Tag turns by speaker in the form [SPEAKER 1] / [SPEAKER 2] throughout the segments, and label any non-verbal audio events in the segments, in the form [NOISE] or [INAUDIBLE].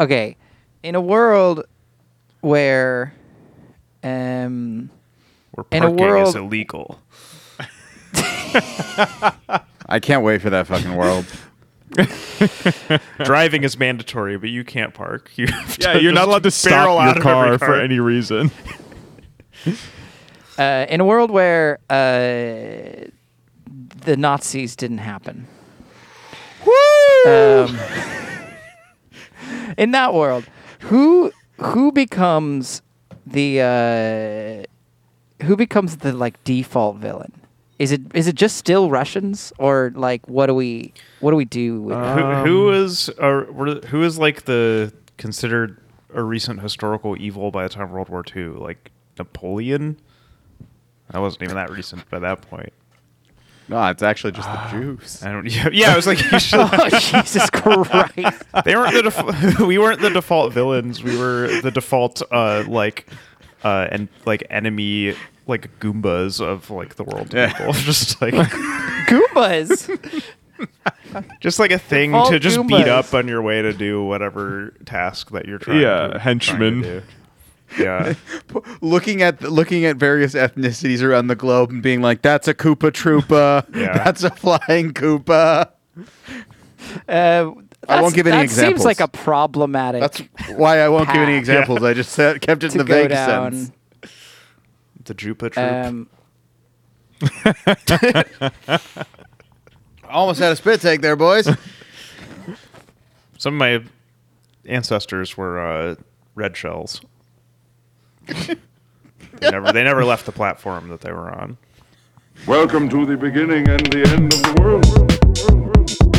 [SPEAKER 1] okay, in a world where, um,
[SPEAKER 2] Where
[SPEAKER 1] In a
[SPEAKER 2] parking is
[SPEAKER 1] world-
[SPEAKER 2] illegal.
[SPEAKER 3] I can't wait for that fucking
[SPEAKER 1] [LAUGHS]
[SPEAKER 3] world.
[SPEAKER 2] Driving is mandatory, but you can't park. [LAUGHS] You have
[SPEAKER 4] Yeah, you're not
[SPEAKER 2] just
[SPEAKER 4] allowed to
[SPEAKER 2] barrel out
[SPEAKER 4] stop your
[SPEAKER 2] of every
[SPEAKER 4] car for any reason.
[SPEAKER 1] uh, in a world where uh, the Nazis didn't happen. Um, [LAUGHS] in that world, who who becomes the uh, who becomes the like default villain? Is it is it just still Russians or like what do we what do we do? With that?
[SPEAKER 2] Who, who is uh, were- who is like the considered a recent historical evil by the time World War II? Like Napoleon? That wasn't even that recent by that point.
[SPEAKER 3] No, it's actually just
[SPEAKER 1] Ah.
[SPEAKER 3] the Jews.
[SPEAKER 2] I don't. [LAUGHS] Yeah, yeah I was like, you [LAUGHS]
[SPEAKER 1] [LAUGHS]
[SPEAKER 2] should,
[SPEAKER 1] oh Jesus Christ!
[SPEAKER 2] they weren't the def- [LAUGHS] we weren't the default villains. We were the default uh, like uh, and like enemy like goombas of like the world
[SPEAKER 3] Yeah.
[SPEAKER 2] people. [LAUGHS] just like
[SPEAKER 1] Goombas.
[SPEAKER 2] just like a thing to
[SPEAKER 1] Default
[SPEAKER 2] just beat
[SPEAKER 1] Goombas.
[SPEAKER 2] up on your way to do whatever task that you're trying.
[SPEAKER 4] Yeah,
[SPEAKER 2] to, trying
[SPEAKER 4] henchmen.
[SPEAKER 2] to do. Yeah.
[SPEAKER 3] Looking at looking at various ethnicities around the globe and being like, "That's a
[SPEAKER 1] [LAUGHS]
[SPEAKER 3] Koopa Troopa.
[SPEAKER 2] Yeah.
[SPEAKER 3] That's a flying Koopa."
[SPEAKER 1] Uh,
[SPEAKER 3] I won't
[SPEAKER 1] that's-
[SPEAKER 3] give any
[SPEAKER 1] that
[SPEAKER 3] examples.
[SPEAKER 1] seems like a problematic.
[SPEAKER 3] That's why I won't give
[SPEAKER 1] [LAUGHS]
[SPEAKER 3] any
[SPEAKER 1] Path.
[SPEAKER 3] examples. I just said, kept it in
[SPEAKER 1] to
[SPEAKER 3] the
[SPEAKER 1] go
[SPEAKER 3] vague
[SPEAKER 1] down.
[SPEAKER 3] sense.
[SPEAKER 2] The Drupa troop.
[SPEAKER 1] Um,
[SPEAKER 3] Almost had a spit take
[SPEAKER 1] [LAUGHS]
[SPEAKER 3] there, boys.
[SPEAKER 2] Some of my ancestors were uh, red shells. they, never, they never left the platform that they were on.
[SPEAKER 5] Welcome to the beginning and the end of the world.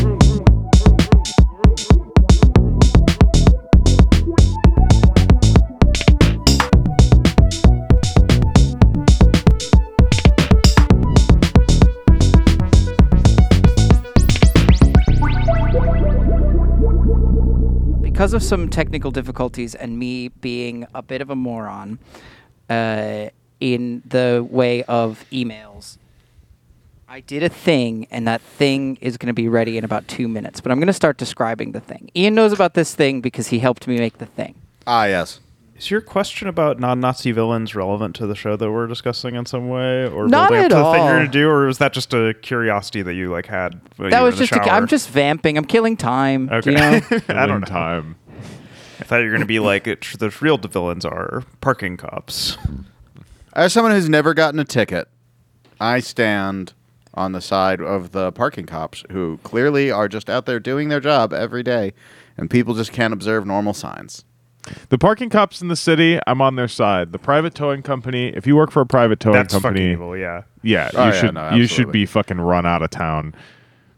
[SPEAKER 1] because of some technical difficulties and me being a bit of a moron uh, in the way of emails, I did a thing, and that thing is going to be ready in about two minutes. But I'm going to start describing the thing. Ian knows about this thing because he helped me make the thing.
[SPEAKER 3] ah, yes.
[SPEAKER 2] Is your question about non-Nazi villains relevant to the show that we're discussing in some way, or
[SPEAKER 1] Not
[SPEAKER 2] building up
[SPEAKER 1] at
[SPEAKER 2] to the thing you're
[SPEAKER 1] all.
[SPEAKER 2] gonna do, or was that just a curiosity that you like had? when you
[SPEAKER 1] that
[SPEAKER 2] were
[SPEAKER 1] was
[SPEAKER 2] in the
[SPEAKER 1] just a,
[SPEAKER 2] shower?
[SPEAKER 1] I'm just vamping. I'm killing time. do
[SPEAKER 2] Okay.
[SPEAKER 1] you know?
[SPEAKER 2] [LAUGHS] [LAUGHS]
[SPEAKER 3] [LAUGHS]
[SPEAKER 2] I don't
[SPEAKER 4] One
[SPEAKER 2] know.
[SPEAKER 4] time.
[SPEAKER 2] I thought you were gonna be like it, the real villains are parking cops.
[SPEAKER 3] As someone who's never gotten a ticket, I stand on the side of the parking cops who clearly are just out there doing their job every day, and people just can't observe normal signs.
[SPEAKER 4] The parking cops in the city, I'm on their side. The private towing company, if you work for a private towing
[SPEAKER 2] That's fucking
[SPEAKER 4] company,
[SPEAKER 2] evil. Yeah.
[SPEAKER 4] yeah,
[SPEAKER 3] Oh, yeah,
[SPEAKER 4] you should
[SPEAKER 3] no,
[SPEAKER 4] you
[SPEAKER 3] absolutely.
[SPEAKER 4] should be fucking run out of town.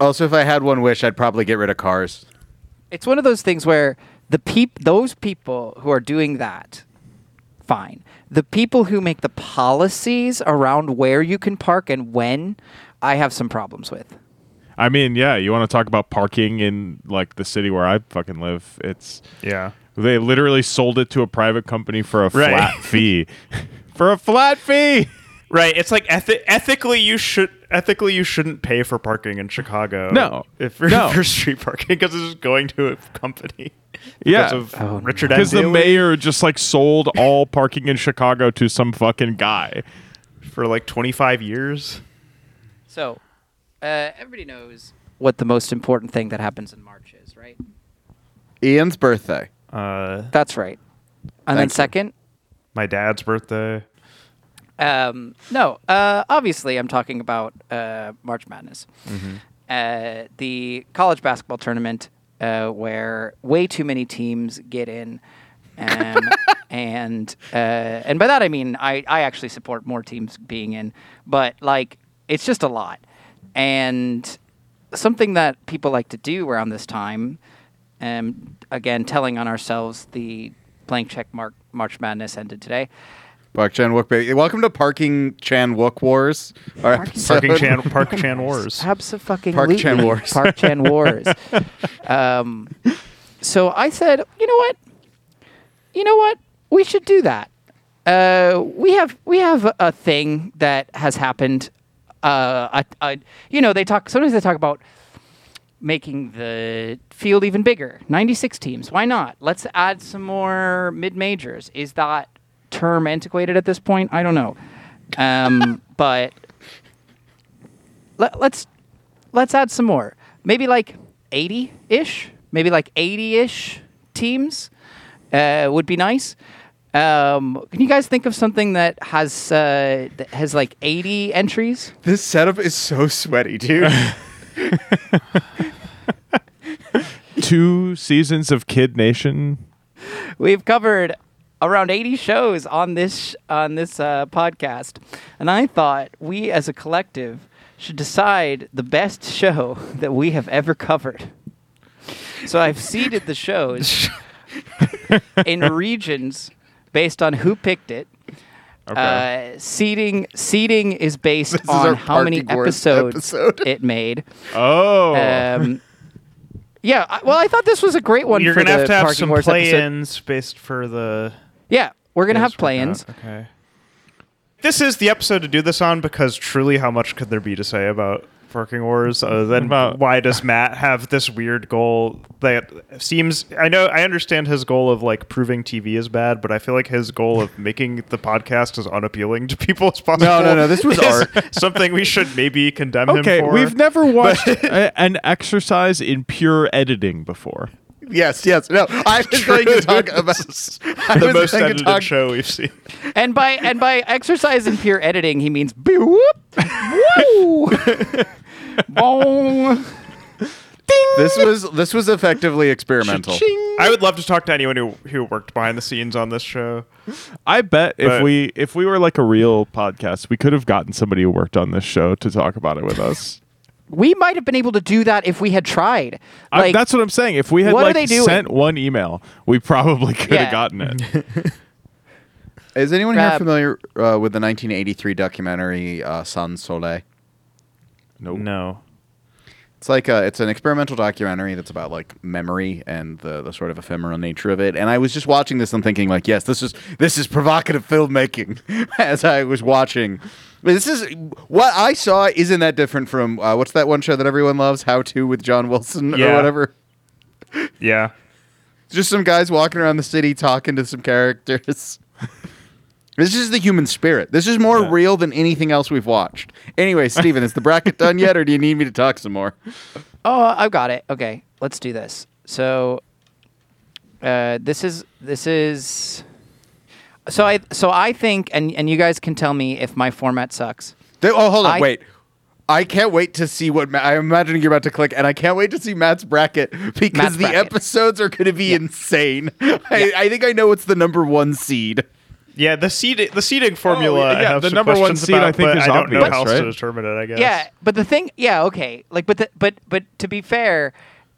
[SPEAKER 3] Also, if I had one wish, I'd probably get rid of cars.
[SPEAKER 1] it's one of those things where the peop those people who are doing that fine the people who make the policies around where you can park and when i have some problems with
[SPEAKER 4] I mean, yeah, you want to talk about parking in like the city where I fucking live? It's
[SPEAKER 2] Yeah.
[SPEAKER 4] they literally sold it to a private company for a
[SPEAKER 2] Right. [LAUGHS]
[SPEAKER 4] flat fee. for a flat fee.
[SPEAKER 2] Right. It's like ethi- ethically you should ethically you shouldn't pay for parking in Chicago.
[SPEAKER 4] No.
[SPEAKER 2] if you're [LAUGHS]
[SPEAKER 4] No.
[SPEAKER 2] for street parking because it's just going to a company.
[SPEAKER 4] Yeah.
[SPEAKER 2] Because of
[SPEAKER 1] Oh, no.
[SPEAKER 2] Richard M.
[SPEAKER 4] Because the
[SPEAKER 2] Daley
[SPEAKER 4] mayor just like sold all parking in Chicago to some fucking guy.
[SPEAKER 2] for like 25 years.
[SPEAKER 1] so uh, everybody knows what the most important thing that happens in march is right
[SPEAKER 3] Ian's birthday.
[SPEAKER 2] Uh,
[SPEAKER 1] that's right and then
[SPEAKER 3] Thank you.
[SPEAKER 1] second
[SPEAKER 2] my dad's birthday.
[SPEAKER 1] um, no uh, obviously i'm talking about uh, march madness uh, the college basketball tournament uh, where way too many teams get in. Um, and uh, and by that I mean I, I actually support more teams being in, but like it's just a lot. And something that people like to do around this time, um, again telling on ourselves the blank check mark March Madness ended today.
[SPEAKER 3] Park Chan Wook, baby. Welcome to Parking Chan Wook Wars. Our episode. [LAUGHS]
[SPEAKER 2] Parking Chan Park Chan Wars.
[SPEAKER 1] Absolutely.
[SPEAKER 3] Park Chan Wars.
[SPEAKER 1] Park Chan
[SPEAKER 3] [LAUGHS]
[SPEAKER 1] Wars. um, so I said, you know what? You know what? We should do that. Uh, we have we have a thing that has happened. Uh, a, a, you know, they talk sometimes they talk about making the field even bigger. 96 teams. Why not? Let's add some more mid majors. Is that term antiquated at this point? I don't know. Um, [LAUGHS] but let, let's let's add some more. Maybe like 80 ish, maybe like 80 ish teams uh, would be nice. Um, can you guys think of something that has uh, that has like 80 entries?
[SPEAKER 3] This setup is so sweaty, dude.
[SPEAKER 4] Two seasons of Kid Nation.
[SPEAKER 1] We've covered around 80 shows on this on this uh, podcast, and I thought we as a collective should decide the best show [LAUGHS] that we have ever covered. So I've seeded the
[SPEAKER 3] [LAUGHS]
[SPEAKER 1] shows in regions based on who picked it.
[SPEAKER 4] Okay.
[SPEAKER 1] Uh, seeding seeding is based
[SPEAKER 3] is
[SPEAKER 1] on
[SPEAKER 3] our
[SPEAKER 1] how many
[SPEAKER 3] Parking Wars
[SPEAKER 1] episodes
[SPEAKER 3] episode.
[SPEAKER 1] it made.
[SPEAKER 4] oh.
[SPEAKER 1] Um, yeah, I, well, I thought this was a great one.
[SPEAKER 2] [LAUGHS] You're
[SPEAKER 1] for
[SPEAKER 2] gonna
[SPEAKER 1] the
[SPEAKER 2] have to have
[SPEAKER 1] Parking
[SPEAKER 2] some
[SPEAKER 1] Wars episode.
[SPEAKER 2] play-ins based for the.
[SPEAKER 1] Yeah, we're gonna have
[SPEAKER 2] Yes, we're
[SPEAKER 1] play-ins.
[SPEAKER 2] not. Okay. This is the episode to do this on because truly, how much could there be to say about Parking Wars other than
[SPEAKER 4] About-
[SPEAKER 2] why does Matt have this weird goal that seems? I know I understand his goal of like proving TV is bad, but I feel like his goal of making the podcast as unappealing to people as possible.
[SPEAKER 3] no, no, this
[SPEAKER 2] [LAUGHS]
[SPEAKER 3] was
[SPEAKER 2] is
[SPEAKER 3] art.
[SPEAKER 2] Something we should maybe condemn
[SPEAKER 4] okay,
[SPEAKER 2] him for.
[SPEAKER 4] we've [LAUGHS] never watched a, an exercise in pure editing before.
[SPEAKER 3] yes, yes. No, I
[SPEAKER 2] [LAUGHS]
[SPEAKER 3] was going to talk about [LAUGHS] I
[SPEAKER 2] the
[SPEAKER 3] was
[SPEAKER 2] most
[SPEAKER 3] going to
[SPEAKER 2] edited
[SPEAKER 3] talk-
[SPEAKER 2] show we've seen.
[SPEAKER 1] And by and
[SPEAKER 2] [LAUGHS]
[SPEAKER 1] by exercise and pure editing, he means bee whoop, woo, bong.
[SPEAKER 3] This was this was effectively experimental.
[SPEAKER 2] I would love to talk to anyone who who worked behind the scenes on this show.
[SPEAKER 4] I bet if
[SPEAKER 2] But-
[SPEAKER 4] we if we were like a real podcast, we could have gotten somebody who worked on this show to talk about it with us.
[SPEAKER 1] We might have been able to do that if we had tried.
[SPEAKER 4] I-
[SPEAKER 1] Like
[SPEAKER 4] that's what I'm saying. If we had
[SPEAKER 1] what are
[SPEAKER 4] like
[SPEAKER 1] they doing?
[SPEAKER 4] sent one email, we probably could
[SPEAKER 1] Yeah.
[SPEAKER 4] have gotten it.
[SPEAKER 3] Is anyone
[SPEAKER 1] Grab-
[SPEAKER 3] here familiar uh, with the 1983 documentary uh, San Soleil?
[SPEAKER 4] Nope.
[SPEAKER 2] No.
[SPEAKER 3] It's like a, it's an experimental documentary that's about like memory and the, the sort of ephemeral nature of it. And I was just watching this and thinking like, yes, this is this is provocative filmmaking. [LAUGHS] As I was watching, this is what I saw. Isn't that different from uh, what's that one show that everyone loves, How to with John Wilson or
[SPEAKER 2] Yeah.
[SPEAKER 3] whatever?
[SPEAKER 2] Yeah.
[SPEAKER 3] Just some guys walking around the city talking to some characters. [LAUGHS] This is the human spirit. This is more real than anything else we've watched. Anyway, Steven, is the bracket done yet, or do you need me to talk some more?
[SPEAKER 1] Oh, I've got it. Okay, let's do this. So, uh, this is this is. So I so I think and and you guys can tell me if my format sucks.
[SPEAKER 3] They- oh, hold on,
[SPEAKER 1] I-
[SPEAKER 3] wait. I can't wait to see what Ma- I'm imagining you're about to click, and I can't wait to see Matt's bracket [LAUGHS] because
[SPEAKER 1] Matt's
[SPEAKER 3] the
[SPEAKER 1] bracket.
[SPEAKER 3] episodes are going to be insane. [LAUGHS] I, I think I know what's the number one seed.
[SPEAKER 2] Yeah, the seed the seeding formula.
[SPEAKER 4] Oh, yeah,
[SPEAKER 2] I have
[SPEAKER 4] the
[SPEAKER 2] some
[SPEAKER 4] number one
[SPEAKER 2] questions
[SPEAKER 4] seed,
[SPEAKER 2] about,
[SPEAKER 4] I think,
[SPEAKER 2] but
[SPEAKER 4] is
[SPEAKER 2] I don't know
[SPEAKER 4] obvious,
[SPEAKER 2] how else
[SPEAKER 4] right?
[SPEAKER 2] to determine it. I guess.
[SPEAKER 1] Yeah, but the thing, yeah, okay, like, but the, but but to be fair,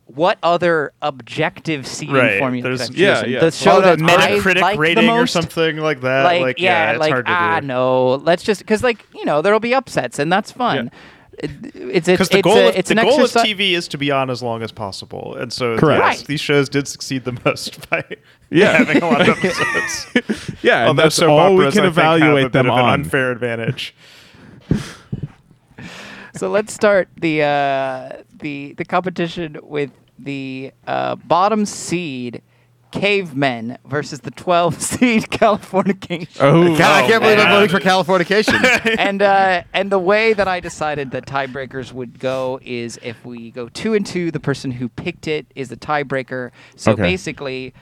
[SPEAKER 1] what other objective seeding
[SPEAKER 2] Right,
[SPEAKER 1] formula?
[SPEAKER 2] there's-
[SPEAKER 1] could I
[SPEAKER 4] yeah,
[SPEAKER 1] choose?
[SPEAKER 4] yeah.
[SPEAKER 1] The show
[SPEAKER 3] Oh, no,
[SPEAKER 1] that
[SPEAKER 2] Metacritic
[SPEAKER 1] I liked the
[SPEAKER 2] rating or
[SPEAKER 1] most?
[SPEAKER 2] something like that.
[SPEAKER 1] Like,
[SPEAKER 2] Like,
[SPEAKER 1] yeah,
[SPEAKER 2] it's
[SPEAKER 1] like
[SPEAKER 2] hard to
[SPEAKER 1] ah,
[SPEAKER 2] do.
[SPEAKER 1] no, let's just because like you know there'll be upsets and that's fun. It- It's it's
[SPEAKER 2] Because the
[SPEAKER 1] it's
[SPEAKER 2] goal,
[SPEAKER 1] a,
[SPEAKER 2] of,
[SPEAKER 1] it's
[SPEAKER 2] the
[SPEAKER 1] an
[SPEAKER 2] goal of
[SPEAKER 1] exercise-
[SPEAKER 2] TV is to be on as long as possible, and so
[SPEAKER 4] Correct.
[SPEAKER 2] yes,
[SPEAKER 1] Right.
[SPEAKER 2] these shows did succeed the most by
[SPEAKER 4] [LAUGHS] Yeah.
[SPEAKER 2] having a lot
[SPEAKER 4] [LAUGHS]
[SPEAKER 2] of episodes.
[SPEAKER 4] Yeah, and
[SPEAKER 2] Although
[SPEAKER 4] that's
[SPEAKER 2] soap
[SPEAKER 4] all we
[SPEAKER 2] operas,
[SPEAKER 4] can
[SPEAKER 2] I think, have a
[SPEAKER 4] evaluate
[SPEAKER 2] bit
[SPEAKER 4] them
[SPEAKER 2] of an
[SPEAKER 4] on.
[SPEAKER 2] unfair advantage.
[SPEAKER 1] So let's start the uh, the the competition with the uh, bottom seed cavemen versus the 12 [LAUGHS] seed Californication.
[SPEAKER 4] Oh,
[SPEAKER 3] God, I can't believe I'm
[SPEAKER 2] man.
[SPEAKER 3] voting for
[SPEAKER 1] [LAUGHS]
[SPEAKER 3] Californication.
[SPEAKER 1] and uh, and the way that I decided the tiebreakers would go is if we go two and two, the person who picked it is the tiebreaker. So
[SPEAKER 4] Okay.
[SPEAKER 1] basically,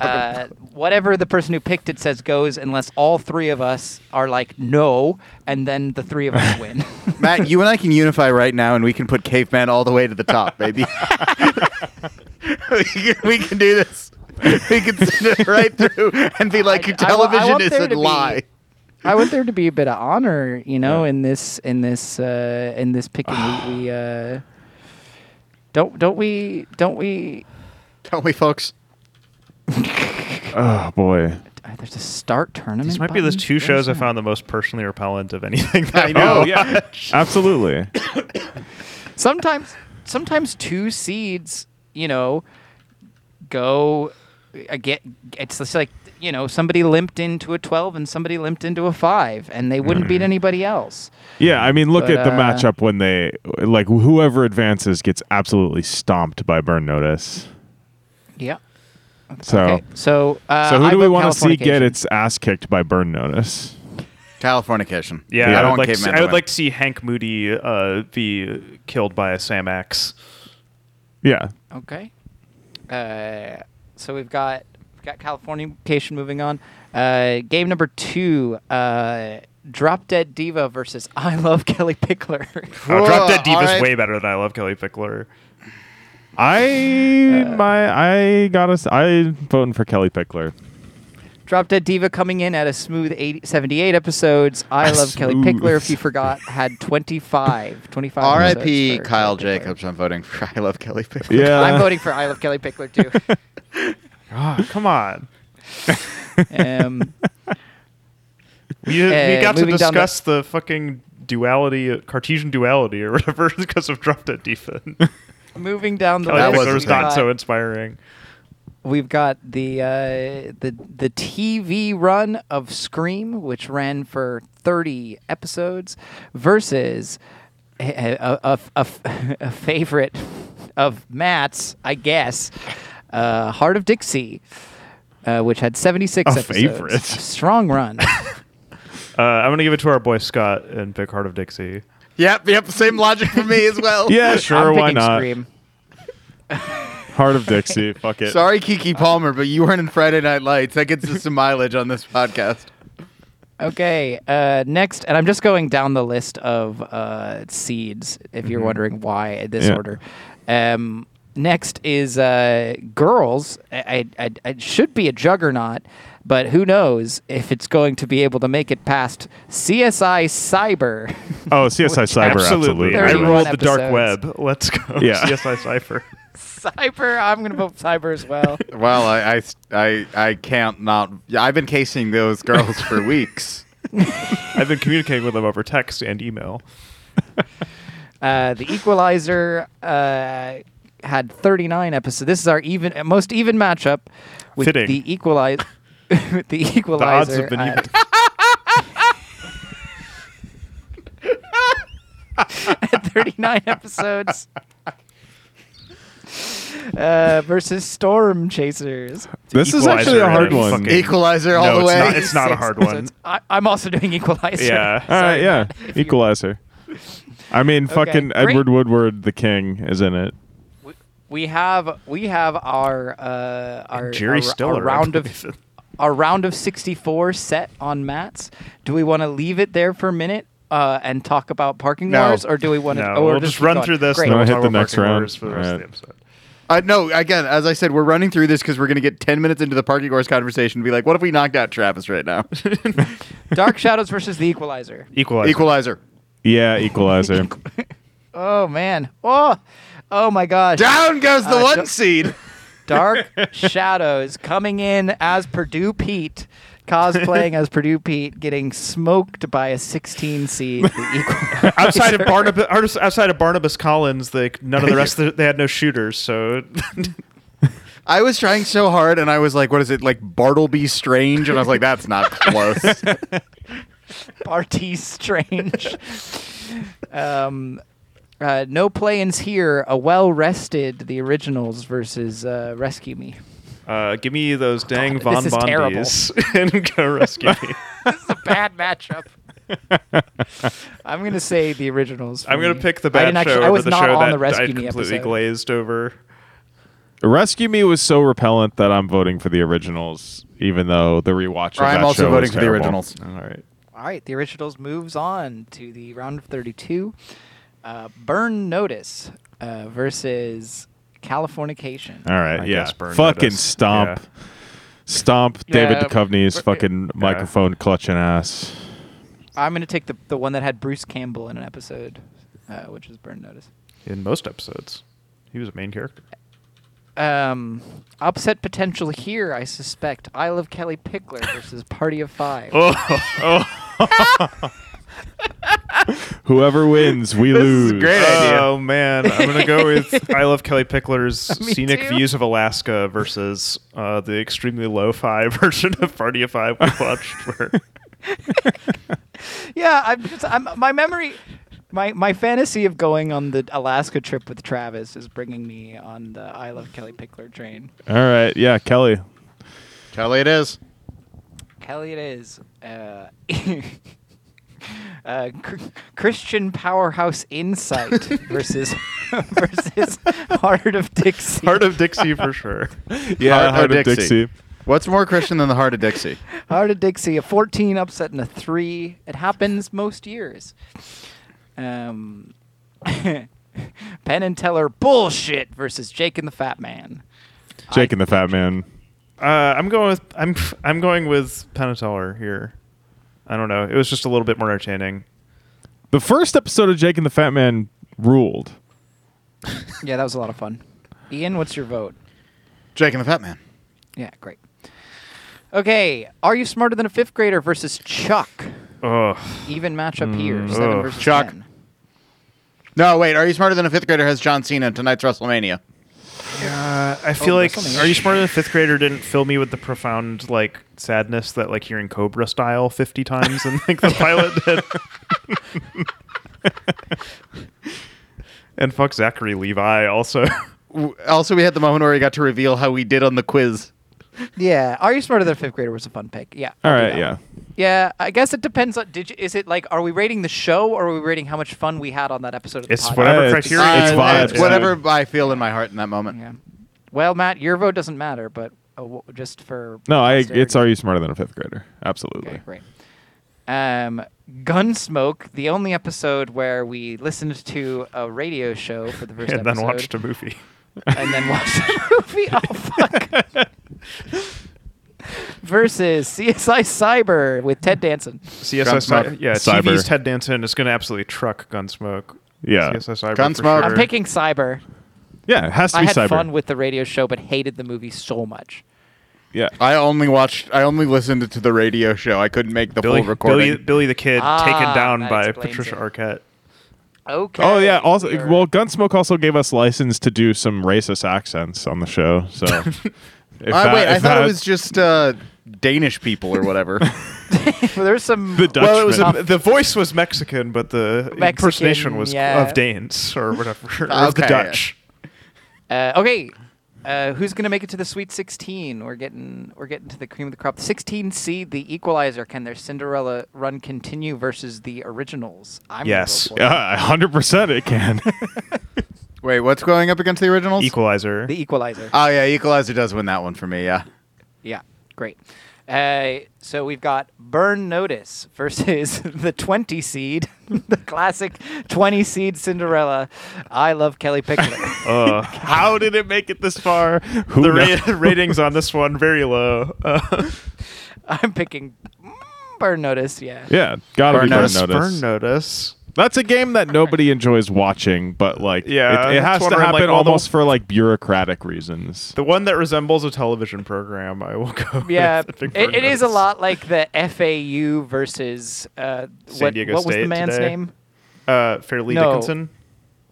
[SPEAKER 1] uh, whatever the person who picked it says goes, unless all three of us are like no, and then the three of us win.
[SPEAKER 3] [LAUGHS]
[SPEAKER 1] [LAUGHS]
[SPEAKER 3] Matt, you and I can unify right now, and we can put Caveman all the way to the top, baby. [LAUGHS] we, can, we can do this. We can send it right through and be like,
[SPEAKER 1] I-
[SPEAKER 3] your
[SPEAKER 1] I wa- I
[SPEAKER 3] television
[SPEAKER 1] want
[SPEAKER 3] is
[SPEAKER 1] there
[SPEAKER 3] a
[SPEAKER 1] to be-
[SPEAKER 3] lie.
[SPEAKER 1] I want there to be a bit of honor, you know, in this in this uh, in this picking. we we uh, don't don't we don't we?
[SPEAKER 3] Don't we, folks?
[SPEAKER 4] oh boy.
[SPEAKER 1] Uh, there's a start tournament.
[SPEAKER 2] These might be the
[SPEAKER 1] button?
[SPEAKER 2] two
[SPEAKER 1] What is
[SPEAKER 2] shows I
[SPEAKER 1] that?
[SPEAKER 2] found the most personally repellent of anything. That I [LAUGHS]
[SPEAKER 4] Oh yeah, [LAUGHS] absolutely.
[SPEAKER 1] Sometimes sometimes two seeds, you know, go again, it's just like you know somebody limped into a twelve and somebody limped into a five, and they wouldn't
[SPEAKER 4] Mm-hmm.
[SPEAKER 1] beat anybody else.
[SPEAKER 4] Yeah, I mean, look
[SPEAKER 1] But,
[SPEAKER 4] at the
[SPEAKER 1] uh,
[SPEAKER 4] matchup when they like whoever advances gets absolutely stomped by burn notice.
[SPEAKER 1] Yeah.
[SPEAKER 4] So,
[SPEAKER 1] okay. So. Uh,
[SPEAKER 4] so who
[SPEAKER 1] I
[SPEAKER 4] do we
[SPEAKER 1] vote
[SPEAKER 4] want to see
[SPEAKER 1] Californication.
[SPEAKER 4] get its ass kicked by burn notice?
[SPEAKER 3] Californication.
[SPEAKER 2] Yeah,
[SPEAKER 4] Yeah.
[SPEAKER 2] I,
[SPEAKER 4] I
[SPEAKER 2] would like. To
[SPEAKER 3] cavemen
[SPEAKER 2] see, I would
[SPEAKER 3] win.
[SPEAKER 2] like to see Hank Moody uh, be killed by a Sam Axe.
[SPEAKER 4] Yeah,
[SPEAKER 1] Okay. Uh, so we've got we've got Californication moving on. Uh, game number two. Uh, Drop Dead Diva versus I Love [LAUGHS] Kelly Pickler.
[SPEAKER 2] Oh, Drop Dead
[SPEAKER 3] Whoa, all
[SPEAKER 2] Diva's
[SPEAKER 3] right.
[SPEAKER 2] way better than I Love Kelly Pickler.
[SPEAKER 4] I
[SPEAKER 1] Uh,
[SPEAKER 4] my I got us. I voting for Kelly Pickler.
[SPEAKER 1] Drop Dead Diva coming in at a smooth 80, 78 episodes. I
[SPEAKER 4] A
[SPEAKER 1] Love Kelly
[SPEAKER 4] smooth.
[SPEAKER 1] Pickler, if you forgot, had 25. 25
[SPEAKER 3] R.I.P.
[SPEAKER 1] episodes for
[SPEAKER 3] Kyle
[SPEAKER 1] Kelly Pickler.
[SPEAKER 3] Jacobs. I'm voting for [LAUGHS] I love Kelly Pickler.
[SPEAKER 4] Yeah,
[SPEAKER 1] I'm voting for I Love Kelly Pickler,
[SPEAKER 4] [LAUGHS]
[SPEAKER 1] too.
[SPEAKER 2] God, Ah, come on.
[SPEAKER 1] um,
[SPEAKER 2] We, we
[SPEAKER 1] Uh,
[SPEAKER 2] got to
[SPEAKER 1] moving down the-
[SPEAKER 2] discuss the fucking duality, Cartesian duality, or whatever, [LAUGHS] because of Drop Dead Diva.
[SPEAKER 1] moving down the list.
[SPEAKER 2] Kelly Pickler
[SPEAKER 3] was
[SPEAKER 2] was
[SPEAKER 1] we've
[SPEAKER 3] insane.
[SPEAKER 2] not
[SPEAKER 1] got-
[SPEAKER 2] so inspiring.
[SPEAKER 1] We've got the uh, the the TV run of Scream, which ran for thirty episodes, versus a, a, a, a, a [LAUGHS] favorite of Matt's, I guess, uh, Heart of Dixie, uh, which had seventy six
[SPEAKER 4] A
[SPEAKER 1] episodes.
[SPEAKER 4] favorite.
[SPEAKER 1] Strong run.
[SPEAKER 2] Uh, I'm gonna give it to our boy Scott and Big Heart of Dixie.
[SPEAKER 3] Yep, yep. Same logic for me as [LAUGHS] well.
[SPEAKER 4] yeah, [LAUGHS] sure,
[SPEAKER 1] I'm
[SPEAKER 4] why
[SPEAKER 1] picking
[SPEAKER 4] not?
[SPEAKER 1] Scream.
[SPEAKER 4] Heart of Dixie, fuck it.
[SPEAKER 3] Sorry, Kiki Palmer, but you weren't in Friday Night Lights. That gets us some mileage on this podcast.
[SPEAKER 1] Okay, uh, next, and I'm just going down the list of uh, seeds. If you're wondering why in this
[SPEAKER 4] Yeah.
[SPEAKER 1] order, um, next is uh, girls. I, I, I, it should be a juggernaut, but who knows if it's going to be able to make it past CSI Cyber. [LAUGHS]
[SPEAKER 4] Oh, CSI Cyber, absolutely.
[SPEAKER 2] absolutely, I
[SPEAKER 1] Thirty-one
[SPEAKER 2] ruled the dark
[SPEAKER 1] episodes.
[SPEAKER 2] web. Let's go, [LAUGHS]
[SPEAKER 4] Yeah.
[SPEAKER 2] CSI Cipher.
[SPEAKER 1] cyber. I'm gonna vote Cyber as well.
[SPEAKER 3] Well, I, I, I, I can't not. I've been casing those girls [LAUGHS] for weeks.
[SPEAKER 2] I've been communicating with them over text and email.
[SPEAKER 1] Uh, the Equalizer uh, had 39 episodes. This is our even uh, most even matchup with
[SPEAKER 2] Fitting.
[SPEAKER 1] the Equalizer. with [LAUGHS] the Equalizer.
[SPEAKER 2] The odds have been
[SPEAKER 1] uh,
[SPEAKER 2] even.
[SPEAKER 1] [LAUGHS] at 39 episodes. Uh, versus Storm Chasers.
[SPEAKER 4] This is actually a
[SPEAKER 2] Equalizer
[SPEAKER 4] hard
[SPEAKER 2] and
[SPEAKER 4] one.
[SPEAKER 2] fucking-
[SPEAKER 3] Equalizer all
[SPEAKER 2] no,
[SPEAKER 3] the
[SPEAKER 2] it's
[SPEAKER 3] way.
[SPEAKER 2] Not, it's not a
[SPEAKER 1] 36
[SPEAKER 2] hard one.
[SPEAKER 1] episodes. I, I'm also doing Equalizer.
[SPEAKER 2] Yeah.
[SPEAKER 4] All right,
[SPEAKER 1] [LAUGHS] Sorry,
[SPEAKER 4] yeah,
[SPEAKER 1] Matt, if you-
[SPEAKER 4] Equalizer. I mean, fucking
[SPEAKER 1] great.
[SPEAKER 4] Edward Woodward, the king, is in it.
[SPEAKER 1] We, we have we have our uh, our,
[SPEAKER 2] Jerry
[SPEAKER 1] our,
[SPEAKER 2] Stiller.
[SPEAKER 1] our
[SPEAKER 2] I
[SPEAKER 1] round of
[SPEAKER 2] believe it.
[SPEAKER 1] [LAUGHS] our round of 64 set on mats. Do we want to leave it there for a minute uh, and talk about parking
[SPEAKER 3] No.
[SPEAKER 1] wars, or do we want to?
[SPEAKER 2] No,
[SPEAKER 1] or
[SPEAKER 2] we'll just,
[SPEAKER 1] keep
[SPEAKER 2] run
[SPEAKER 1] going?
[SPEAKER 2] through this.
[SPEAKER 1] Great.
[SPEAKER 2] And then
[SPEAKER 4] No,
[SPEAKER 2] we'll talk
[SPEAKER 4] hit the
[SPEAKER 2] about
[SPEAKER 4] next
[SPEAKER 2] parking
[SPEAKER 4] round.
[SPEAKER 2] orders For the rest of the
[SPEAKER 4] Alright.
[SPEAKER 2] episode.
[SPEAKER 3] Uh, no, again, as I said, we're running through this because we're going to get 10 minutes into the parking horse conversation and be like, what if we knocked out Travis right [LAUGHS] now?
[SPEAKER 1] Dark Shadows versus the
[SPEAKER 2] [LAUGHS]
[SPEAKER 1] Equalizer.
[SPEAKER 2] Equalizer.
[SPEAKER 3] Equalizer.
[SPEAKER 4] Yeah, Equalizer.
[SPEAKER 1] [LAUGHS] Oh man. Oh, oh my gosh.
[SPEAKER 3] Down goes the
[SPEAKER 1] Uh,
[SPEAKER 3] one
[SPEAKER 1] don't- [LAUGHS]
[SPEAKER 3] seed.
[SPEAKER 1] Dark
[SPEAKER 2] [LAUGHS]
[SPEAKER 1] Shadows coming in as Purdue Pete, cosplaying as Purdue Pete, getting smoked by a 16 seed.
[SPEAKER 2] [LAUGHS]
[SPEAKER 1] The Equalizer.
[SPEAKER 2] outside of Barnabas, outside of Barnabas Collins, they none of the
[SPEAKER 1] [LAUGHS]
[SPEAKER 2] rest. Of the, they had no shooters, so
[SPEAKER 3] I was trying so hard and I was like, what is it, like Bartleby Strange? And I was like, that's [LAUGHS] not close.
[SPEAKER 1] Barty Strange. um, uh, no play-ins here. A well-rested the originals versus uh, Rescue Me.
[SPEAKER 2] uh, give me those dang
[SPEAKER 1] God,
[SPEAKER 2] Von
[SPEAKER 1] this is
[SPEAKER 2] Bondies [LAUGHS] and go rescue me.
[SPEAKER 1] This [LAUGHS] is a bad matchup. I'm gonna say the originals. for
[SPEAKER 2] I'm gonna
[SPEAKER 1] me.
[SPEAKER 2] pick the
[SPEAKER 1] I
[SPEAKER 2] bad
[SPEAKER 1] didn't
[SPEAKER 2] show
[SPEAKER 1] actually- I
[SPEAKER 2] over
[SPEAKER 1] was
[SPEAKER 2] the
[SPEAKER 1] not
[SPEAKER 2] show
[SPEAKER 1] on
[SPEAKER 2] that
[SPEAKER 1] the Rescue
[SPEAKER 2] I
[SPEAKER 1] Me
[SPEAKER 2] completely
[SPEAKER 1] episode.
[SPEAKER 2] glazed over.
[SPEAKER 4] Rescue Me was so repellent that I'm voting for the originals, even though the rewatch of
[SPEAKER 3] I'm
[SPEAKER 4] that
[SPEAKER 3] also
[SPEAKER 4] show
[SPEAKER 3] voting
[SPEAKER 4] was
[SPEAKER 3] for the
[SPEAKER 4] terrible.
[SPEAKER 3] originals.
[SPEAKER 2] All right,
[SPEAKER 1] All right, the originals moves on to the round of 32. Uh, Burn Notice uh, versus Californication.
[SPEAKER 4] All right,
[SPEAKER 2] I
[SPEAKER 4] yeah.
[SPEAKER 2] guess Burn
[SPEAKER 4] Fucking
[SPEAKER 2] Notice.
[SPEAKER 4] stomp.
[SPEAKER 2] Yeah.
[SPEAKER 4] Stomp
[SPEAKER 1] Yeah,
[SPEAKER 4] David Duchovny's
[SPEAKER 1] but-
[SPEAKER 4] fucking microphone clutching ass.
[SPEAKER 1] I'm gonna take the the one that had Bruce Campbell in an episode, uh, which is Burn Notice.
[SPEAKER 2] in most episodes, he was a main character.
[SPEAKER 1] Um, upset potential here, I suspect. I love Kelly
[SPEAKER 2] [LAUGHS] Oh,
[SPEAKER 1] Pickler versus Party of Five.
[SPEAKER 4] Whoever wins, we lose. Uh,
[SPEAKER 3] idea.
[SPEAKER 2] Oh man, I'm gonna go with I love Kelly Pickler's scenic
[SPEAKER 1] too.
[SPEAKER 2] views of Alaska versus uh, the extremely lo-fi [LAUGHS] version of Party of Five we watched. Where
[SPEAKER 1] [LAUGHS] Yeah, I'm just I'm my memory my my fantasy of going on the Alaska trip with Travis is bringing me on the I love Kelly Pickler train.
[SPEAKER 4] All right, yeah, Kelly.
[SPEAKER 3] Kelly, it is.
[SPEAKER 1] Kelly it is. Uh [LAUGHS] Uh, cr- Christian powerhouse insight versus [LAUGHS]
[SPEAKER 2] [LAUGHS]
[SPEAKER 1] versus heart of Dixie.
[SPEAKER 2] Heart of Dixie for sure.
[SPEAKER 4] [LAUGHS] Yeah,
[SPEAKER 3] Heart or
[SPEAKER 4] Heart of
[SPEAKER 3] Dixie?
[SPEAKER 4] Dixie.
[SPEAKER 3] What's more Christian than the heart of Dixie?
[SPEAKER 1] [LAUGHS] Heart of Dixie, a 14 upset and a 3. It happens most years. Um, [LAUGHS] Penn and Teller bullshit versus Jake and the Fat Man.
[SPEAKER 4] Jake and the Fat Man.
[SPEAKER 2] Uh, I'm going with I'm I'm going with Penateller here. I don't know. It was just a little bit more entertaining.
[SPEAKER 4] The first episode of Jake and the Fat Man ruled.
[SPEAKER 1] Yeah, that was a lot of fun. Ian, what's your vote?
[SPEAKER 3] Jake and the Fat Man.
[SPEAKER 1] Yeah, great. Okay, are you smarter than a fifth grader versus Chuck?
[SPEAKER 2] Ugh.
[SPEAKER 1] Even matchup here,
[SPEAKER 4] Mm,
[SPEAKER 1] seven
[SPEAKER 2] ugh,
[SPEAKER 1] versus
[SPEAKER 3] Chuck.
[SPEAKER 1] ten.
[SPEAKER 3] No, wait. Are you smarter than a fifth grader? Has John Cena at tonight's WrestleMania?
[SPEAKER 2] Uh, I feel
[SPEAKER 1] Oh,
[SPEAKER 2] like
[SPEAKER 1] WrestleMania.
[SPEAKER 2] Are You Smarter Than a Fifth Grader didn't fill me with the profound like sadness that like hearing Cobra Style 50 times and like the pilot did. [LAUGHS] and fuck Zachary Levi also.
[SPEAKER 3] W- Also, we had the moment where he got to reveal how we did on the quiz.
[SPEAKER 1] Yeah, are you smarter than a fifth grader was a fun pick. Yeah.
[SPEAKER 4] All
[SPEAKER 1] I'll do
[SPEAKER 4] right,
[SPEAKER 1] that
[SPEAKER 4] yeah.
[SPEAKER 1] one. Yeah, I guess it depends on. Did you, is it like are we rating the show or are we rating how much fun we had on that episode? Of the
[SPEAKER 2] It's
[SPEAKER 1] podcast?
[SPEAKER 2] whatever
[SPEAKER 4] it's-
[SPEAKER 2] criteria.
[SPEAKER 4] it's
[SPEAKER 2] you
[SPEAKER 3] Uh,
[SPEAKER 2] want.
[SPEAKER 4] vibes,
[SPEAKER 3] it's whatever I feel in my heart in that moment.
[SPEAKER 1] Yeah. Well, Matt, your vote doesn't matter, but uh, w- just for
[SPEAKER 4] No, I.
[SPEAKER 1] posterity.
[SPEAKER 4] It's Are You Smarter Than a Fifth Grader?
[SPEAKER 1] Okay,
[SPEAKER 4] Absolutely.
[SPEAKER 1] great. Um, Gunsmoke, the only episode where we listened to a radio show for the first
[SPEAKER 2] [LAUGHS] And
[SPEAKER 1] episode,
[SPEAKER 2] then watched a movie.
[SPEAKER 1] [LAUGHS]
[SPEAKER 2] [LAUGHS]
[SPEAKER 1] and then watched a movie. Oh fuck! Versus CSI Cyber with Ted Danson.
[SPEAKER 2] CSI Cyber.
[SPEAKER 3] Gunsmoke.
[SPEAKER 2] Yeah,
[SPEAKER 4] Cyber.
[SPEAKER 2] TV's Ted Danson is going to absolutely truck Gunsmoke.
[SPEAKER 4] Yeah.
[SPEAKER 2] CSI Cyber. for
[SPEAKER 3] Gunsmoke.
[SPEAKER 1] I'm
[SPEAKER 2] sure.
[SPEAKER 1] picking Cyber.
[SPEAKER 4] Yeah, it has to
[SPEAKER 1] I
[SPEAKER 4] be
[SPEAKER 1] had
[SPEAKER 4] cyber.
[SPEAKER 1] fun with the radio show, but hated the movie so much.
[SPEAKER 4] yeah.
[SPEAKER 3] I only watched. I only listened to the radio show. I couldn't make the
[SPEAKER 2] Billy,
[SPEAKER 3] full recording.
[SPEAKER 2] Billy, Billy the Kid
[SPEAKER 1] Ah,
[SPEAKER 2] taken down
[SPEAKER 1] that
[SPEAKER 2] by
[SPEAKER 1] explains
[SPEAKER 2] Patricia
[SPEAKER 1] it.
[SPEAKER 2] Arquette.
[SPEAKER 1] Okay.
[SPEAKER 4] Oh yeah. Also,
[SPEAKER 1] You're- [LAUGHS]
[SPEAKER 4] well, Gunsmoke also gave us license to do some racist accents on the show. So. if
[SPEAKER 3] Uh,
[SPEAKER 4] that-
[SPEAKER 3] wait, I thought
[SPEAKER 4] if that-
[SPEAKER 3] it
[SPEAKER 4] [LAUGHS]
[SPEAKER 3] was just uh, Danish people or whatever.
[SPEAKER 1] there's some
[SPEAKER 4] the [LAUGHS] Dutchman.
[SPEAKER 2] Well, it was a, the voice was Mexican, but the
[SPEAKER 1] Mexican,
[SPEAKER 2] impersonation was
[SPEAKER 1] yeah.
[SPEAKER 2] of Danes
[SPEAKER 1] [LAUGHS]
[SPEAKER 2] or whatever, or of the
[SPEAKER 3] Okay.
[SPEAKER 2] Dutch.
[SPEAKER 1] Uh, okay, uh, who's gonna make it to the Sweet 16? We're getting we're getting to the cream of the crop. 16 seed, the Equalizer. Can their Cinderella run continue versus the Originals? I'm gonna
[SPEAKER 2] Yes.
[SPEAKER 1] go for it.
[SPEAKER 4] Yeah, hundred percent. It can. [LAUGHS]
[SPEAKER 3] wait, what's going up against the originals?
[SPEAKER 2] Equalizer. [LAUGHS]
[SPEAKER 1] the Equalizer.
[SPEAKER 3] Oh yeah, Equalizer does win that one for me. Yeah.
[SPEAKER 1] yeah, great. Uh, so we've got Burn Notice versus [LAUGHS] the 20 seed, [LAUGHS] the classic 20 seed Cinderella. I love Kelly
[SPEAKER 4] [LAUGHS]
[SPEAKER 1] Pickler.
[SPEAKER 4] Oh.
[SPEAKER 2] Uh,
[SPEAKER 4] How did it make it this far? Who
[SPEAKER 2] the
[SPEAKER 4] knows?
[SPEAKER 2] ra- [LAUGHS] ratings on this one very low. Uh,
[SPEAKER 1] I'm picking mm, Burn Notice. Yeah.
[SPEAKER 4] Yeah, gotta
[SPEAKER 3] Burn
[SPEAKER 4] be burn
[SPEAKER 3] notice,
[SPEAKER 4] notice.
[SPEAKER 2] Burn notice.
[SPEAKER 4] That's a game that nobody enjoys watching, but like,
[SPEAKER 2] Yeah,
[SPEAKER 4] it, it
[SPEAKER 2] that's
[SPEAKER 4] has
[SPEAKER 2] one
[SPEAKER 4] to
[SPEAKER 2] where I'm
[SPEAKER 4] happen
[SPEAKER 2] like, well, the-
[SPEAKER 4] almost for like bureaucratic reasons.
[SPEAKER 2] The one that resembles a television program. I will go.
[SPEAKER 1] [LAUGHS] Yeah,
[SPEAKER 2] with. I think
[SPEAKER 1] it,
[SPEAKER 2] Burn
[SPEAKER 1] it is a
[SPEAKER 2] Notice.
[SPEAKER 1] lot like the FAU versus uh,
[SPEAKER 2] San
[SPEAKER 1] what,
[SPEAKER 2] Diego
[SPEAKER 1] what was the
[SPEAKER 2] State
[SPEAKER 1] man's
[SPEAKER 2] today?
[SPEAKER 1] name?
[SPEAKER 2] Uh, Fairleigh
[SPEAKER 1] No.
[SPEAKER 2] Dickinson.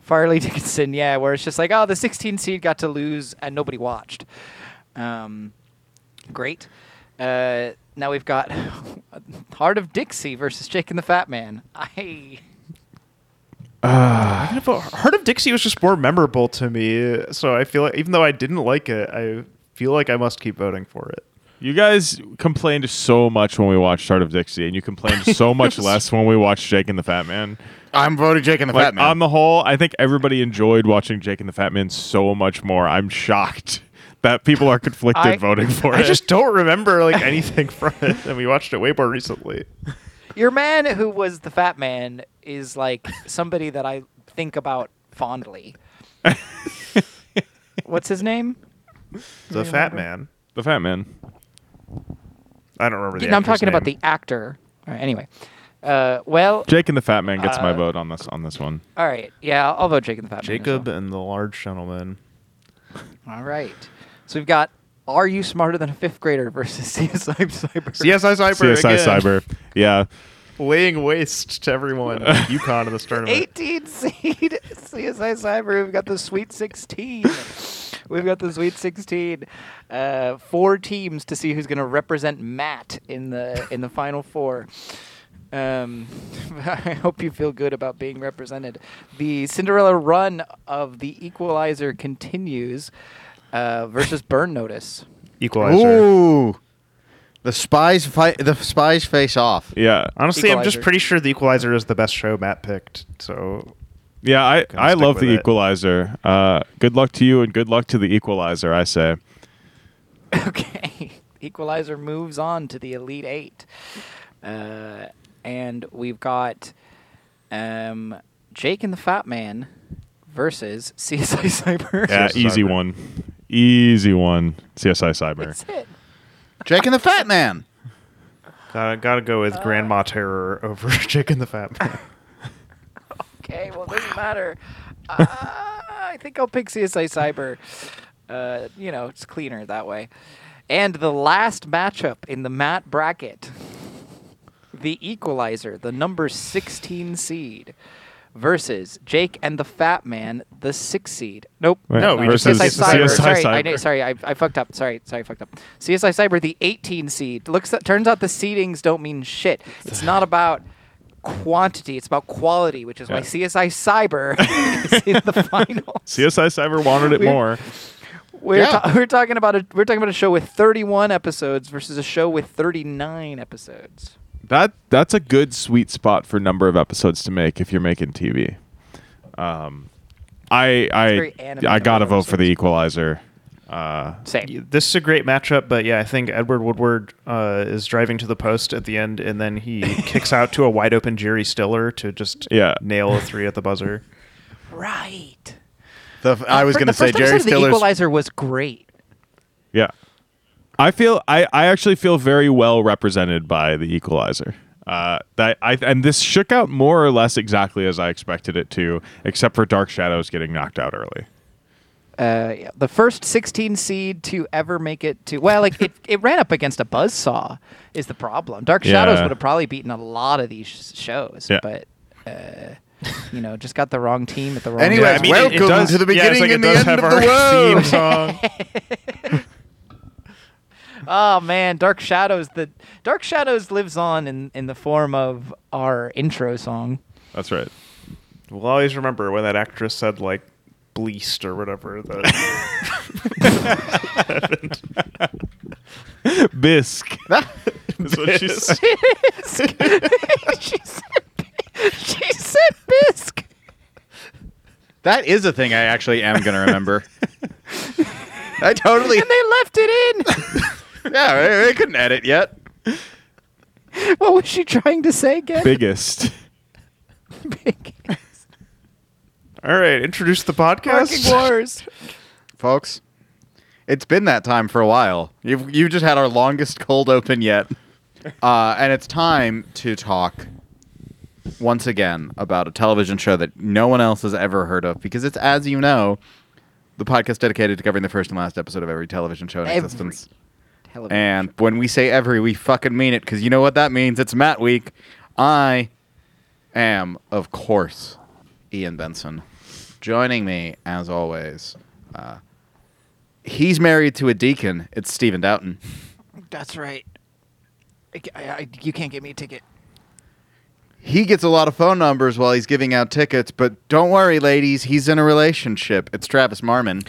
[SPEAKER 1] Farley [LAUGHS] Dickinson. Yeah, where it's just like, oh, the 16 seed got to lose and nobody watched. Um, great. Uh, now we've got [LAUGHS] Heart of Dixie versus Jake and the Fat Man. I
[SPEAKER 2] I'm gonna vote- Heart of Dixie was just more memorable to me, so I feel like even though I didn't like it, I feel like I must keep voting for it.
[SPEAKER 4] You guys complained so much when we watched Heart of Dixie, and you complained so much less when we watched Jake and the Fat Man.
[SPEAKER 3] I'm voting Jake and the
[SPEAKER 4] Like
[SPEAKER 3] Fat Man.
[SPEAKER 4] on the whole, I think everybody enjoyed watching Jake and the Fat Man so much more. I'm shocked [LAUGHS] that people are conflicted
[SPEAKER 1] I-
[SPEAKER 4] voting for
[SPEAKER 2] I
[SPEAKER 4] it.
[SPEAKER 2] just don't remember [LAUGHS] like anything from it, and we watched it way more recently.
[SPEAKER 1] Your man who was the fat man is like somebody that I think about fondly.
[SPEAKER 2] [LAUGHS]
[SPEAKER 1] What's his name?
[SPEAKER 2] The Fat Man.
[SPEAKER 4] the Fat Man.
[SPEAKER 2] I don't remember the.
[SPEAKER 1] No, I'm
[SPEAKER 2] actor's
[SPEAKER 1] talking about the
[SPEAKER 2] name.
[SPEAKER 1] actor. All right, anyway, uh, well,
[SPEAKER 4] Jake and the Fat Man gets my
[SPEAKER 1] Uh,
[SPEAKER 4] vote on this on this one.
[SPEAKER 1] all right, yeah, I'll vote Jacob the Fat Man as
[SPEAKER 2] Jacob and the Large Gentleman.
[SPEAKER 1] well. All right, so we've got "Are [LAUGHS] You Smarter Than a Fifth Grader?" versus CSI Cyber.
[SPEAKER 2] CSI Cyber.
[SPEAKER 4] CSI
[SPEAKER 2] again.
[SPEAKER 4] Cyber. Yeah.
[SPEAKER 2] laying waste to everyone. UConn
[SPEAKER 1] [LAUGHS]
[SPEAKER 2] in this
[SPEAKER 3] [LAUGHS]
[SPEAKER 2] tournament.
[SPEAKER 1] 18 seed [LAUGHS] CSI Cyber. We've got the Sweet 16. We've got the Sweet 16. Uh, four teams to see who's going to represent Matt in the in the final four. Um, [LAUGHS] I hope you feel good about being represented. The Cinderella run of the Equalizer continues uh, versus Burn Notice.
[SPEAKER 2] [LAUGHS] Equalizer.
[SPEAKER 3] Ooh, the spies fight. The spies face off.
[SPEAKER 4] Yeah.
[SPEAKER 2] Honestly, I'm just
[SPEAKER 1] Equalizer.
[SPEAKER 2] pretty sure The Equalizer is the best show Matt picked. So
[SPEAKER 4] Yeah, I,
[SPEAKER 2] Kinda
[SPEAKER 4] I
[SPEAKER 2] stick
[SPEAKER 4] love
[SPEAKER 2] with
[SPEAKER 4] the
[SPEAKER 2] it.
[SPEAKER 4] equalizer. Uh, good luck to you and good luck to the equalizer, I say.
[SPEAKER 1] [LAUGHS] Okay. Equalizer moves on to the Elite Eight. Uh, and we've got um, Jake and the Fat Man versus [LAUGHS] CSI Cyber.
[SPEAKER 4] Yeah,
[SPEAKER 2] CSI
[SPEAKER 4] easy
[SPEAKER 2] Cyber.
[SPEAKER 4] one. Easy one. CSI Cyber.
[SPEAKER 1] That's it.
[SPEAKER 3] Jake and the Fat Man.
[SPEAKER 2] gotta gotta go
[SPEAKER 1] Uh.
[SPEAKER 2] with Grandma Terror [LAUGHS] over Jake and the Fat Man.
[SPEAKER 1] Okay, well, it doesn't matter. Uh, I think I'll pick CSI Cyber. Uh, you know, it's cleaner that way. And the last matchup in the Matt bracket the Equalizer, the number 16 seed, versus Jake and the Fat Man, the six seed. Nope.
[SPEAKER 4] Wait, No, we just
[SPEAKER 1] CSI
[SPEAKER 4] said
[SPEAKER 1] Cyber.
[SPEAKER 4] CSI
[SPEAKER 1] Sorry, I,
[SPEAKER 4] Cyber.
[SPEAKER 1] kn- sorry I, I fucked up. Sorry, sorry, I fucked up. CSI Cyber, the 18 seed. Looks, turns out the seedings don't mean shit. It's
[SPEAKER 3] [SIGHS]
[SPEAKER 1] not about quantity; it's about quality, which is why
[SPEAKER 4] Yeah.
[SPEAKER 1] CSI
[SPEAKER 3] [LAUGHS]
[SPEAKER 1] Cyber is in the final.
[SPEAKER 4] CSI Cyber wanted it
[SPEAKER 1] We-
[SPEAKER 4] more.
[SPEAKER 1] We're,
[SPEAKER 3] Yeah.
[SPEAKER 1] ta- we're talking about a we're talking about a show with 31 episodes versus a show with 39 episodes.
[SPEAKER 4] That that's a good sweet spot for number of episodes to make if you're making TV. Um, I
[SPEAKER 1] very
[SPEAKER 4] I
[SPEAKER 1] anime
[SPEAKER 4] I gotta
[SPEAKER 1] number
[SPEAKER 4] vote
[SPEAKER 1] of
[SPEAKER 4] for the equalizer. Uh,
[SPEAKER 1] Same.
[SPEAKER 2] this is a great matchup, but yeah, I think Edward Woodward uh, is driving to the post at the end, and
[SPEAKER 1] [LAUGHS]
[SPEAKER 2] then he kicks out to a wide open Jerry Stiller to just
[SPEAKER 4] Yeah.
[SPEAKER 2] nail a three at the buzzer.
[SPEAKER 1] Right.
[SPEAKER 3] The, f- I was
[SPEAKER 1] Fir-
[SPEAKER 3] going to
[SPEAKER 1] the
[SPEAKER 3] say
[SPEAKER 1] first
[SPEAKER 3] Jerry
[SPEAKER 1] episode of The
[SPEAKER 3] Stiller's.
[SPEAKER 1] Equalizer was great.
[SPEAKER 4] yeah, I feel I I actually feel very well represented by the equalizer. Uh, that I and this shook out more or less exactly as I expected it to, except for Dark Shadows getting knocked out early.
[SPEAKER 1] Uh, yeah, the first 16 seed to ever make it to well, like it, it ran up against a buzzsaw is the problem. Dark Shadows
[SPEAKER 4] Yeah.
[SPEAKER 1] would have probably beaten a lot of these sh- shows,
[SPEAKER 4] Yeah.
[SPEAKER 1] but uh, you know, just got the wrong team at the wrong. time.
[SPEAKER 3] Anyways,
[SPEAKER 2] I mean, it- it
[SPEAKER 3] welcome
[SPEAKER 2] does-
[SPEAKER 3] to the
[SPEAKER 2] yeah, it's
[SPEAKER 3] beginning
[SPEAKER 2] like it
[SPEAKER 3] and the
[SPEAKER 2] does
[SPEAKER 3] end
[SPEAKER 2] have
[SPEAKER 3] of
[SPEAKER 2] our
[SPEAKER 3] the world.
[SPEAKER 2] theme
[SPEAKER 3] [LAUGHS]
[SPEAKER 2] song.
[SPEAKER 1] Oh man, Dark Shadows. The Dark Shadows lives on in in the form of our intro song. [LAUGHS]
[SPEAKER 4] That's right. [LAUGHS]
[SPEAKER 2] We'll always remember when that actress said like bleast or whatever. That [LAUGHS]
[SPEAKER 4] Bisque. That's what she said.
[SPEAKER 1] Bisque. she said. She said bisque.
[SPEAKER 3] That is a thing I actually am going
[SPEAKER 1] [LAUGHS]
[SPEAKER 3] to remember. I totally.
[SPEAKER 1] And they left it
[SPEAKER 3] Yeah, they couldn't edit yet.
[SPEAKER 1] in.
[SPEAKER 3] [LAUGHS]
[SPEAKER 1] What was she trying to say again?
[SPEAKER 4] Biggest.
[SPEAKER 1] [LAUGHS] Big
[SPEAKER 2] All right, introduce the
[SPEAKER 1] fucking
[SPEAKER 2] podcast.
[SPEAKER 3] [LAUGHS]
[SPEAKER 1] wars.
[SPEAKER 3] folks. It's been that time for a while. You've you just had our longest cold open yet, uh, and it's time to talk once again about a television show that no one else has ever heard of because it's as you know, the podcast dedicated to covering the first and last episode of every television show in
[SPEAKER 1] Every.
[SPEAKER 3] existence.
[SPEAKER 1] Television.
[SPEAKER 3] And when we say every, we fucking mean it because you know what that means. It's Matt Week. I am, of course, Ian Benson. Joining me, as always, uh, he's married to a deacon. It's Stephen Doughton.
[SPEAKER 1] That's right. I ca- I- I- you can't get me a ticket.
[SPEAKER 3] He gets a lot of phone numbers while he's giving out tickets, but don't worry, ladies, he's in a relationship. It's Travis Marmon,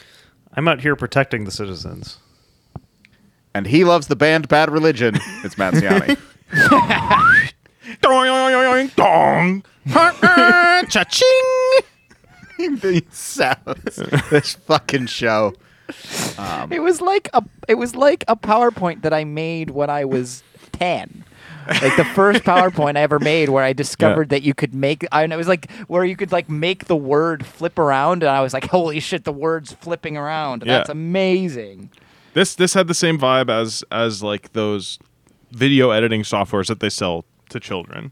[SPEAKER 2] I'm out here protecting the citizens.
[SPEAKER 3] and he loves the band Bad Religion. It's Matt [LAUGHS] Ciani.
[SPEAKER 4] Dong. Cha-ching.
[SPEAKER 3] These sounds. This fucking show. Um,
[SPEAKER 1] It was like a it was like a PowerPoint that I made when I
[SPEAKER 3] [LAUGHS]
[SPEAKER 1] was ten. like the first PowerPoint I ever made where I discovered that you could make I and it was like where you could like make the word flip around and I was like, Holy shit, the word's flipping around.
[SPEAKER 4] Yeah.
[SPEAKER 1] That's amazing.
[SPEAKER 4] This this had the same vibe as as like those video editing softwares that they sell to children.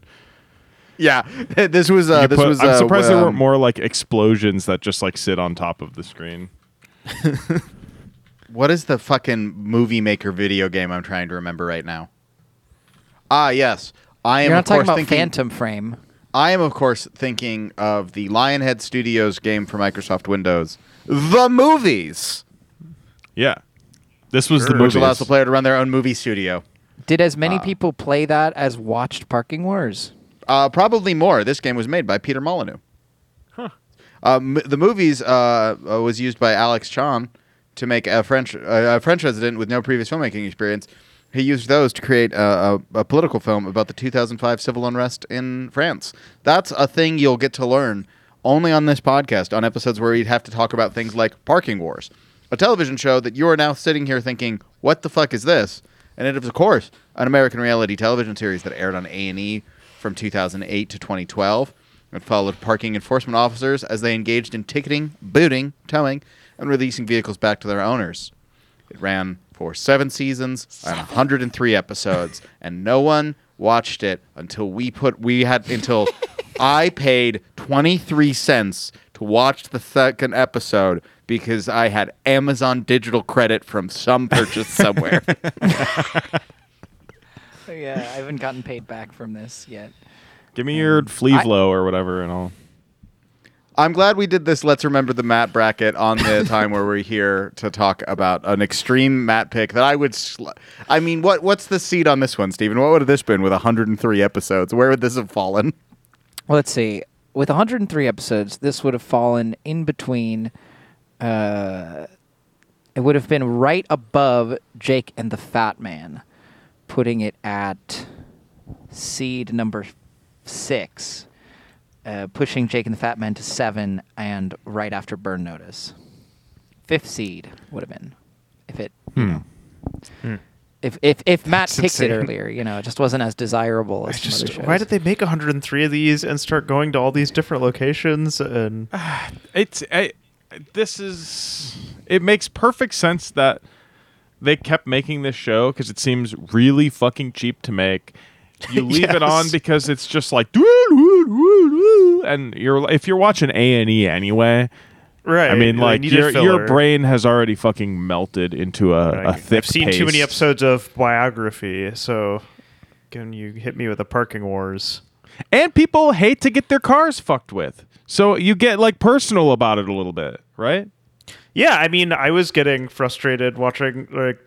[SPEAKER 3] Yeah, [LAUGHS] this was uh,
[SPEAKER 4] You
[SPEAKER 3] this
[SPEAKER 4] put-
[SPEAKER 3] was.
[SPEAKER 4] I'm
[SPEAKER 3] uh,
[SPEAKER 4] surprised there
[SPEAKER 3] um,
[SPEAKER 4] weren't more like explosions that just like sit on top of the screen.
[SPEAKER 3] What is the fucking movie maker video game I'm trying to remember right now? Ah, yes, I am
[SPEAKER 1] You're not
[SPEAKER 3] of
[SPEAKER 1] talking
[SPEAKER 3] course
[SPEAKER 1] about
[SPEAKER 3] thinking
[SPEAKER 1] Phantom Frame.
[SPEAKER 3] I am of course thinking of the Lionhead Studios game for Microsoft Windows, The Movies,
[SPEAKER 4] Yeah. This was the
[SPEAKER 2] Sure.
[SPEAKER 4] movie.
[SPEAKER 3] which allows the player to run their own movie studio.
[SPEAKER 1] Did as many people play that as watched Parking Wars?
[SPEAKER 3] Uh, probably more. This game was made by Peter Molyneux. Huh. Um, the movies uh, uh, was used by Alex Chan to make a French uh, a French resident with no previous filmmaking experience. He used those to create a, a, a political film about the 2005 civil unrest in France. That's a thing you'll get to learn only on this podcast, on episodes where we'd have to talk about things like parking wars, a television show that you are now sitting here thinking, "What the fuck is this?" And it is, of course, an American reality television series that aired on A and E from 2008 to 2012 and followed parking enforcement officers as they engaged in ticketing, booting, towing, and releasing vehicles back to their owners. It ran for seven seasons and 103 episodes, and no one watched it until we put we had until I paid 23 cents to watch the second episode because I had Amazon digital credit from some purchase somewhere.
[SPEAKER 1] Yeah, I haven't gotten paid back from this yet.
[SPEAKER 4] Give me
[SPEAKER 3] Mm.
[SPEAKER 4] your Fleevlo or whatever, and I'll.
[SPEAKER 3] I'm glad we did this. Let's remember the Matt bracket on the
[SPEAKER 1] [LAUGHS]
[SPEAKER 3] time where we're here to talk about an extreme Matt pick that I would. Sl- I mean, what what's the seed on this one, Steven? What would have this been with 103 episodes? Where would this
[SPEAKER 1] [LAUGHS]
[SPEAKER 3] have fallen?
[SPEAKER 1] Well, let's see. With 103 episodes, this would have fallen in between. Uh, it would have been right above Jake and the Fat Man, putting it at seed number six, uh, pushing Jake and the Fat Man to seven, and right after Burn Notice. Fifth seed would have been if it.
[SPEAKER 4] Hmm.
[SPEAKER 1] You know, if if if Matt
[SPEAKER 2] That's
[SPEAKER 1] picked it
[SPEAKER 2] insane.
[SPEAKER 1] earlier, you know, it just wasn't as desirable as
[SPEAKER 2] I
[SPEAKER 1] some other
[SPEAKER 2] just
[SPEAKER 1] shows.
[SPEAKER 2] why did they make 103 of these and start going to all these different locations and
[SPEAKER 4] [SIGHS] It's I, this is it makes perfect sense that they kept making this show because it seems really fucking cheap to make.
[SPEAKER 2] [LAUGHS]
[SPEAKER 4] You leave it on
[SPEAKER 2] Yes.
[SPEAKER 4] because it's just like "Doo, doo, doo, doo," and you're if you're watching A and E anyway.
[SPEAKER 2] right?
[SPEAKER 4] I mean,
[SPEAKER 2] they
[SPEAKER 4] like
[SPEAKER 2] needed
[SPEAKER 4] your your
[SPEAKER 2] filler.
[SPEAKER 4] brain has already fucking melted into a, a
[SPEAKER 2] Like,
[SPEAKER 4] thick.
[SPEAKER 2] I've seen too many
[SPEAKER 4] paste.
[SPEAKER 2] episodes of biography, so can you hit me with the parking wars?
[SPEAKER 4] and people hate to get their cars fucked with, so you get like personal about it a little bit, right?
[SPEAKER 2] Yeah, I mean, I was getting frustrated watching like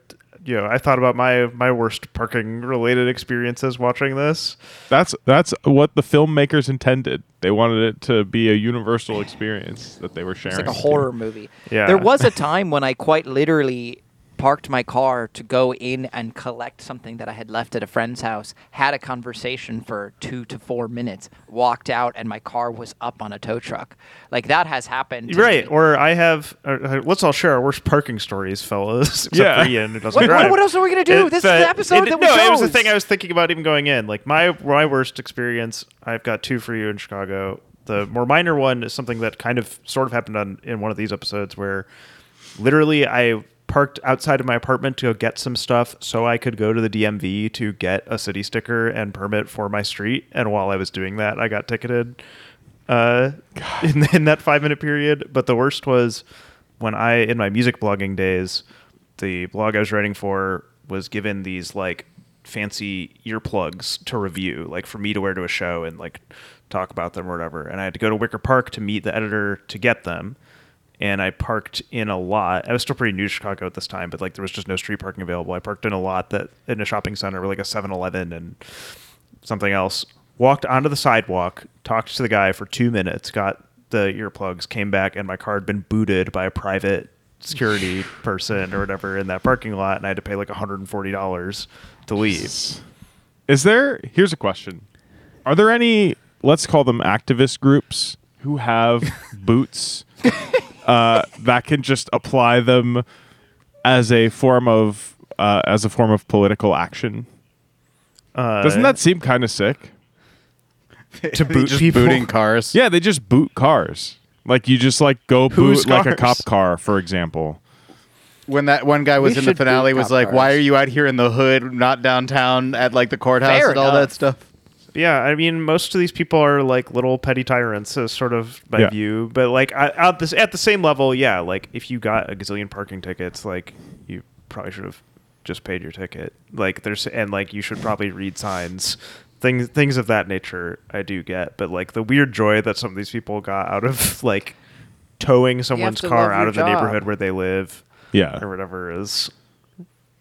[SPEAKER 2] you know, I thought about my my worst parking related experiences watching this.
[SPEAKER 4] That's that's what the filmmakers intended. They wanted it to be a universal experience that they were sharing.
[SPEAKER 1] It's like a horror movie.
[SPEAKER 2] Yeah.
[SPEAKER 1] There was a time when I quite literally parked my car to go in and collect something that I had left at a friend's house, had a conversation for two to four minutes, walked out, and my car was up on a tow truck. Like that has happened. to
[SPEAKER 2] Right,
[SPEAKER 1] me.
[SPEAKER 2] or I have. Uh, uh, let's all share our worst parking stories, fellas. [LAUGHS] Except
[SPEAKER 4] Yeah.
[SPEAKER 2] for Ian, who doesn't
[SPEAKER 1] What- what-
[SPEAKER 2] drive.
[SPEAKER 1] what else are we gonna do? This is the
[SPEAKER 2] but
[SPEAKER 1] episode
[SPEAKER 2] it-
[SPEAKER 1] that we
[SPEAKER 2] No, it was the
[SPEAKER 1] chose.
[SPEAKER 2] thing I was thinking about even going in. Like my my worst experience. I've got two for you in Chicago. The more minor one is something that kind of sort of happened on in one of these episodes where literally I parked outside of my apartment to go get some stuff so I could go to the DMV to get a city sticker and permit for my street. And while I was doing that, I got ticketed uh, [LAUGHS] in, in that five minute period. But the worst was when I, in my music blogging days, the blog I was writing for was given these like fancy earplugs to review, like for me to wear to a show and like talk about them or whatever. And I had to go to Wicker Park to meet the editor to get them and I parked in a lot. I was still pretty new to Chicago at this time, but like there was just no street parking available. I parked in a lot that in a shopping center with like a 7-Eleven and something else. Walked onto the sidewalk, talked to the guy for two minutes, got the earplugs, came back, and my car had been booted by a private
[SPEAKER 4] [SIGHS]
[SPEAKER 2] security person or whatever in that parking lot, and I had to pay like $140 to leave.
[SPEAKER 4] Is there? Here's a question: Are there any? Let's call them activist groups
[SPEAKER 1] [LAUGHS]
[SPEAKER 4] who have boots uh, that can just apply them as a form of uh, as a form of political action.
[SPEAKER 2] Uh,
[SPEAKER 4] Doesn't that seem kind
[SPEAKER 3] [LAUGHS]
[SPEAKER 4] of sick?
[SPEAKER 2] to boot
[SPEAKER 3] Just
[SPEAKER 2] people?
[SPEAKER 3] booting cars.
[SPEAKER 4] Yeah, they just boot cars. Like you just like go
[SPEAKER 2] Whose
[SPEAKER 4] boot like a
[SPEAKER 2] cars?
[SPEAKER 4] cop car, for example.
[SPEAKER 3] When that one guy was
[SPEAKER 1] We
[SPEAKER 3] in the
[SPEAKER 1] should boot
[SPEAKER 3] finale was
[SPEAKER 1] cop
[SPEAKER 3] like, "Why
[SPEAKER 1] cars."
[SPEAKER 3] are you out here in the hood, not downtown at like the courthouse
[SPEAKER 1] Fair
[SPEAKER 3] and all
[SPEAKER 1] enough.
[SPEAKER 3] that stuff?"
[SPEAKER 2] Yeah, I mean, most of these people are like little petty tyrants, is sort of my
[SPEAKER 4] Yeah.
[SPEAKER 2] view. But like I- at this at the same level, yeah. Like if you got a gazillion parking tickets, like you probably should have just paid your ticket. Like there's and like you should probably read signs things things of that nature I do get, but like the weird joy that some of these people got out of [LAUGHS] like towing someone's
[SPEAKER 1] to
[SPEAKER 2] car
[SPEAKER 1] love
[SPEAKER 2] out
[SPEAKER 1] your
[SPEAKER 2] of the
[SPEAKER 1] job.
[SPEAKER 2] neighborhood where they live,
[SPEAKER 4] Yeah.
[SPEAKER 2] or whatever is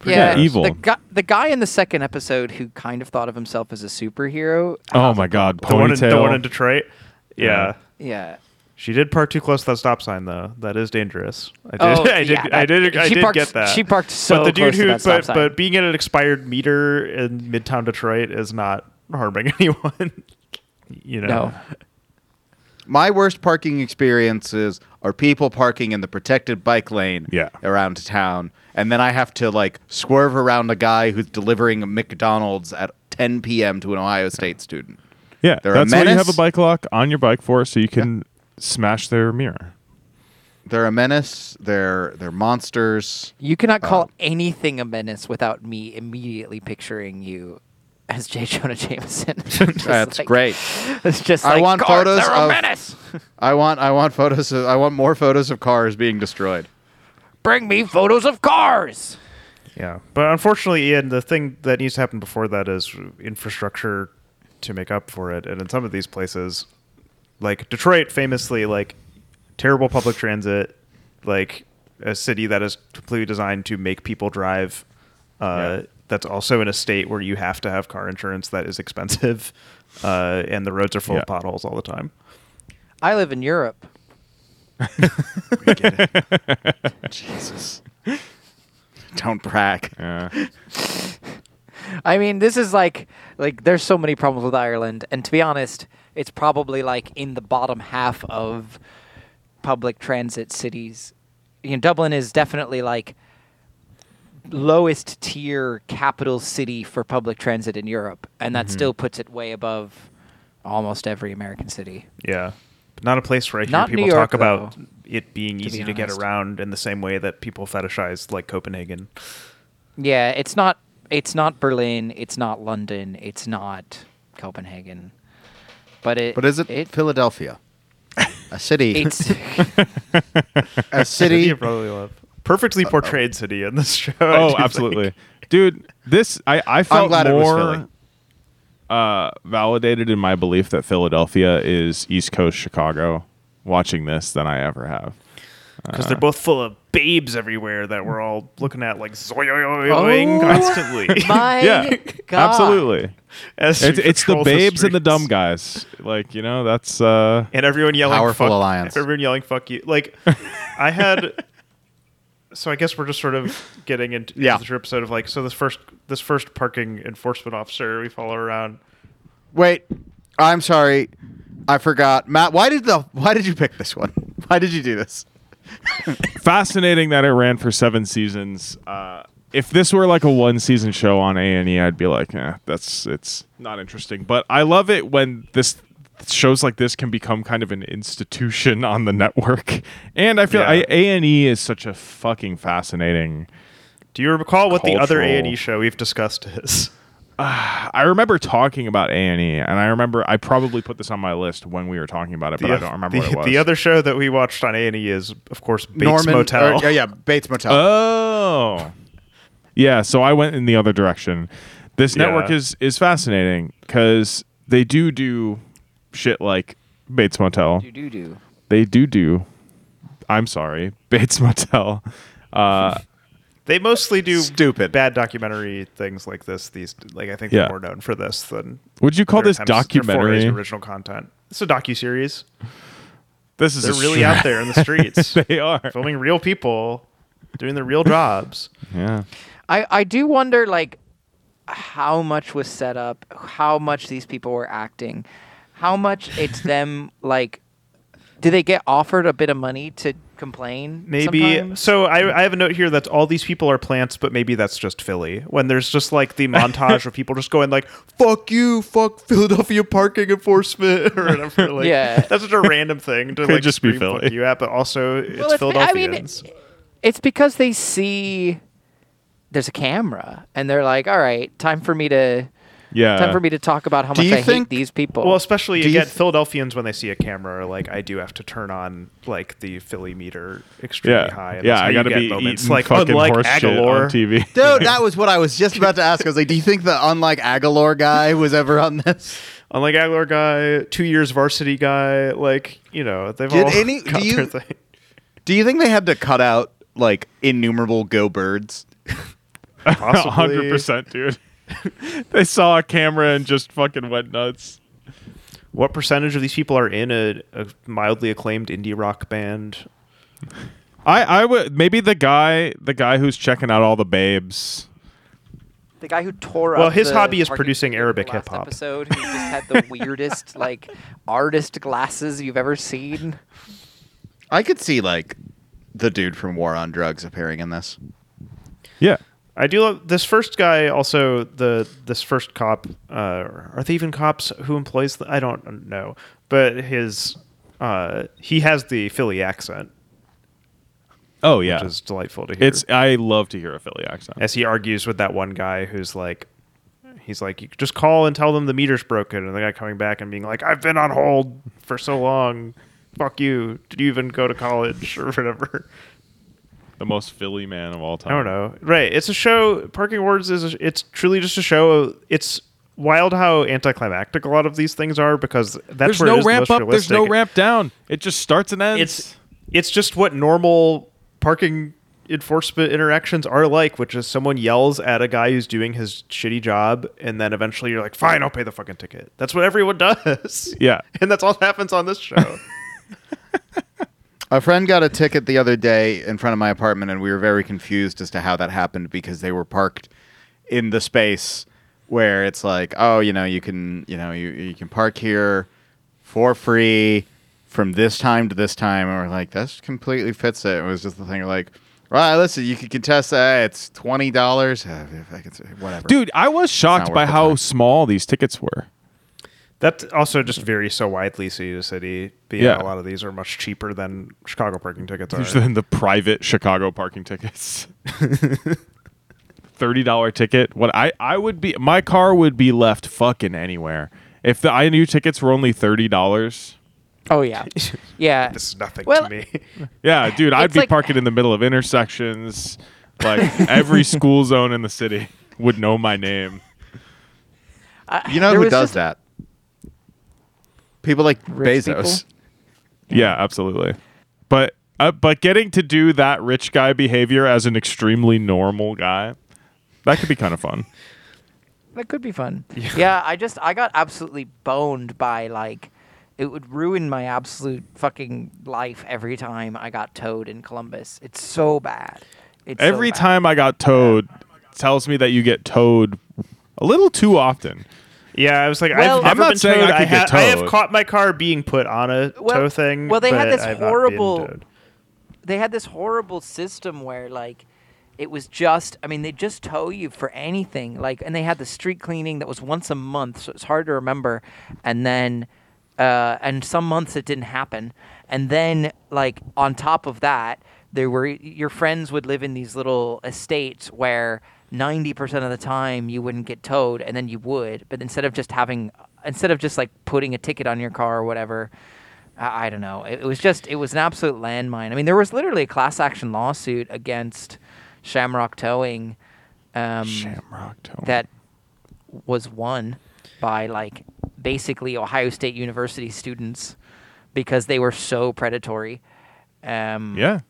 [SPEAKER 1] yeah,
[SPEAKER 4] Yeah, evil.
[SPEAKER 1] The guy, the guy in the second episode who kind of thought of himself as a superhero.
[SPEAKER 4] Oh my God, ponytail.
[SPEAKER 2] the one in, the one in Detroit. yeah.
[SPEAKER 1] Yeah.
[SPEAKER 2] She did park too close to that stop sign, though. That is dangerous. I did.
[SPEAKER 1] Oh,
[SPEAKER 2] [LAUGHS] I did.
[SPEAKER 1] yeah,
[SPEAKER 2] I
[SPEAKER 1] that-
[SPEAKER 2] did. I
[SPEAKER 1] she
[SPEAKER 2] did
[SPEAKER 1] parked-
[SPEAKER 2] get that.
[SPEAKER 1] she parked so
[SPEAKER 2] But the
[SPEAKER 1] close
[SPEAKER 2] dude
[SPEAKER 1] to
[SPEAKER 2] who,
[SPEAKER 1] that stop
[SPEAKER 2] but,
[SPEAKER 1] sign.
[SPEAKER 2] but being at an expired meter in Midtown Detroit is not harming [LAUGHS] anyone. you know.
[SPEAKER 1] No.
[SPEAKER 3] My worst parking experiences are people parking in the protected bike lane
[SPEAKER 4] Yeah.
[SPEAKER 3] around town, and then I have to like swerve around a guy who's delivering McDonald's at 10 p.m. to an Ohio State student.
[SPEAKER 4] Yeah,
[SPEAKER 3] They're a
[SPEAKER 4] that's why you
[SPEAKER 3] menace.
[SPEAKER 4] have a bike lock on your bike for, so you can smash
[SPEAKER 2] [LAUGHS]
[SPEAKER 4] their mirror.
[SPEAKER 3] They're a menace. They're they're monsters.
[SPEAKER 1] You cannot call
[SPEAKER 3] Um,
[SPEAKER 1] anything a menace without me immediately picturing you as J. Jonah Jameson. [LAUGHS] Just
[SPEAKER 3] That's
[SPEAKER 1] like-
[SPEAKER 3] great.
[SPEAKER 1] It's just
[SPEAKER 3] I
[SPEAKER 1] like,
[SPEAKER 3] want
[SPEAKER 1] "God,
[SPEAKER 3] photos
[SPEAKER 1] they're a
[SPEAKER 3] of-
[SPEAKER 1] menace.
[SPEAKER 3] [LAUGHS] I want I want photos. Of, I want more photos of cars being destroyed.
[SPEAKER 1] Bring me photos of cars.
[SPEAKER 2] Yeah. But unfortunately, Ian, the thing that needs to happen before that is infrastructure to make up for it. And in some of these places, like Detroit, famously, like terrible public transit, like a city that is completely designed to make people drive. Uh, That's also in a state where you have to have car insurance that is expensive, [LAUGHS] uh, and the roads are full
[SPEAKER 4] Yeah.
[SPEAKER 2] of potholes all the time.
[SPEAKER 1] I live in Europe.
[SPEAKER 4] [LAUGHS]
[SPEAKER 3] Jesus. Don't brag.
[SPEAKER 2] [LAUGHS]
[SPEAKER 4] Yeah.
[SPEAKER 1] I mean, this is like like there's so many problems with Ireland, and to be honest, it's probably like in the bottom half of public transit cities. You know, Dublin is definitely like lowest tier capital city for public transit in Europe, and that still puts it way above almost every American city.
[SPEAKER 2] Yeah. But not a place where I hear
[SPEAKER 1] Not
[SPEAKER 2] people
[SPEAKER 1] New York,
[SPEAKER 2] talk about
[SPEAKER 1] though,
[SPEAKER 2] it being easy
[SPEAKER 1] be
[SPEAKER 2] to get
[SPEAKER 1] honest.
[SPEAKER 2] around in the same way that people fetishize like Copenhagen.
[SPEAKER 1] Yeah, it's not it's not Berlin, it's not London, it's not Copenhagen. But it
[SPEAKER 3] But is it,
[SPEAKER 1] it
[SPEAKER 3] Philadelphia? A city. [LAUGHS]
[SPEAKER 1] it's [LAUGHS]
[SPEAKER 2] City
[SPEAKER 3] a city.
[SPEAKER 2] you probably love. Perfectly portrayed city in this show. I do [LAUGHS]
[SPEAKER 4] Oh,
[SPEAKER 2] think.
[SPEAKER 4] absolutely, dude. This I I felt
[SPEAKER 3] glad it was Philly.
[SPEAKER 4] more uh, validated in my belief that Philadelphia is East Coast Chicago. Watching this than I ever have.
[SPEAKER 2] Because
[SPEAKER 4] Uh-huh.
[SPEAKER 2] they're both full of babes everywhere that we're all looking at like zoyoyoyoing constantly.
[SPEAKER 1] my
[SPEAKER 4] Yeah,
[SPEAKER 1] God.
[SPEAKER 4] absolutely.
[SPEAKER 2] [LAUGHS] As we
[SPEAKER 4] It's, it's the
[SPEAKER 2] patrol
[SPEAKER 4] babes and the
[SPEAKER 2] streets.
[SPEAKER 4] dumb guys. Like you know, that's uh,
[SPEAKER 2] and everyone yelling
[SPEAKER 3] Powerful
[SPEAKER 2] fuck,
[SPEAKER 3] alliance.
[SPEAKER 2] Everyone yelling "fuck you."
[SPEAKER 4] [LAUGHS]
[SPEAKER 2] Like I had. So I guess we're just sort of getting into
[SPEAKER 3] Yeah.
[SPEAKER 2] this episode of like so this first this first parking enforcement officer we follow around.
[SPEAKER 3] Wait, I'm sorry, I forgot. Matt, why did the why did you pick this one? [LAUGHS] Why did you do this?
[SPEAKER 4] fascinating that it ran for seven seasons. Uh, if this were like a one season show on A and E, I'd be like, eh, that's it's not interesting. But I love it when this shows like this can become kind of an institution [LAUGHS] on the network. And I feel
[SPEAKER 2] Yeah.
[SPEAKER 4] I A and E is such a fucking fascinating.
[SPEAKER 2] Do you recall what the other A
[SPEAKER 4] Cultural-
[SPEAKER 2] and E show we've discussed is?
[SPEAKER 4] I remember talking about A and E, and I remember I probably put this on my list when we were talking about it, but I
[SPEAKER 2] The-
[SPEAKER 4] don't remember
[SPEAKER 2] the,
[SPEAKER 4] what it
[SPEAKER 2] [LAUGHS]
[SPEAKER 4] was.
[SPEAKER 2] the other show that we watched on A and E is of course Bates
[SPEAKER 3] or-
[SPEAKER 2] Motel.
[SPEAKER 3] yeah, yeah, Bates Motel. Uh.
[SPEAKER 4] Oh. Yeah, so I went in the other direction. This network
[SPEAKER 2] Yeah.
[SPEAKER 4] is is fascinating cuz they do do shit like Bates Motel.
[SPEAKER 1] Do do do.
[SPEAKER 4] They do do I'm sorry, [LAUGHS] Bates Motel. Uh
[SPEAKER 2] [LAUGHS] They mostly do
[SPEAKER 3] Stupid.
[SPEAKER 2] bad documentary things like this. These like I think
[SPEAKER 4] Yeah.
[SPEAKER 2] they're more known for this than
[SPEAKER 4] would you call
[SPEAKER 2] their
[SPEAKER 4] this
[SPEAKER 2] attempts- their forays to
[SPEAKER 4] documentary?
[SPEAKER 2] original content. It's a docu series.
[SPEAKER 4] This is
[SPEAKER 2] They're
[SPEAKER 4] a
[SPEAKER 2] really out there in the streets,
[SPEAKER 4] stretch. [LAUGHS] they are.
[SPEAKER 2] filming real people, doing their real jobs.
[SPEAKER 4] Yeah.
[SPEAKER 1] I, I do wonder like how much was set up, how much these people were acting, how much [LAUGHS] it's them like do they get offered a bit of money to complain?
[SPEAKER 2] Maybe
[SPEAKER 1] sometimes?
[SPEAKER 2] so. I, I have a note here that all these people are plants, but maybe that's just Philly. When there's just like the
[SPEAKER 4] [LAUGHS]
[SPEAKER 2] montage of people just going like "fuck you, fuck Philadelphia parking enforcement" [LAUGHS] or whatever. Like,
[SPEAKER 1] Yeah.
[SPEAKER 2] that's such a random thing to
[SPEAKER 4] Could
[SPEAKER 2] like
[SPEAKER 4] just be
[SPEAKER 2] scream "fuck
[SPEAKER 4] Philly.
[SPEAKER 2] you" at, but also it's
[SPEAKER 1] Well, it's- I mean,
[SPEAKER 2] Philadelphians.
[SPEAKER 1] It's because they see there's a camera and they're like, all right, time for me to
[SPEAKER 4] Yeah.
[SPEAKER 1] Time for me to talk about how
[SPEAKER 3] Do
[SPEAKER 1] much
[SPEAKER 3] you
[SPEAKER 1] I hate
[SPEAKER 3] think-
[SPEAKER 1] these people.
[SPEAKER 2] Well, especially
[SPEAKER 3] Do you
[SPEAKER 2] again,
[SPEAKER 3] th-
[SPEAKER 2] Philadelphians when they see a camera, are like I do have to turn on like the Philly meter extremely
[SPEAKER 4] yeah,
[SPEAKER 2] high. and that's
[SPEAKER 4] yeah.
[SPEAKER 2] how
[SPEAKER 4] I
[SPEAKER 2] you
[SPEAKER 4] gotta
[SPEAKER 2] get
[SPEAKER 4] be
[SPEAKER 2] moments.
[SPEAKER 4] eating
[SPEAKER 2] like
[SPEAKER 4] fucking
[SPEAKER 2] unlike
[SPEAKER 4] horse
[SPEAKER 2] Aguilar.
[SPEAKER 4] shit [LAUGHS] on TV.
[SPEAKER 3] [LAUGHS] Dude, that was what I was just about to ask. I was like, do you think the unlike Aguilar guy was ever on this?
[SPEAKER 2] unlike Aguilar guy, two years varsity guy. Like you know, they've
[SPEAKER 3] Did
[SPEAKER 2] all
[SPEAKER 3] any-
[SPEAKER 2] [LAUGHS] got
[SPEAKER 3] do you-
[SPEAKER 2] their thing.
[SPEAKER 3] Do you think they had to cut out like innumerable go birds?
[SPEAKER 2] Possibly.
[SPEAKER 4] hundred percent, dude. [LAUGHS] they saw a camera and just fucking went nuts.
[SPEAKER 2] What percentage of these people are in a, a mildly acclaimed indie rock band?
[SPEAKER 4] I I would maybe the guy the guy who's checking out all the babes.
[SPEAKER 1] the guy who tore
[SPEAKER 2] Well,
[SPEAKER 1] up
[SPEAKER 2] his
[SPEAKER 1] the
[SPEAKER 2] hobby is
[SPEAKER 1] parking
[SPEAKER 2] producing
[SPEAKER 1] ticket in the
[SPEAKER 2] Arabic
[SPEAKER 1] last
[SPEAKER 2] hip-hop.
[SPEAKER 1] Episode who just had the [LAUGHS] weirdest like artist glasses you've ever seen.
[SPEAKER 3] I could see like the dude from War on Drugs appearing in this.
[SPEAKER 4] Yeah.
[SPEAKER 2] I do love this first guy. Also, the this first cop. Uh, are they even cops who employs? The, I don't know, but his uh, he has the Philly accent,
[SPEAKER 4] Oh yeah.
[SPEAKER 2] which is delightful to hear.
[SPEAKER 4] It's I love to hear a Philly accent.
[SPEAKER 2] as he argues with that one guy who's like, he's like, you just call and tell them the meter's broken, and the guy coming back and being like, I've been on hold for so long. Fuck you. Did you even go to college or [LAUGHS] whatever?
[SPEAKER 4] The most Philly man of all time.
[SPEAKER 2] I don't know. Right. It's a show. Parking Wars is. A, it's truly just a show. It's wild how anticlimactic a lot of these things are because that's
[SPEAKER 4] There's
[SPEAKER 2] where it
[SPEAKER 4] no
[SPEAKER 2] is the
[SPEAKER 4] ramp
[SPEAKER 2] most
[SPEAKER 4] up. There's no
[SPEAKER 2] realistic.
[SPEAKER 4] ramp down. It just starts and ends.
[SPEAKER 2] It's it's just what normal parking enforcement interactions are like, which is someone yells at a guy who's doing his shitty job, and then eventually you're like, "Fine, I'll pay the fucking ticket." That's what everyone [LAUGHS] does.
[SPEAKER 4] Yeah.
[SPEAKER 2] and that's all that happens on this [LAUGHS] show.
[SPEAKER 3] A friend got a ticket the other day in front of my apartment, and we were very confused as to how that happened because they were parked in the space where it's like, oh, you know, you can, you know, you, you can park here for free from this time to this time, and we're like, that's completely fits it. It was just the thing like, right, listen, you can contest that. It's twenty dollars. Uh, if I can, say- whatever,
[SPEAKER 4] Dude, I was shocked
[SPEAKER 3] not
[SPEAKER 4] by
[SPEAKER 3] worth the
[SPEAKER 4] how
[SPEAKER 3] time.
[SPEAKER 4] small these tickets were.
[SPEAKER 2] That also just varies so widely city to city. Being a
[SPEAKER 4] Yeah.
[SPEAKER 2] lot of these are much cheaper than Chicago parking tickets are.
[SPEAKER 4] Than the private Chicago parking tickets. [LAUGHS] Thirty dollar ticket. What I I would be my car would be left fucking anywhere if the I knew tickets were only thirty dollars.
[SPEAKER 1] Oh
[SPEAKER 3] [LAUGHS]
[SPEAKER 1] yeah, yeah.
[SPEAKER 2] This is nothing
[SPEAKER 1] Well,
[SPEAKER 2] to me. [LAUGHS]
[SPEAKER 4] Yeah, dude, I'd
[SPEAKER 1] It's
[SPEAKER 4] be
[SPEAKER 1] like-
[SPEAKER 4] parking in the middle of intersections.
[SPEAKER 1] [LAUGHS]
[SPEAKER 4] Like every school zone in the city would know my name.
[SPEAKER 3] you know
[SPEAKER 1] There
[SPEAKER 3] who
[SPEAKER 1] was just-
[SPEAKER 3] does that? People like
[SPEAKER 1] Rich
[SPEAKER 3] Bezos.
[SPEAKER 1] people?
[SPEAKER 4] Yeah, absolutely. But uh, but getting to do that rich guy behavior as an extremely normal guy, that could be kind
[SPEAKER 1] [LAUGHS]
[SPEAKER 4] of fun.
[SPEAKER 1] That could be
[SPEAKER 3] [LAUGHS]
[SPEAKER 1] fun. Yeah. I just I got absolutely boned by like it would ruin my absolute fucking life every time I got towed in Columbus. It's so bad. It's so
[SPEAKER 4] Every
[SPEAKER 1] bad.
[SPEAKER 4] time I got towed, tells me that you get towed a little too often.
[SPEAKER 2] Yeah, I was like,
[SPEAKER 1] Well- I'm
[SPEAKER 2] I've never
[SPEAKER 4] not
[SPEAKER 2] been
[SPEAKER 4] saying
[SPEAKER 2] towed.
[SPEAKER 4] I
[SPEAKER 2] I,
[SPEAKER 4] could get
[SPEAKER 2] ha- I have
[SPEAKER 4] towed.
[SPEAKER 2] caught my car being put on a
[SPEAKER 1] Well-
[SPEAKER 2] tow thing.
[SPEAKER 1] well, they had
[SPEAKER 2] but
[SPEAKER 1] this
[SPEAKER 2] I've not been
[SPEAKER 1] horrible- [LAUGHS]
[SPEAKER 2] towed.
[SPEAKER 1] they had this horrible system where like it was just i mean they just tow you for anything like and they had the street cleaning that was once a month so it's hard to remember and then uh, and some months it didn't happen and then like on top of that there were your friends would live in these little estates where 90% of the time you wouldn't get towed and then you would but instead of just having instead of just like putting a ticket on your car or whatever I, I don't know. It, it was just it was an absolute landmine. I mean, there was literally a class action lawsuit against Shamrock Towing um,
[SPEAKER 4] Shamrock tow.
[SPEAKER 1] that was won by like basically Ohio State University students because they were so predatory. Um,
[SPEAKER 4] Yeah.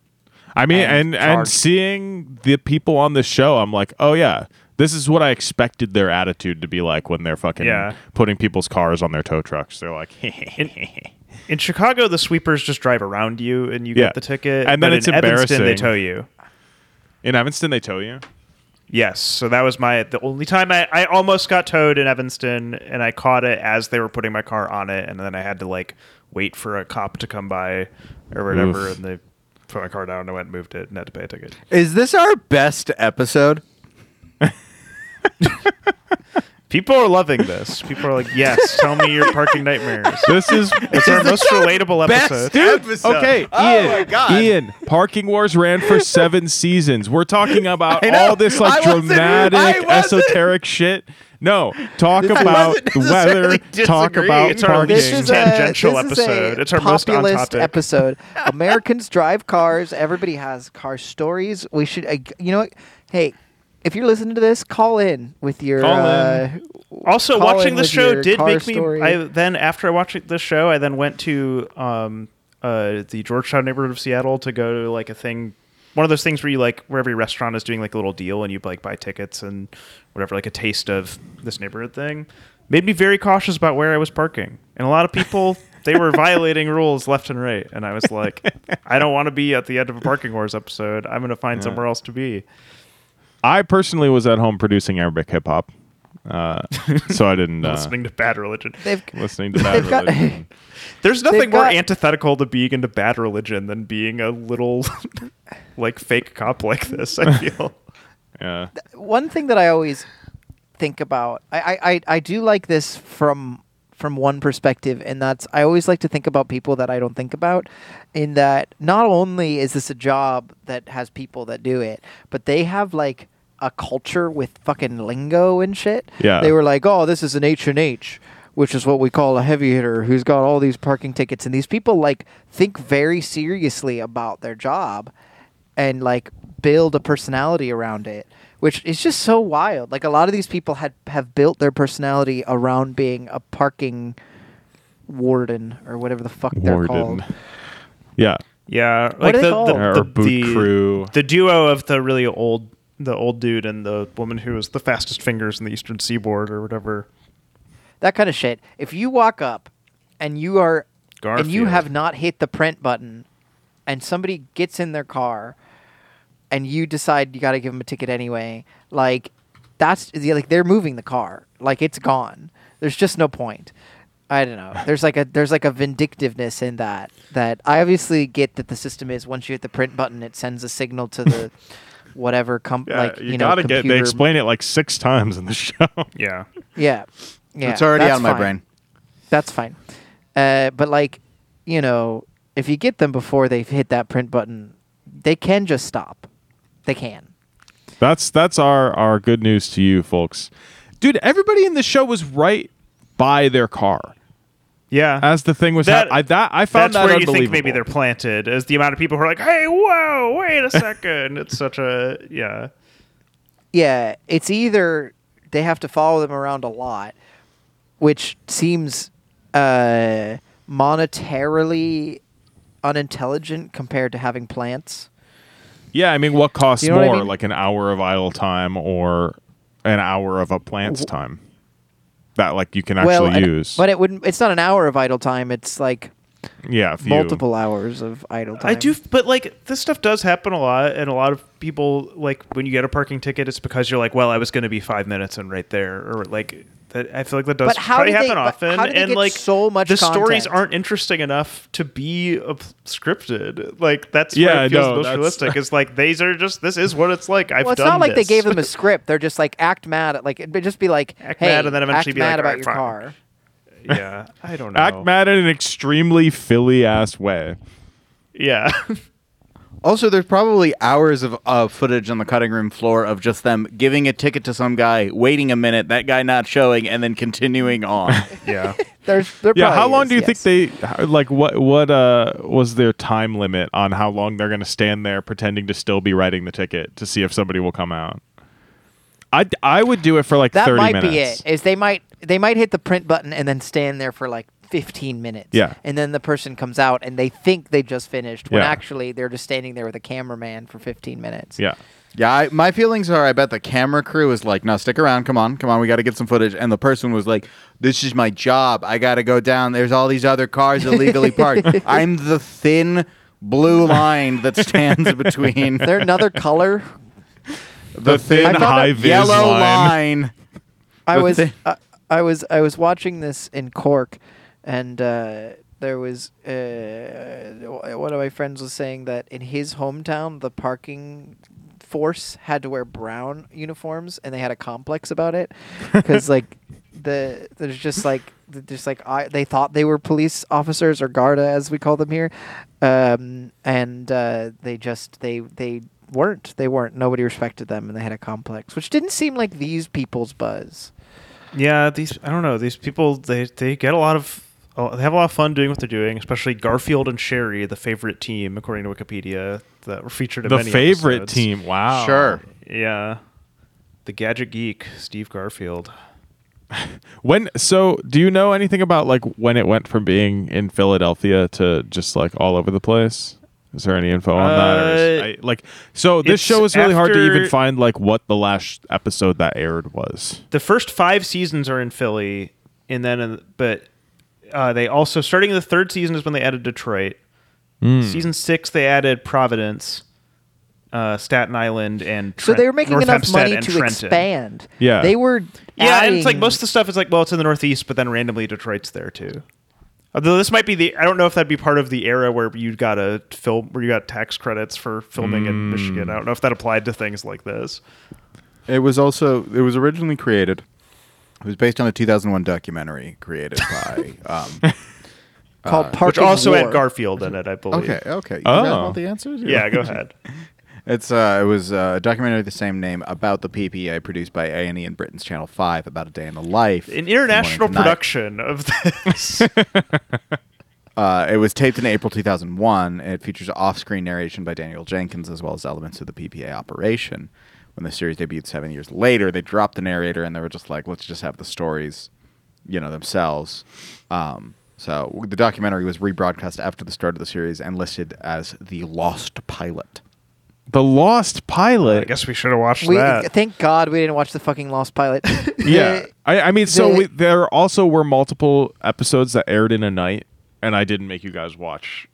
[SPEAKER 4] I mean, and
[SPEAKER 1] And
[SPEAKER 4] and,
[SPEAKER 1] charged.
[SPEAKER 4] seeing the people on the show, I'm like, oh yeah, this is what I expected their attitude to be like when they're fucking
[SPEAKER 2] Yeah.
[SPEAKER 4] putting people's cars on their tow trucks. They're like, [LAUGHS]
[SPEAKER 2] In Chicago, the sweepers just drive around you and you
[SPEAKER 4] Yeah.
[SPEAKER 2] get the ticket.
[SPEAKER 4] And then
[SPEAKER 2] but
[SPEAKER 4] it's
[SPEAKER 2] in Evanston,
[SPEAKER 4] embarrassing.
[SPEAKER 2] they tow you.
[SPEAKER 4] in Evanston they tow [LAUGHS] you.
[SPEAKER 2] Yes. So that was my the only time I, I almost got towed in Evanston and I caught it as they were putting my car on it and then I had to like wait for a cop to come by or whatever
[SPEAKER 4] Oof.
[SPEAKER 2] and they put my car down and I went and moved it and had to pay a ticket.
[SPEAKER 3] Is this our best episode?
[SPEAKER 2] People are loving this. People are like, yes, tell me your parking nightmares.
[SPEAKER 4] [LAUGHS] This is
[SPEAKER 2] It's our most relatable episode.
[SPEAKER 3] episode.
[SPEAKER 4] Okay, Ian.
[SPEAKER 3] Oh my God.
[SPEAKER 4] Ian, Parking Wars ran
[SPEAKER 3] [LAUGHS]
[SPEAKER 4] for seven seasons. We're talking about
[SPEAKER 3] I know.
[SPEAKER 4] all this like
[SPEAKER 3] I wasn't- I
[SPEAKER 4] dramatic,
[SPEAKER 3] wasn't.
[SPEAKER 4] esoteric shit. No,
[SPEAKER 3] [LAUGHS]
[SPEAKER 4] talk about
[SPEAKER 3] wasn't
[SPEAKER 4] the weather.
[SPEAKER 3] necessarily
[SPEAKER 4] Talk
[SPEAKER 3] disagreeing.
[SPEAKER 4] about
[SPEAKER 2] It's our
[SPEAKER 4] parking.
[SPEAKER 6] This is a
[SPEAKER 2] Tangential
[SPEAKER 6] this is a
[SPEAKER 2] episode. It's our most on
[SPEAKER 6] populist
[SPEAKER 2] topic. [LAUGHS]
[SPEAKER 6] episode. Americans drive cars. Everybody has car stories. We should, uh, you know, what? hey, if you're listening to this, call in with your.
[SPEAKER 4] Call in.
[SPEAKER 6] uh,
[SPEAKER 2] Also,
[SPEAKER 6] call
[SPEAKER 2] watching
[SPEAKER 6] in
[SPEAKER 2] the
[SPEAKER 6] with
[SPEAKER 2] show
[SPEAKER 6] your
[SPEAKER 2] did
[SPEAKER 6] car
[SPEAKER 2] make me.
[SPEAKER 6] story.
[SPEAKER 2] I then after I watched the show, I then went to um, uh, the Georgetown neighborhood of Seattle to go to like a thing, one of those things where you like where every restaurant is doing like a little deal and you like buy tickets and whatever, like a taste of this neighborhood thing. Made me very cautious about where I was parking, and a lot of people
[SPEAKER 6] [LAUGHS]
[SPEAKER 2] they were violating rules left and right, and I was like, I don't want to be at the end of a parking wars episode. I'm going to find somewhere else to be.
[SPEAKER 4] I personally was at home producing Arabic hip hop, uh, so I
[SPEAKER 6] [LAUGHS]
[SPEAKER 4] didn't uh,
[SPEAKER 2] Listening to bad religion.
[SPEAKER 6] they've
[SPEAKER 4] listening to that.
[SPEAKER 6] They've got-
[SPEAKER 4] religion.
[SPEAKER 6] [LAUGHS]
[SPEAKER 2] There's nothing
[SPEAKER 6] They've
[SPEAKER 2] more
[SPEAKER 6] got-
[SPEAKER 2] antithetical to being into bad religion than being a little [LAUGHS] like fake cop like this, [LAUGHS] I feel.
[SPEAKER 4] Yeah.
[SPEAKER 6] one thing that I always think about. I, I, I, I do like this from from one perspective, and that's I always like to think about people that I don't think about. In that, not only is this a job that has people that do it, but they have like a culture with fucking lingo and shit.
[SPEAKER 4] Yeah.
[SPEAKER 6] they were like, oh, this is an H and H. Which is what we call a heavy hitter who's got all these parking tickets, and these people like think very seriously about their job, and like build a personality around it which is just so wild like a lot of these people had have built their personality around being a parking warden or whatever the fuck they're
[SPEAKER 4] Warden.
[SPEAKER 6] called
[SPEAKER 4] Yeah.
[SPEAKER 2] Yeah.
[SPEAKER 6] What are they
[SPEAKER 2] the,
[SPEAKER 6] called?
[SPEAKER 4] Or
[SPEAKER 2] the,
[SPEAKER 4] boot
[SPEAKER 2] the-
[SPEAKER 4] crew.
[SPEAKER 2] the duo of the really old the old dude and the woman who was the fastest fingers in the eastern seaboard or whatever.
[SPEAKER 6] that kind of shit if you walk up and you are and you
[SPEAKER 2] Garfield.
[SPEAKER 6] have not hit the print button and somebody gets in their car and you decide you got to give them a ticket anyway like that's yeah, like they're moving the car like it's gone there's just no point i don't know there's like a there's like a vindictiveness in that that i obviously get that the system is once you hit the print button it sends a signal to
[SPEAKER 4] [LAUGHS]
[SPEAKER 6] the whatever com- like
[SPEAKER 4] you,
[SPEAKER 6] you, know
[SPEAKER 4] gotta get. They
[SPEAKER 6] computer-
[SPEAKER 4] explain it like six times in the [LAUGHS] show.
[SPEAKER 2] Yeah.
[SPEAKER 6] yeah yeah
[SPEAKER 3] it's already
[SPEAKER 6] that's
[SPEAKER 3] out of my
[SPEAKER 6] fine.
[SPEAKER 3] brain.
[SPEAKER 6] That's fine. Uh, but like, you know, if you get them before they've hit that print button, they can just stop. They can.
[SPEAKER 4] That's that's our our good news to you folks. Dude, everybody in the show was right by their car
[SPEAKER 2] Yeah.
[SPEAKER 4] as the thing was
[SPEAKER 2] That-
[SPEAKER 4] hap- I that I
[SPEAKER 2] that's
[SPEAKER 4] found that
[SPEAKER 2] where you
[SPEAKER 4] unbelievable.
[SPEAKER 2] think maybe they're planted, is the amount of people who are like, "Hey, whoa, wait a second. It's such a yeah,
[SPEAKER 6] Yeah, it's either they have to follow them around a lot, which seems uh, monetarily unintelligent compared to having plants.
[SPEAKER 4] Yeah, I mean what costs
[SPEAKER 6] You know what I
[SPEAKER 4] more,
[SPEAKER 6] mean?
[SPEAKER 4] like an hour of idle time or an hour of a plant's time that like you can actually
[SPEAKER 6] an-
[SPEAKER 4] use.
[SPEAKER 6] but it wouldn't. It's not an hour of idle time. It's like
[SPEAKER 4] yeah, if you-
[SPEAKER 6] multiple hours of idle time.
[SPEAKER 2] I do, but like this stuff does happen a lot, and a lot of people like when you get a parking ticket, it's because you're like, well, I was going to be five minutes and right there, or like that. I feel like that does
[SPEAKER 6] But how
[SPEAKER 2] probably
[SPEAKER 6] do they-
[SPEAKER 2] happen
[SPEAKER 6] but
[SPEAKER 2] often,
[SPEAKER 6] how do they
[SPEAKER 2] and
[SPEAKER 6] get
[SPEAKER 2] like
[SPEAKER 6] so much
[SPEAKER 2] the stories
[SPEAKER 6] content?
[SPEAKER 2] aren't interesting enough to be uh, scripted. Like that's
[SPEAKER 4] Yeah,
[SPEAKER 2] where it feels
[SPEAKER 4] no,
[SPEAKER 2] most
[SPEAKER 4] that's- [LAUGHS]
[SPEAKER 2] realistic. It's like these are just this is what it's like. I've
[SPEAKER 6] well, it's
[SPEAKER 2] done.
[SPEAKER 6] not like
[SPEAKER 2] this.
[SPEAKER 6] they gave them a script. They're just like act mad at like it'd be- just be like
[SPEAKER 2] Act
[SPEAKER 6] hey,
[SPEAKER 2] mad and then eventually
[SPEAKER 6] act
[SPEAKER 2] be like,
[SPEAKER 6] mad about
[SPEAKER 2] "Alright,
[SPEAKER 6] your
[SPEAKER 2] fine."
[SPEAKER 6] car.
[SPEAKER 2] yeah, I don't know.
[SPEAKER 4] act mad in an extremely Philly ass way. [LAUGHS]
[SPEAKER 2] Yeah,
[SPEAKER 3] Also, there's probably hours of uh, footage on the cutting room floor of just them giving a ticket to some guy, waiting a minute, that guy not showing, and then continuing
[SPEAKER 4] [LAUGHS]
[SPEAKER 3] on.
[SPEAKER 2] yeah.
[SPEAKER 6] There's there
[SPEAKER 4] Yeah, how
[SPEAKER 6] probably
[SPEAKER 4] long
[SPEAKER 6] is,
[SPEAKER 4] do you
[SPEAKER 6] yes.
[SPEAKER 4] think they how- like what what uh was their time limit on how long they're going to stand there pretending to still be writing the ticket to see if somebody will come out? I I would do it for like
[SPEAKER 6] that
[SPEAKER 4] 30
[SPEAKER 6] might
[SPEAKER 4] minutes.
[SPEAKER 6] be it? Is they might they might hit the print button and then stand there for like 15 minutes.
[SPEAKER 4] Yeah.
[SPEAKER 6] and then the person comes out and they think they just finished when
[SPEAKER 4] Yeah.
[SPEAKER 6] actually they're just standing there with a cameraman for 15 minutes.
[SPEAKER 4] Yeah.
[SPEAKER 3] yeah, I, my feelings are I bet the camera crew was like, no, stick around. Come on, come on. We got to get some footage. And the person was like, this is my job. I got to go down. There's all these other cars illegally
[SPEAKER 4] [LAUGHS]
[SPEAKER 3] parked. I'm the thin blue line that
[SPEAKER 4] [LAUGHS]
[SPEAKER 3] stands between
[SPEAKER 6] They're another [LAUGHS] color.
[SPEAKER 4] The thin
[SPEAKER 6] I found
[SPEAKER 4] high
[SPEAKER 6] a
[SPEAKER 4] vis
[SPEAKER 3] yellow
[SPEAKER 4] line.
[SPEAKER 3] line.
[SPEAKER 6] I
[SPEAKER 3] The
[SPEAKER 6] was
[SPEAKER 3] thi-
[SPEAKER 6] I, I was I was watching this in Cork, and uh, there was uh, one of my friends was saying that in his hometown the parking force had to wear brown uniforms, and they had a complex about it because like the there's just like th- just like I, they thought they were police officers or Garda as we call them here, um, and uh, they just they they weren't they weren't nobody respected them and they had a complex which didn't seem like these people's buzz
[SPEAKER 2] Yeah, these I don't know. These people they they get a lot of oh, they have a lot of fun doing what they're doing. Especially Garfield and Sherry, the favorite team according to Wikipedia, that were featured in
[SPEAKER 4] The
[SPEAKER 2] many
[SPEAKER 4] favorite
[SPEAKER 2] episodes.
[SPEAKER 4] team. Wow.
[SPEAKER 3] Sure.
[SPEAKER 2] Yeah, the gadget geek Steve Garfield.
[SPEAKER 4] When so do you know anything about like when it went from being in Philadelphia to just like all over the place? Is there any info on that? Or is-
[SPEAKER 2] Uh,
[SPEAKER 4] I- like so this
[SPEAKER 2] it's
[SPEAKER 4] show is really hard to
[SPEAKER 2] after-
[SPEAKER 4] even find like what the last episode that aired was.
[SPEAKER 2] the first five seasons are in Philly, and then in, but uh, they also starting in the third season is when they added Detroit.
[SPEAKER 4] Hmm.
[SPEAKER 2] Season six they added Providence, uh, Staten Island, and
[SPEAKER 6] so
[SPEAKER 2] Trent,
[SPEAKER 6] they were making
[SPEAKER 2] North
[SPEAKER 6] enough
[SPEAKER 2] Hempstead
[SPEAKER 6] money
[SPEAKER 2] and
[SPEAKER 6] to
[SPEAKER 2] Trenton.
[SPEAKER 6] expand
[SPEAKER 4] Yeah.
[SPEAKER 6] they were
[SPEAKER 2] Yeah, and it's like
[SPEAKER 6] adding-
[SPEAKER 2] most of the stuff is like well, it's in the Northeast, but then randomly Detroit's there too. Although this might be the I don't know if that'd be part of the era where you got a film where you got tax credits for filming
[SPEAKER 4] Mm.
[SPEAKER 2] in Michigan. I don't know if that applied to things like this.
[SPEAKER 3] It was also it was originally created. It was based on a 2001 documentary created [LAUGHS] by. Um,
[SPEAKER 6] called Parking
[SPEAKER 2] Which also
[SPEAKER 6] War.
[SPEAKER 2] had Garfield in it, I believe.
[SPEAKER 3] okay, okay. You
[SPEAKER 4] Oh.
[SPEAKER 3] guys want the answers?
[SPEAKER 2] Yeah, go ahead.
[SPEAKER 3] It's uh, it was uh, a documentary of the same name about the PPA produced by A and E and Britain's Channel Five about a day in the life.
[SPEAKER 2] an international
[SPEAKER 3] Morning to night.
[SPEAKER 2] production of
[SPEAKER 4] [LAUGHS]
[SPEAKER 2] this.
[SPEAKER 3] Uh, it was taped in April 2001. And it features off-screen narration by Daniel Jenkins as well as elements of the PPA operation. When the series debuted seven years later, they dropped the narrator and they were just like, let's just have the stories, you know, themselves. Um, so the documentary was rebroadcast after the start of the series and listed as the Lost Pilot.
[SPEAKER 4] The Lost Pilot.
[SPEAKER 2] I guess we should have watched
[SPEAKER 6] we,
[SPEAKER 2] that.
[SPEAKER 6] thank God we didn't watch the fucking
[SPEAKER 4] [LAUGHS]
[SPEAKER 6] Lost Pilot.
[SPEAKER 4] yeah. I, I mean, so
[SPEAKER 6] the-
[SPEAKER 4] we, there also were multiple episodes that aired in a night, and I didn't make you guys watch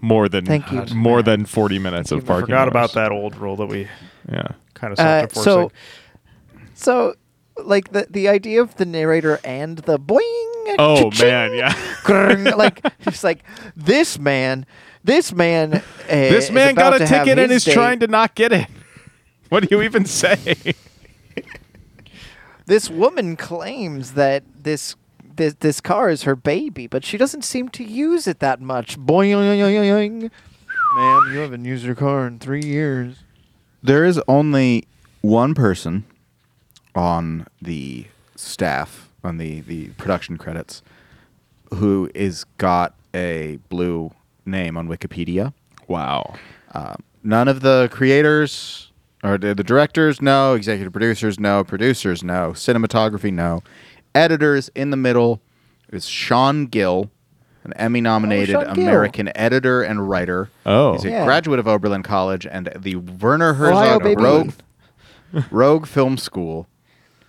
[SPEAKER 4] more than
[SPEAKER 6] Thank you.
[SPEAKER 4] more than forty minutes of
[SPEAKER 2] I
[SPEAKER 4] parking.
[SPEAKER 2] forgot about
[SPEAKER 4] hours.
[SPEAKER 2] that old rule that we
[SPEAKER 4] Yeah.
[SPEAKER 2] kind of
[SPEAKER 6] Uh,
[SPEAKER 2] stopped enforcing.
[SPEAKER 6] so, so, like the the idea of the narrator and the boing.
[SPEAKER 4] Oh
[SPEAKER 6] cha-ching,
[SPEAKER 4] man, [LAUGHS] yeah.
[SPEAKER 6] grrrng,
[SPEAKER 4] [LAUGHS]
[SPEAKER 6] like it's like this man, this man. Uh,
[SPEAKER 4] This man got a ticket and is
[SPEAKER 6] is
[SPEAKER 4] trying to not get it. [LAUGHS] What do you even say?
[SPEAKER 6] This woman claims that this. This, this car is her baby, but she doesn't seem to use it that much. Boing, boing, boing, boing. Ma'am, you haven't used your car in three years.
[SPEAKER 3] There is only one person on the staff on the the production credits who is got a blue name on Wikipedia. Uh,
[SPEAKER 4] Wow.
[SPEAKER 3] None of the creators or the, the directors, no. Executive producers, no. Producers, no. Cinematography, no. Editors in the middle is Sean Gill, an Emmy nominated
[SPEAKER 6] Oh, Sean Gill.
[SPEAKER 3] American editor and writer.
[SPEAKER 4] Oh.
[SPEAKER 3] He's a
[SPEAKER 6] Yeah.
[SPEAKER 3] graduate of Oberlin College and the Werner
[SPEAKER 6] Ohio
[SPEAKER 3] Herzog
[SPEAKER 6] baby.
[SPEAKER 3] Rogue, Rogue Film School.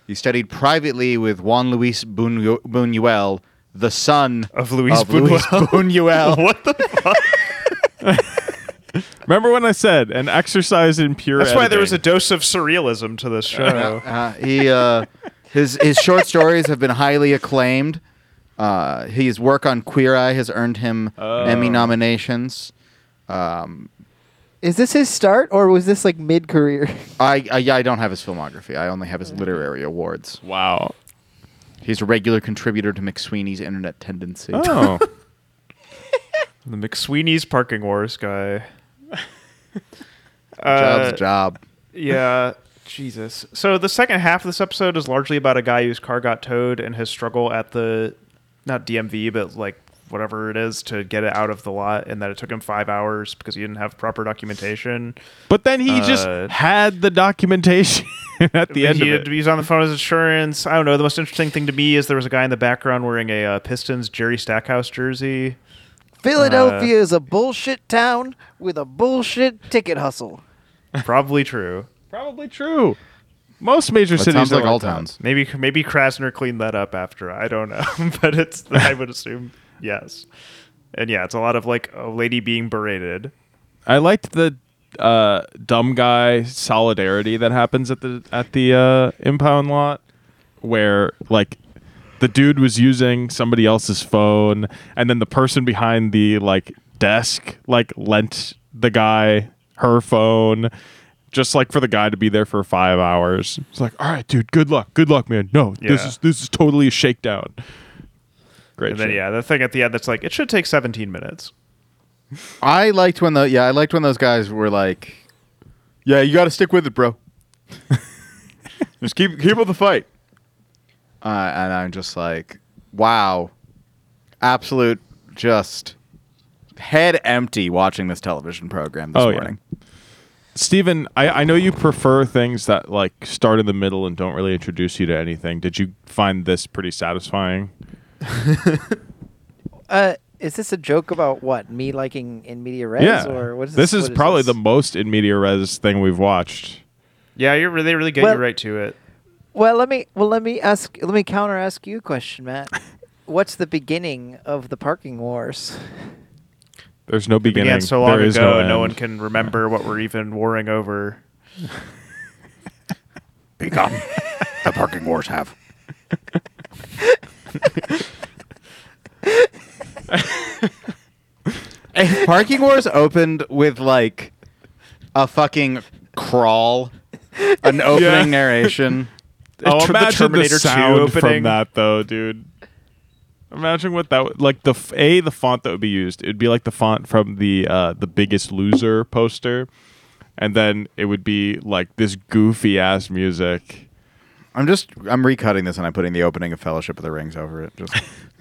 [SPEAKER 3] He studied privately with Juan Luis Buñu- Buñuel, the son
[SPEAKER 2] Of Luis Buñuel. [LAUGHS]
[SPEAKER 3] Buñuel.
[SPEAKER 2] what the fuck?
[SPEAKER 4] Remember when I said an exercise in pure
[SPEAKER 2] That's why there was a
[SPEAKER 4] editing.
[SPEAKER 2] dose of surrealism to this show.
[SPEAKER 3] Uh, he uh, his his short stories have been highly acclaimed. Uh, his work on Queer Eye has earned him
[SPEAKER 2] Oh.
[SPEAKER 3] Emmy nominations.
[SPEAKER 6] Is this his start or was this like mid career?
[SPEAKER 3] I, I I don't have his filmography. I only have
[SPEAKER 2] Mm.
[SPEAKER 3] his literary awards.
[SPEAKER 4] [LAUGHS] Wow.
[SPEAKER 3] He's a regular contributor to McSweeney's Internet Tendency. [LAUGHS]
[SPEAKER 4] Oh.
[SPEAKER 2] the McSweeney's Parking Wars
[SPEAKER 4] [LAUGHS]
[SPEAKER 2] guy. Uh,
[SPEAKER 3] Job's a job.
[SPEAKER 2] Yeah. Jesus. So the second half of this episode is largely about a guy whose car got towed and his struggle at the not DMV, but like whatever it is to get it out of the lot and that it took him five hours because he didn't have proper documentation.
[SPEAKER 4] but then he just
[SPEAKER 2] Uh,
[SPEAKER 4] had the documentation [LAUGHS] at the end
[SPEAKER 2] he,
[SPEAKER 4] of it.
[SPEAKER 2] He's on the phone with his insurance. I don't know. The most interesting thing to me is there was a guy in the background wearing a uh, Pistons Jerry Stackhouse jersey.
[SPEAKER 6] [LAUGHS] Philadelphia is a bullshit town with a bullshit ticket hustle.
[SPEAKER 2] Probably true.
[SPEAKER 4] Probably true. Most major
[SPEAKER 3] That
[SPEAKER 4] cities
[SPEAKER 3] sounds
[SPEAKER 4] are
[SPEAKER 3] like all
[SPEAKER 4] that.
[SPEAKER 3] towns.
[SPEAKER 2] Maybe maybe Krasner cleaned that up after. I don't know, [LAUGHS] but it's I would assume yes. And yeah, it's a lot of like a lady being berated.
[SPEAKER 4] I liked the uh, dumb guy solidarity that happens at the at the uh, impound lot, where like the dude was using somebody else's phone, and then the person behind the like desk like lent the guy her phone. just like for the guy to be there for five hours. It's like, all right, dude, good luck, good luck, man. No, this
[SPEAKER 2] Yeah.
[SPEAKER 4] is this is totally a shakedown. Great.
[SPEAKER 2] And then
[SPEAKER 4] shit.
[SPEAKER 2] yeah, the thing at the end that's like it should take 17 minutes.
[SPEAKER 3] I liked when the yeah, I liked when those guys were like, "Yeah, you got to stick with it, bro. [LAUGHS] just keep keep up the fight." Uh, and I'm just like, "Wow, absolute just head empty watching this television program this
[SPEAKER 4] Oh, yeah.
[SPEAKER 3] morning."
[SPEAKER 4] Steven, I, I know you prefer things that like start in the middle and don't really introduce you to anything. Did you find this pretty satisfying?
[SPEAKER 6] Uh, is this a joke about what me liking in media res
[SPEAKER 4] yeah.
[SPEAKER 6] or what is
[SPEAKER 4] this,
[SPEAKER 6] this?
[SPEAKER 4] is
[SPEAKER 6] what
[SPEAKER 4] probably
[SPEAKER 6] this?
[SPEAKER 4] the most in media res thing we've watched.
[SPEAKER 2] Yeah, you're really really get
[SPEAKER 6] Well-
[SPEAKER 2] you right to it.
[SPEAKER 6] well. Let me well let me ask let me counter ask you a question, [LAUGHS] Matt. What's the beginning of the parking wars?
[SPEAKER 4] There's no beginning.
[SPEAKER 2] Began so long
[SPEAKER 4] There is
[SPEAKER 2] ago,
[SPEAKER 4] no,
[SPEAKER 2] no,
[SPEAKER 4] end.
[SPEAKER 2] one can remember what we're even warring over.
[SPEAKER 3] Be gone. the parking wars have. if parking wars opened with like a fucking crawl, an opening
[SPEAKER 4] Yeah.
[SPEAKER 3] narration.
[SPEAKER 4] Oh,
[SPEAKER 2] Tr- the
[SPEAKER 4] [LAUGHS] imagine the,
[SPEAKER 2] Terminator 2
[SPEAKER 4] sound from
[SPEAKER 2] opening.
[SPEAKER 4] that though, dude. Imagine what that would like the f- a the font that would be used. It'd be like the font from the uh, the Biggest Loser poster, and then it would be like this goofy ass music.
[SPEAKER 3] I'm just I'm recutting this and I'm putting the opening of Fellowship of the Rings over it. Just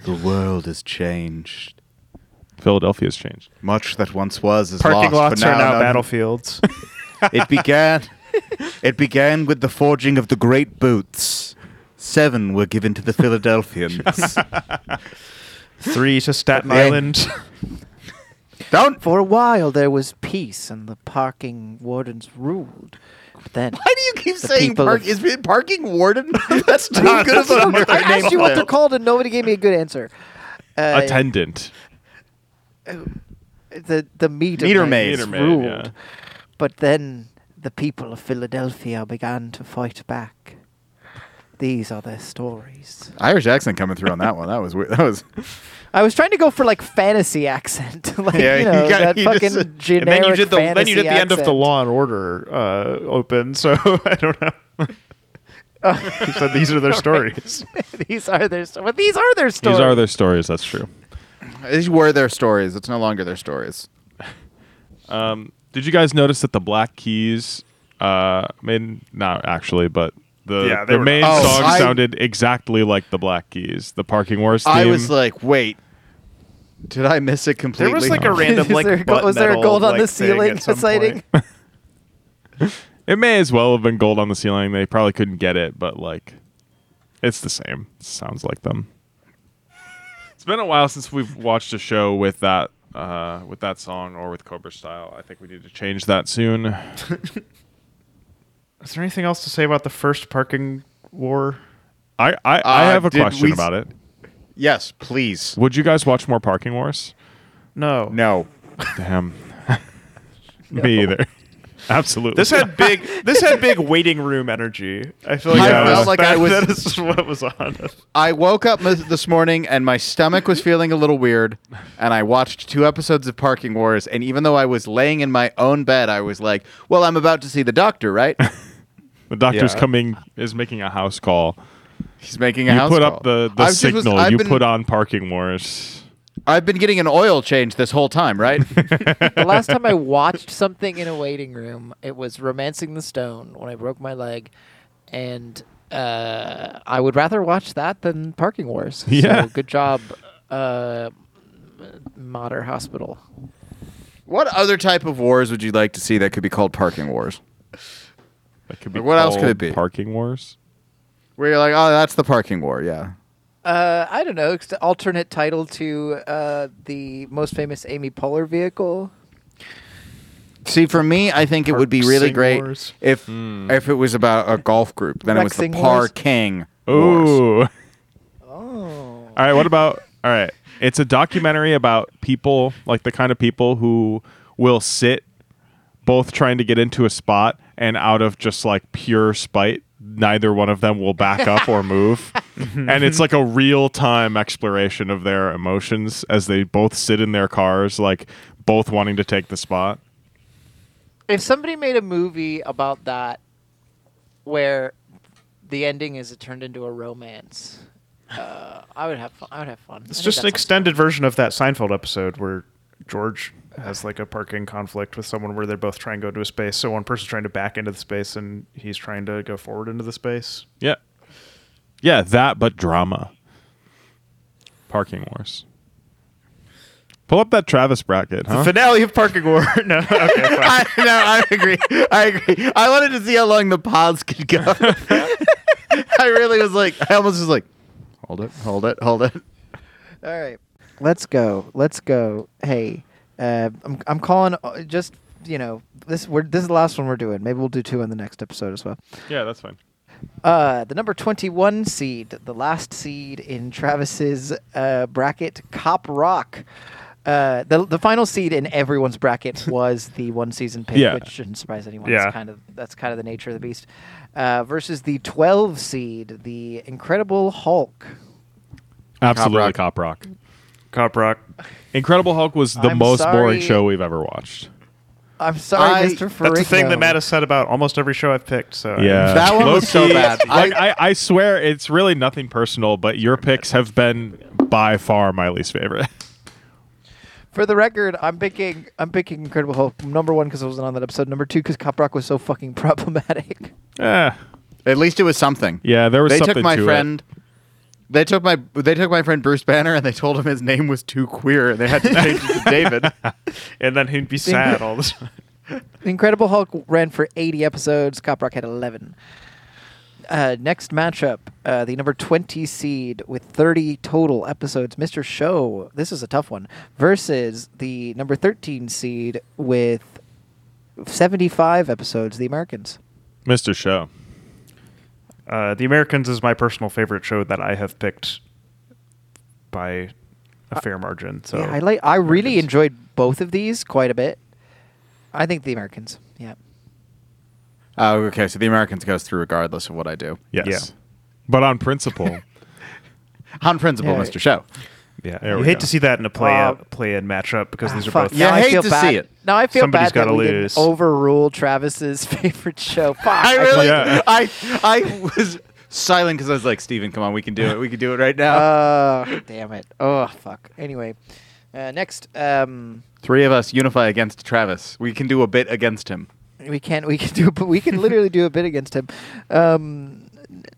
[SPEAKER 3] the world has changed.
[SPEAKER 4] Philadelphia's changed.
[SPEAKER 3] Much that once was is
[SPEAKER 2] Parking
[SPEAKER 3] lost,
[SPEAKER 2] lots
[SPEAKER 3] but
[SPEAKER 2] are now
[SPEAKER 3] none- [LAUGHS]
[SPEAKER 2] battlefields.
[SPEAKER 3] It began. it began with the forging of the great boots. Seven were given to the [LAUGHS] Philadelphians.
[SPEAKER 2] Three to Staten
[SPEAKER 3] Yeah.
[SPEAKER 2] Island. [LAUGHS]
[SPEAKER 3] Don't.
[SPEAKER 6] For a while there was peace and the parking wardens ruled. But
[SPEAKER 4] [LAUGHS]
[SPEAKER 6] then
[SPEAKER 3] Why do you keep
[SPEAKER 6] The
[SPEAKER 3] saying
[SPEAKER 6] people
[SPEAKER 3] park?
[SPEAKER 6] of-
[SPEAKER 3] Is it parking [LAUGHS] warden? That's too
[SPEAKER 6] [LAUGHS]
[SPEAKER 2] not-
[SPEAKER 3] good of
[SPEAKER 2] that's
[SPEAKER 3] a
[SPEAKER 2] not
[SPEAKER 6] I
[SPEAKER 2] their
[SPEAKER 3] name
[SPEAKER 6] asked you
[SPEAKER 3] for
[SPEAKER 6] what they're
[SPEAKER 3] that.
[SPEAKER 6] called and nobody gave me a good answer. Uh,
[SPEAKER 4] Attendant.
[SPEAKER 6] the the meter,
[SPEAKER 3] Meter
[SPEAKER 6] maids
[SPEAKER 3] maid. Meter
[SPEAKER 4] maid,
[SPEAKER 6] ruled.
[SPEAKER 4] yeah.
[SPEAKER 6] But then the people of Philadelphia began to fight back. These are their stories.
[SPEAKER 3] Irish accent coming through on that one. That was weird. That was.
[SPEAKER 6] I was trying to go for like fantasy
[SPEAKER 2] [LAUGHS]
[SPEAKER 6] accent, [LAUGHS] like
[SPEAKER 3] Yeah,
[SPEAKER 6] you
[SPEAKER 3] you
[SPEAKER 6] know
[SPEAKER 3] got-
[SPEAKER 6] that
[SPEAKER 3] you just- and
[SPEAKER 6] fucking
[SPEAKER 2] and
[SPEAKER 6] generic
[SPEAKER 2] then you did the then
[SPEAKER 6] fantasy
[SPEAKER 2] you did the end of the
[SPEAKER 6] accent.
[SPEAKER 2] Law and Order uh, open. So [LAUGHS] I don't know. you said these [LAUGHS] are their stories.
[SPEAKER 6] [LAUGHS] these are their sto- well, these are their stories.
[SPEAKER 4] These are their stories. That's true.
[SPEAKER 3] These were their stories. It's no longer their stories.
[SPEAKER 4] Um, did you guys notice that the Black Keys, uh, made not actually, but the
[SPEAKER 2] Yeah, they
[SPEAKER 4] the
[SPEAKER 2] were-
[SPEAKER 4] main
[SPEAKER 3] Oh,
[SPEAKER 4] song
[SPEAKER 3] I-
[SPEAKER 4] sounded exactly like the Black Keys, the Parking Wars theme.
[SPEAKER 3] I was like, wait, did I miss it completely?
[SPEAKER 2] There was like a random [LAUGHS]
[SPEAKER 6] Is
[SPEAKER 2] like
[SPEAKER 6] there a gold-
[SPEAKER 2] butt
[SPEAKER 6] was there a
[SPEAKER 2] metal,
[SPEAKER 6] gold on
[SPEAKER 2] like,
[SPEAKER 6] the
[SPEAKER 2] thing at
[SPEAKER 6] ceiling
[SPEAKER 2] some [LAUGHS]
[SPEAKER 6] sighting?
[SPEAKER 2] point.
[SPEAKER 4] It may as well have been gold on the ceiling. They probably couldn't get it, but like, it's the same. It sounds like them. It's been a while since we've watched a show with that, uh, with that song or with Cobra Style. I think we need to change that soon.
[SPEAKER 2] Is there anything else to say about the first parking war?
[SPEAKER 4] I I, I
[SPEAKER 3] Uh,
[SPEAKER 4] have a
[SPEAKER 3] did
[SPEAKER 4] question
[SPEAKER 3] we s-
[SPEAKER 4] about it.
[SPEAKER 3] yes, please.
[SPEAKER 4] Would you guys watch more Parking Wars?
[SPEAKER 2] No.
[SPEAKER 3] No.
[SPEAKER 4] Damn. Me either. Absolutely.
[SPEAKER 2] This [LAUGHS] had big. This had big waiting room energy. I feel like,
[SPEAKER 4] I
[SPEAKER 2] that
[SPEAKER 4] felt
[SPEAKER 2] was,
[SPEAKER 3] like
[SPEAKER 2] that,
[SPEAKER 3] I
[SPEAKER 2] [LAUGHS]
[SPEAKER 3] was-
[SPEAKER 2] that is what was on.
[SPEAKER 3] I woke up mis- this morning and my stomach was feeling a little weird, and I watched two episodes of Parking Wars. And even though I was laying in my own bed, I was like, "Well, I'm about to see the doctor,
[SPEAKER 4] [LAUGHS]
[SPEAKER 3] right?
[SPEAKER 4] the doctor's
[SPEAKER 2] Yeah.
[SPEAKER 4] coming is making a house call.
[SPEAKER 3] He's making a
[SPEAKER 4] You
[SPEAKER 3] house
[SPEAKER 4] put
[SPEAKER 3] call."
[SPEAKER 4] up the, the
[SPEAKER 3] I was just- was-
[SPEAKER 4] signal.
[SPEAKER 3] I've
[SPEAKER 4] you
[SPEAKER 3] been-
[SPEAKER 4] put on Parking Wars.
[SPEAKER 3] I've been getting an oil change this whole time,
[SPEAKER 4] [LAUGHS]
[SPEAKER 3] right?
[SPEAKER 6] the last time I watched something in a waiting room, it was Romancing the Stone when I broke my leg, and uh, I would rather watch that than
[SPEAKER 2] [LAUGHS]
[SPEAKER 6] Parking Wars.
[SPEAKER 4] Yeah.
[SPEAKER 6] So good job, uh, Mater Hospital.
[SPEAKER 3] what other type of wars would you like to see that could be called Parking Wars?
[SPEAKER 4] That could be
[SPEAKER 3] What else could
[SPEAKER 4] called
[SPEAKER 3] it be?
[SPEAKER 4] Parking Wars.
[SPEAKER 3] Where you're like, "Oh, that's the Parking War, yeah."
[SPEAKER 6] Uh, I don't know. It's the alternate title to uh, the most famous Amy Poehler vehicle.
[SPEAKER 3] See, for me, I think it would be really
[SPEAKER 2] Parksing
[SPEAKER 3] great
[SPEAKER 2] Wars.
[SPEAKER 3] if if it was about a golf group. Then it was the
[SPEAKER 6] Rexing Wars?
[SPEAKER 3] Parking Wars.
[SPEAKER 4] Ooh.
[SPEAKER 6] Oh.
[SPEAKER 4] All right, what about All right. It's a documentary about people, like the kind of people who will sit both trying to get into a spot and out of just like pure spite, neither one of them will back up or move. and it's like a real-time exploration of their emotions as they both sit in their cars like both wanting to take the spot.
[SPEAKER 7] if somebody made a movie about that where the ending is it turned into a romance, uh, I would have fun. I would have fun.
[SPEAKER 2] It's just an extended version of that Seinfeld episode where George has like a parking conflict with someone where they're both trying to go to a space. So one person's trying to back into the space and he's trying to go forward into the space.
[SPEAKER 4] Yeah. Yeah, that but drama. Parking wars. Pull up that Travis bracket, huh?
[SPEAKER 2] The finale of Parking War. [LAUGHS] no,
[SPEAKER 6] [LAUGHS]
[SPEAKER 2] okay, fine.
[SPEAKER 3] I, no, I agree. I agree. I wanted to see how long the pause could go. [LAUGHS] I really was like, I almost was like, hold it, hold it, hold it.
[SPEAKER 6] All right. Let's go. Let's go. Hey, uh, I'm I'm calling uh, just you know this we're this is the last one we're doing. Maybe we'll do two in the next episode as well.
[SPEAKER 4] yeah, that's fine.
[SPEAKER 6] Uh, the number 21 seed, the last seed in Travis's uh, bracket, Cop Rock. Uh, the, the final seed in everyone's bracket was the one season pick,
[SPEAKER 4] Yeah.
[SPEAKER 6] which shouldn't surprise anyone.
[SPEAKER 2] Yeah.
[SPEAKER 6] That's kind of that's kind of the nature of the beast. Uh, versus the 12 seed, the Incredible Hulk.
[SPEAKER 4] Absolutely
[SPEAKER 3] Rock.
[SPEAKER 4] Cop Rock.
[SPEAKER 2] Cop Rock.
[SPEAKER 4] Incredible Hulk was the
[SPEAKER 6] I'm
[SPEAKER 4] most
[SPEAKER 6] sorry.
[SPEAKER 4] boring show we've ever watched.
[SPEAKER 6] I'm sorry,
[SPEAKER 3] I-
[SPEAKER 6] Mr. Ferrigno.
[SPEAKER 2] That's the thing that Matt has said about almost every show I've picked. So
[SPEAKER 4] Yeah.
[SPEAKER 3] That one was so
[SPEAKER 4] Low-key,
[SPEAKER 3] bad.
[SPEAKER 4] Like,
[SPEAKER 3] I-
[SPEAKER 4] I, I swear it's really nothing personal, but your picks have been by far my least favorite. [LAUGHS]
[SPEAKER 6] For the record, I'm picking I'm picking Incredible Hulk number one because I wasn't on that episode. Number two because Cop Rock was so fucking [LAUGHS] problematic.
[SPEAKER 4] Eh,
[SPEAKER 3] At least it was something.
[SPEAKER 4] yeah, there was
[SPEAKER 3] they
[SPEAKER 4] something
[SPEAKER 3] took my
[SPEAKER 4] to it.
[SPEAKER 3] friend. They took my they took my friend Bruce Banner and they told him his name was too queer and they had to change
[SPEAKER 4] [LAUGHS]
[SPEAKER 3] it to David.
[SPEAKER 2] [LAUGHS] And then he'd be sad all the [LAUGHS] time.
[SPEAKER 6] The Incredible Hulk ran for 80 episodes. Cop Rock had 11. Uh, next matchup, uh, the number 20 seed with 30 total episodes, Mr. Show. This is a tough one. Versus the number 13 seed with 75 episodes, The Americans.
[SPEAKER 4] Mr. Show.
[SPEAKER 2] Uh, the Americans is my personal favorite show that I have picked by a fair margin. So
[SPEAKER 6] yeah, I like. I really
[SPEAKER 2] Americans.
[SPEAKER 6] enjoyed both of these quite a bit. I think The Americans. Yeah.
[SPEAKER 3] Oh, okay. So the Americans goes through regardless of what I do.
[SPEAKER 4] Yes.
[SPEAKER 2] Yeah.
[SPEAKER 4] But
[SPEAKER 3] [LAUGHS]
[SPEAKER 4] on principle,
[SPEAKER 3] On principle,
[SPEAKER 6] Yeah.
[SPEAKER 3] Mr. Show.
[SPEAKER 2] Yeah,
[SPEAKER 4] There
[SPEAKER 2] you
[SPEAKER 4] we
[SPEAKER 2] hate
[SPEAKER 4] go.
[SPEAKER 2] to see that in a play
[SPEAKER 6] Uh,
[SPEAKER 2] play in matchup because
[SPEAKER 6] Ah,
[SPEAKER 2] these are
[SPEAKER 6] fuck.
[SPEAKER 2] both.
[SPEAKER 3] Yeah.
[SPEAKER 6] Now
[SPEAKER 3] I hate
[SPEAKER 6] feel
[SPEAKER 3] to
[SPEAKER 6] bad.
[SPEAKER 3] see it.
[SPEAKER 6] Now I feel
[SPEAKER 2] Somebody's
[SPEAKER 6] bad that
[SPEAKER 2] gotta
[SPEAKER 6] we didn't
[SPEAKER 2] lose.
[SPEAKER 6] overrule Travis's [LAUGHS] favorite show. Fuck.
[SPEAKER 3] I really,
[SPEAKER 4] Yeah.
[SPEAKER 3] I, I was silent because I was like, Steven, come on, we can do it. We can do it right now.
[SPEAKER 6] Uh, [LAUGHS] damn it. Oh, fuck. Anyway, uh, next, um,
[SPEAKER 3] Three of us unify against Travis. We can do a bit against him.
[SPEAKER 6] we can we can do [LAUGHS] but we can literally do a bit against him. Um,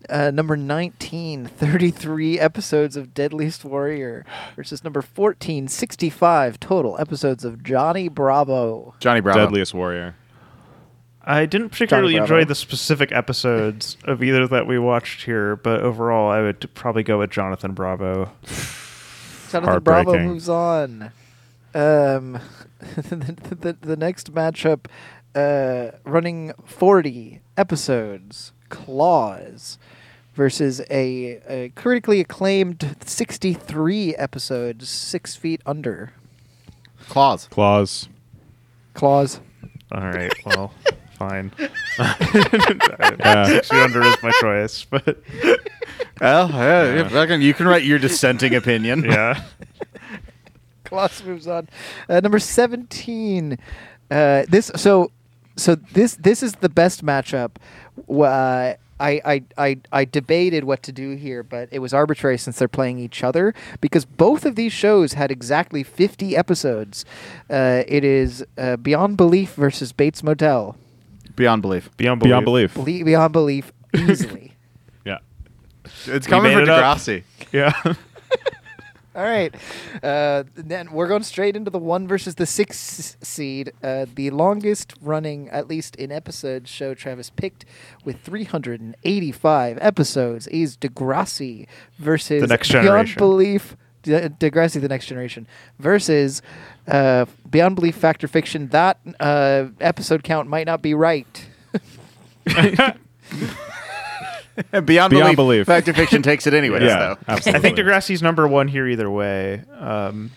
[SPEAKER 6] uh, number 19, 33 episodes of Deadliest Warrior versus number 14, 65 total episodes of Johnny Bravo.
[SPEAKER 3] Johnny Bravo.
[SPEAKER 4] Deadliest Warrior.
[SPEAKER 2] I didn't particularly enjoy
[SPEAKER 6] Bravo.
[SPEAKER 2] the specific episodes of either that we watched here, but overall, I would probably go with Jonathan Bravo.
[SPEAKER 6] Jonathan Bravo
[SPEAKER 4] Heartbreaking.
[SPEAKER 6] moves on. Um, [LAUGHS] the, the, the next matchup, uh, running 40 episodes, Claws versus a, a critically acclaimed 63 episodes, Six Feet Under.
[SPEAKER 3] Claws.
[SPEAKER 4] Claws.
[SPEAKER 6] Claws.
[SPEAKER 2] All
[SPEAKER 6] [LAUGHS]
[SPEAKER 2] right, well, fine.
[SPEAKER 4] [LAUGHS]
[SPEAKER 2] [LAUGHS]
[SPEAKER 4] Yeah.
[SPEAKER 2] Six Feet Under is my choice, but
[SPEAKER 6] [LAUGHS]
[SPEAKER 3] Well, yeah, yeah, fucking- you can write your dissenting
[SPEAKER 2] [LAUGHS]
[SPEAKER 3] opinion.
[SPEAKER 6] [LAUGHS]
[SPEAKER 2] yeah,
[SPEAKER 6] Klaus moves on. Uh, number seventeen. Uh, this so so this this is the best matchup. Wh- Uh, I, I I I debated what to do here, but it was arbitrary since they're playing each other because both of these shows had exactly fifty episodes. Uh, it is uh, Beyond Belief versus Bates Motel.
[SPEAKER 3] Beyond belief.
[SPEAKER 2] beyond belief.
[SPEAKER 4] Beyond belief.
[SPEAKER 6] Belie- Beyond Belief easily.
[SPEAKER 4] Yeah.
[SPEAKER 3] It's coming
[SPEAKER 2] made it
[SPEAKER 3] for
[SPEAKER 2] up.
[SPEAKER 3] Degrassi. [LAUGHS]
[SPEAKER 4] [LAUGHS]
[SPEAKER 2] Yeah,
[SPEAKER 6] All right. Uh, then we're going straight into the one versus the six seed. Uh, the longest running, at least in episodes, show Travis picked with 385 episodes is Degrassi versus
[SPEAKER 2] The Next
[SPEAKER 6] Beyond
[SPEAKER 2] Generation.
[SPEAKER 6] Belief. De- Degrassi, The Next Generation versus uh, Beyond Belief, Factor Fiction. That uh, episode count might not be right. [LAUGHS]
[SPEAKER 3] Beyond,
[SPEAKER 4] Beyond
[SPEAKER 3] belief.
[SPEAKER 4] belief.
[SPEAKER 3] Fact or fiction takes it anyways,
[SPEAKER 4] yeah.
[SPEAKER 3] though.
[SPEAKER 4] Absolutely.
[SPEAKER 2] I think Degrassi's number one here either way, um,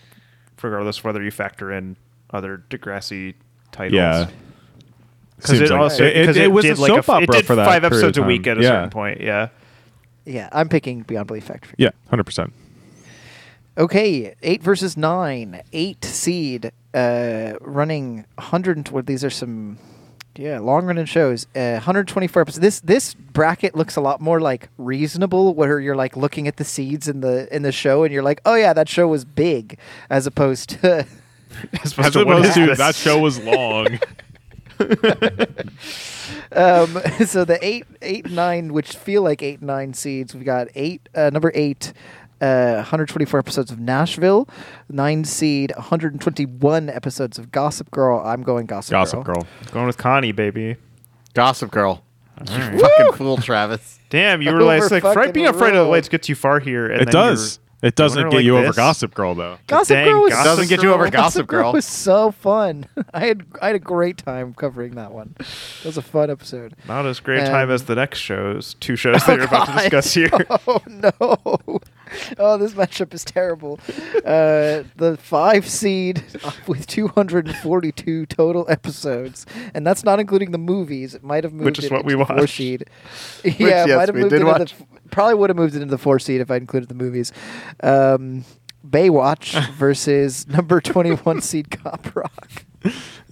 [SPEAKER 2] regardless of whether you factor in other Degrassi titles.
[SPEAKER 4] Yeah.
[SPEAKER 2] because
[SPEAKER 4] Seems
[SPEAKER 2] it
[SPEAKER 4] like-
[SPEAKER 2] also
[SPEAKER 4] it,
[SPEAKER 2] because
[SPEAKER 4] it was
[SPEAKER 2] did
[SPEAKER 4] a
[SPEAKER 2] like
[SPEAKER 4] soap
[SPEAKER 2] a f-
[SPEAKER 4] opera
[SPEAKER 2] it did
[SPEAKER 4] for that
[SPEAKER 2] five
[SPEAKER 4] period
[SPEAKER 2] episodes
[SPEAKER 4] of
[SPEAKER 2] a week
[SPEAKER 4] time.
[SPEAKER 2] at a
[SPEAKER 4] yeah.
[SPEAKER 2] certain point. Yeah,
[SPEAKER 6] Yeah, I'm picking Beyond Belief, Factor Fiction.
[SPEAKER 4] Yeah, hundred percent.
[SPEAKER 6] Okay, eight versus nine, eight seed, uh, running 120. These are some
[SPEAKER 8] Yeah.
[SPEAKER 6] long running shows. Uh, 124 episodes. This this bracket looks a lot more like reasonable, where you're like looking at the seeds in the in the show, and you're like, oh yeah, that show was big, as opposed to. [LAUGHS]
[SPEAKER 2] As opposed
[SPEAKER 4] [LAUGHS] As
[SPEAKER 2] to what
[SPEAKER 4] opposed
[SPEAKER 2] is
[SPEAKER 4] to
[SPEAKER 2] this?
[SPEAKER 4] that show was long.
[SPEAKER 6] um, [LAUGHS] so the eight eight and nine, which feel like eight and nine seeds. We've got eight uh, number eight. Uh, 124 episodes of Nashville, nine seed, 121 episodes of Gossip Girl. I'm going
[SPEAKER 4] [LAUGHS]
[SPEAKER 6] Gossip,
[SPEAKER 4] Gossip Girl.
[SPEAKER 2] Going with Connie, baby.
[SPEAKER 3] Gossip Girl. You fucking fool, Travis.
[SPEAKER 2] Damn,
[SPEAKER 6] [LAUGHS]
[SPEAKER 2] you
[SPEAKER 6] Over
[SPEAKER 2] realize like
[SPEAKER 6] fucking
[SPEAKER 2] fri- being afraid of the
[SPEAKER 6] rule.
[SPEAKER 2] lights gets you far here. And
[SPEAKER 4] It
[SPEAKER 2] then
[SPEAKER 4] does. It
[SPEAKER 2] doing
[SPEAKER 4] doesn't get
[SPEAKER 2] her
[SPEAKER 4] you
[SPEAKER 2] like
[SPEAKER 4] over
[SPEAKER 2] this?
[SPEAKER 4] Gossip Girl though. [LAUGHS]
[SPEAKER 6] Gossip
[SPEAKER 2] Dang,
[SPEAKER 6] Girl was
[SPEAKER 2] Gossip Doesn't
[SPEAKER 3] get you over
[SPEAKER 6] Girl-
[SPEAKER 3] Gossip Girl.
[SPEAKER 6] was so fun. [LAUGHS] I had I had a great time covering that one. That was a fun episode.
[SPEAKER 2] You're not as great a time
[SPEAKER 6] Um,
[SPEAKER 2] as the next shows, two shows
[SPEAKER 6] [LAUGHS]
[SPEAKER 2] that we're about to
[SPEAKER 6] Oh, God.
[SPEAKER 2] discuss here.
[SPEAKER 6] [LAUGHS] Oh no! Oh, this matchup is terrible. Uh, the five seed with 242 total episodes, and that's not including the movies. It might have moved
[SPEAKER 2] Which is
[SPEAKER 6] it
[SPEAKER 2] what we
[SPEAKER 6] into the four
[SPEAKER 2] watched.
[SPEAKER 6] seed. [LAUGHS] yeah, it
[SPEAKER 3] yes,
[SPEAKER 6] might have
[SPEAKER 3] we
[SPEAKER 6] moved
[SPEAKER 3] did
[SPEAKER 6] it into
[SPEAKER 3] watch.
[SPEAKER 6] the, probably would have moved it into the four seed if I included the movies. Um,
[SPEAKER 2] [LAUGHS]
[SPEAKER 6] Baywatch versus number 21 seed Cop Rock.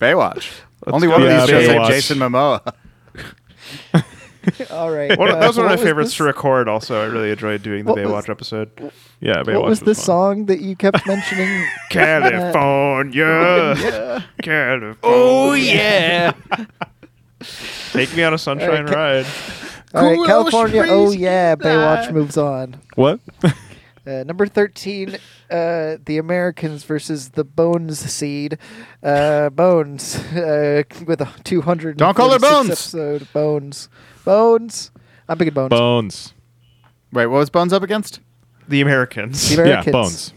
[SPEAKER 3] Baywatch. Only
[SPEAKER 2] go
[SPEAKER 3] one of
[SPEAKER 4] with
[SPEAKER 3] these shows had
[SPEAKER 4] Baywatch.
[SPEAKER 3] Jason [LAUGHS] Momoa.
[SPEAKER 6] [LAUGHS] All right.
[SPEAKER 2] One of-
[SPEAKER 6] uh,
[SPEAKER 2] that was one
[SPEAKER 6] what
[SPEAKER 2] of my favorites
[SPEAKER 6] this-
[SPEAKER 2] to record. Also, I really enjoyed doing the
[SPEAKER 6] What
[SPEAKER 2] Baywatch
[SPEAKER 6] was- [LAUGHS]
[SPEAKER 2] episode.
[SPEAKER 4] Yeah,
[SPEAKER 6] What was,
[SPEAKER 4] Baywatch
[SPEAKER 6] the
[SPEAKER 4] fun.
[SPEAKER 6] song that you
[SPEAKER 2] [LAUGHS]
[SPEAKER 6] kept mentioning? [LAUGHS] Uh,
[SPEAKER 2] California, California. Oh yeah. Take me on a sunshine ride.
[SPEAKER 6] All right,
[SPEAKER 3] Cool
[SPEAKER 6] California.
[SPEAKER 3] ocean
[SPEAKER 6] Oh
[SPEAKER 3] breeze.
[SPEAKER 6] yeah, Baywatch moves on. [LAUGHS]
[SPEAKER 4] What?
[SPEAKER 6] Uh, number thirteen, uh, the Americans versus the Bones seed. Uh, bones uh, with a two hundred.
[SPEAKER 3] Don't call her Bones.
[SPEAKER 6] Episode bones, bones. I'm picking bones.
[SPEAKER 4] Bones.
[SPEAKER 3] [LAUGHS] Wait, what was Bones up against?
[SPEAKER 2] The Americans.
[SPEAKER 6] The Americans.
[SPEAKER 4] Yeah, Bones.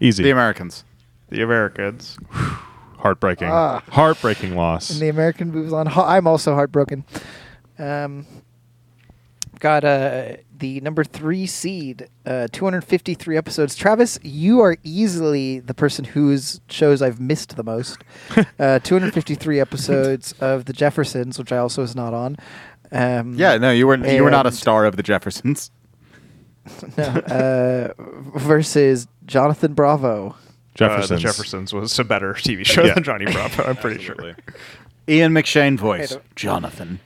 [SPEAKER 4] Easy.
[SPEAKER 3] The Americans.
[SPEAKER 2] The Americans.
[SPEAKER 4] Heartbreaking.
[SPEAKER 6] Ah.
[SPEAKER 4] Heartbreaking loss.
[SPEAKER 6] And the American moves on. Ho- I'm also heartbroken. Um, got uh, the number three seed, uh, 253 episodes. Travis, you are easily the person whose shows I've missed the
[SPEAKER 3] [LAUGHS]
[SPEAKER 6] most. uh, 253 episodes of The Jeffersons, which I also was not on. Um,
[SPEAKER 3] Yeah, no, you were you were not a
[SPEAKER 6] And-
[SPEAKER 3] star of the Jeffersons.
[SPEAKER 6] no, uh, versus Jonathan Bravo.
[SPEAKER 2] Uh,
[SPEAKER 4] Jefferson's.
[SPEAKER 2] the Jeffersons was a better TV show
[SPEAKER 4] Yeah.
[SPEAKER 2] than Johnny Bravo. I'm pretty sure.
[SPEAKER 4] Absolutely.
[SPEAKER 3] Ian McShane voice.
[SPEAKER 6] Wait,
[SPEAKER 3] Jonathan.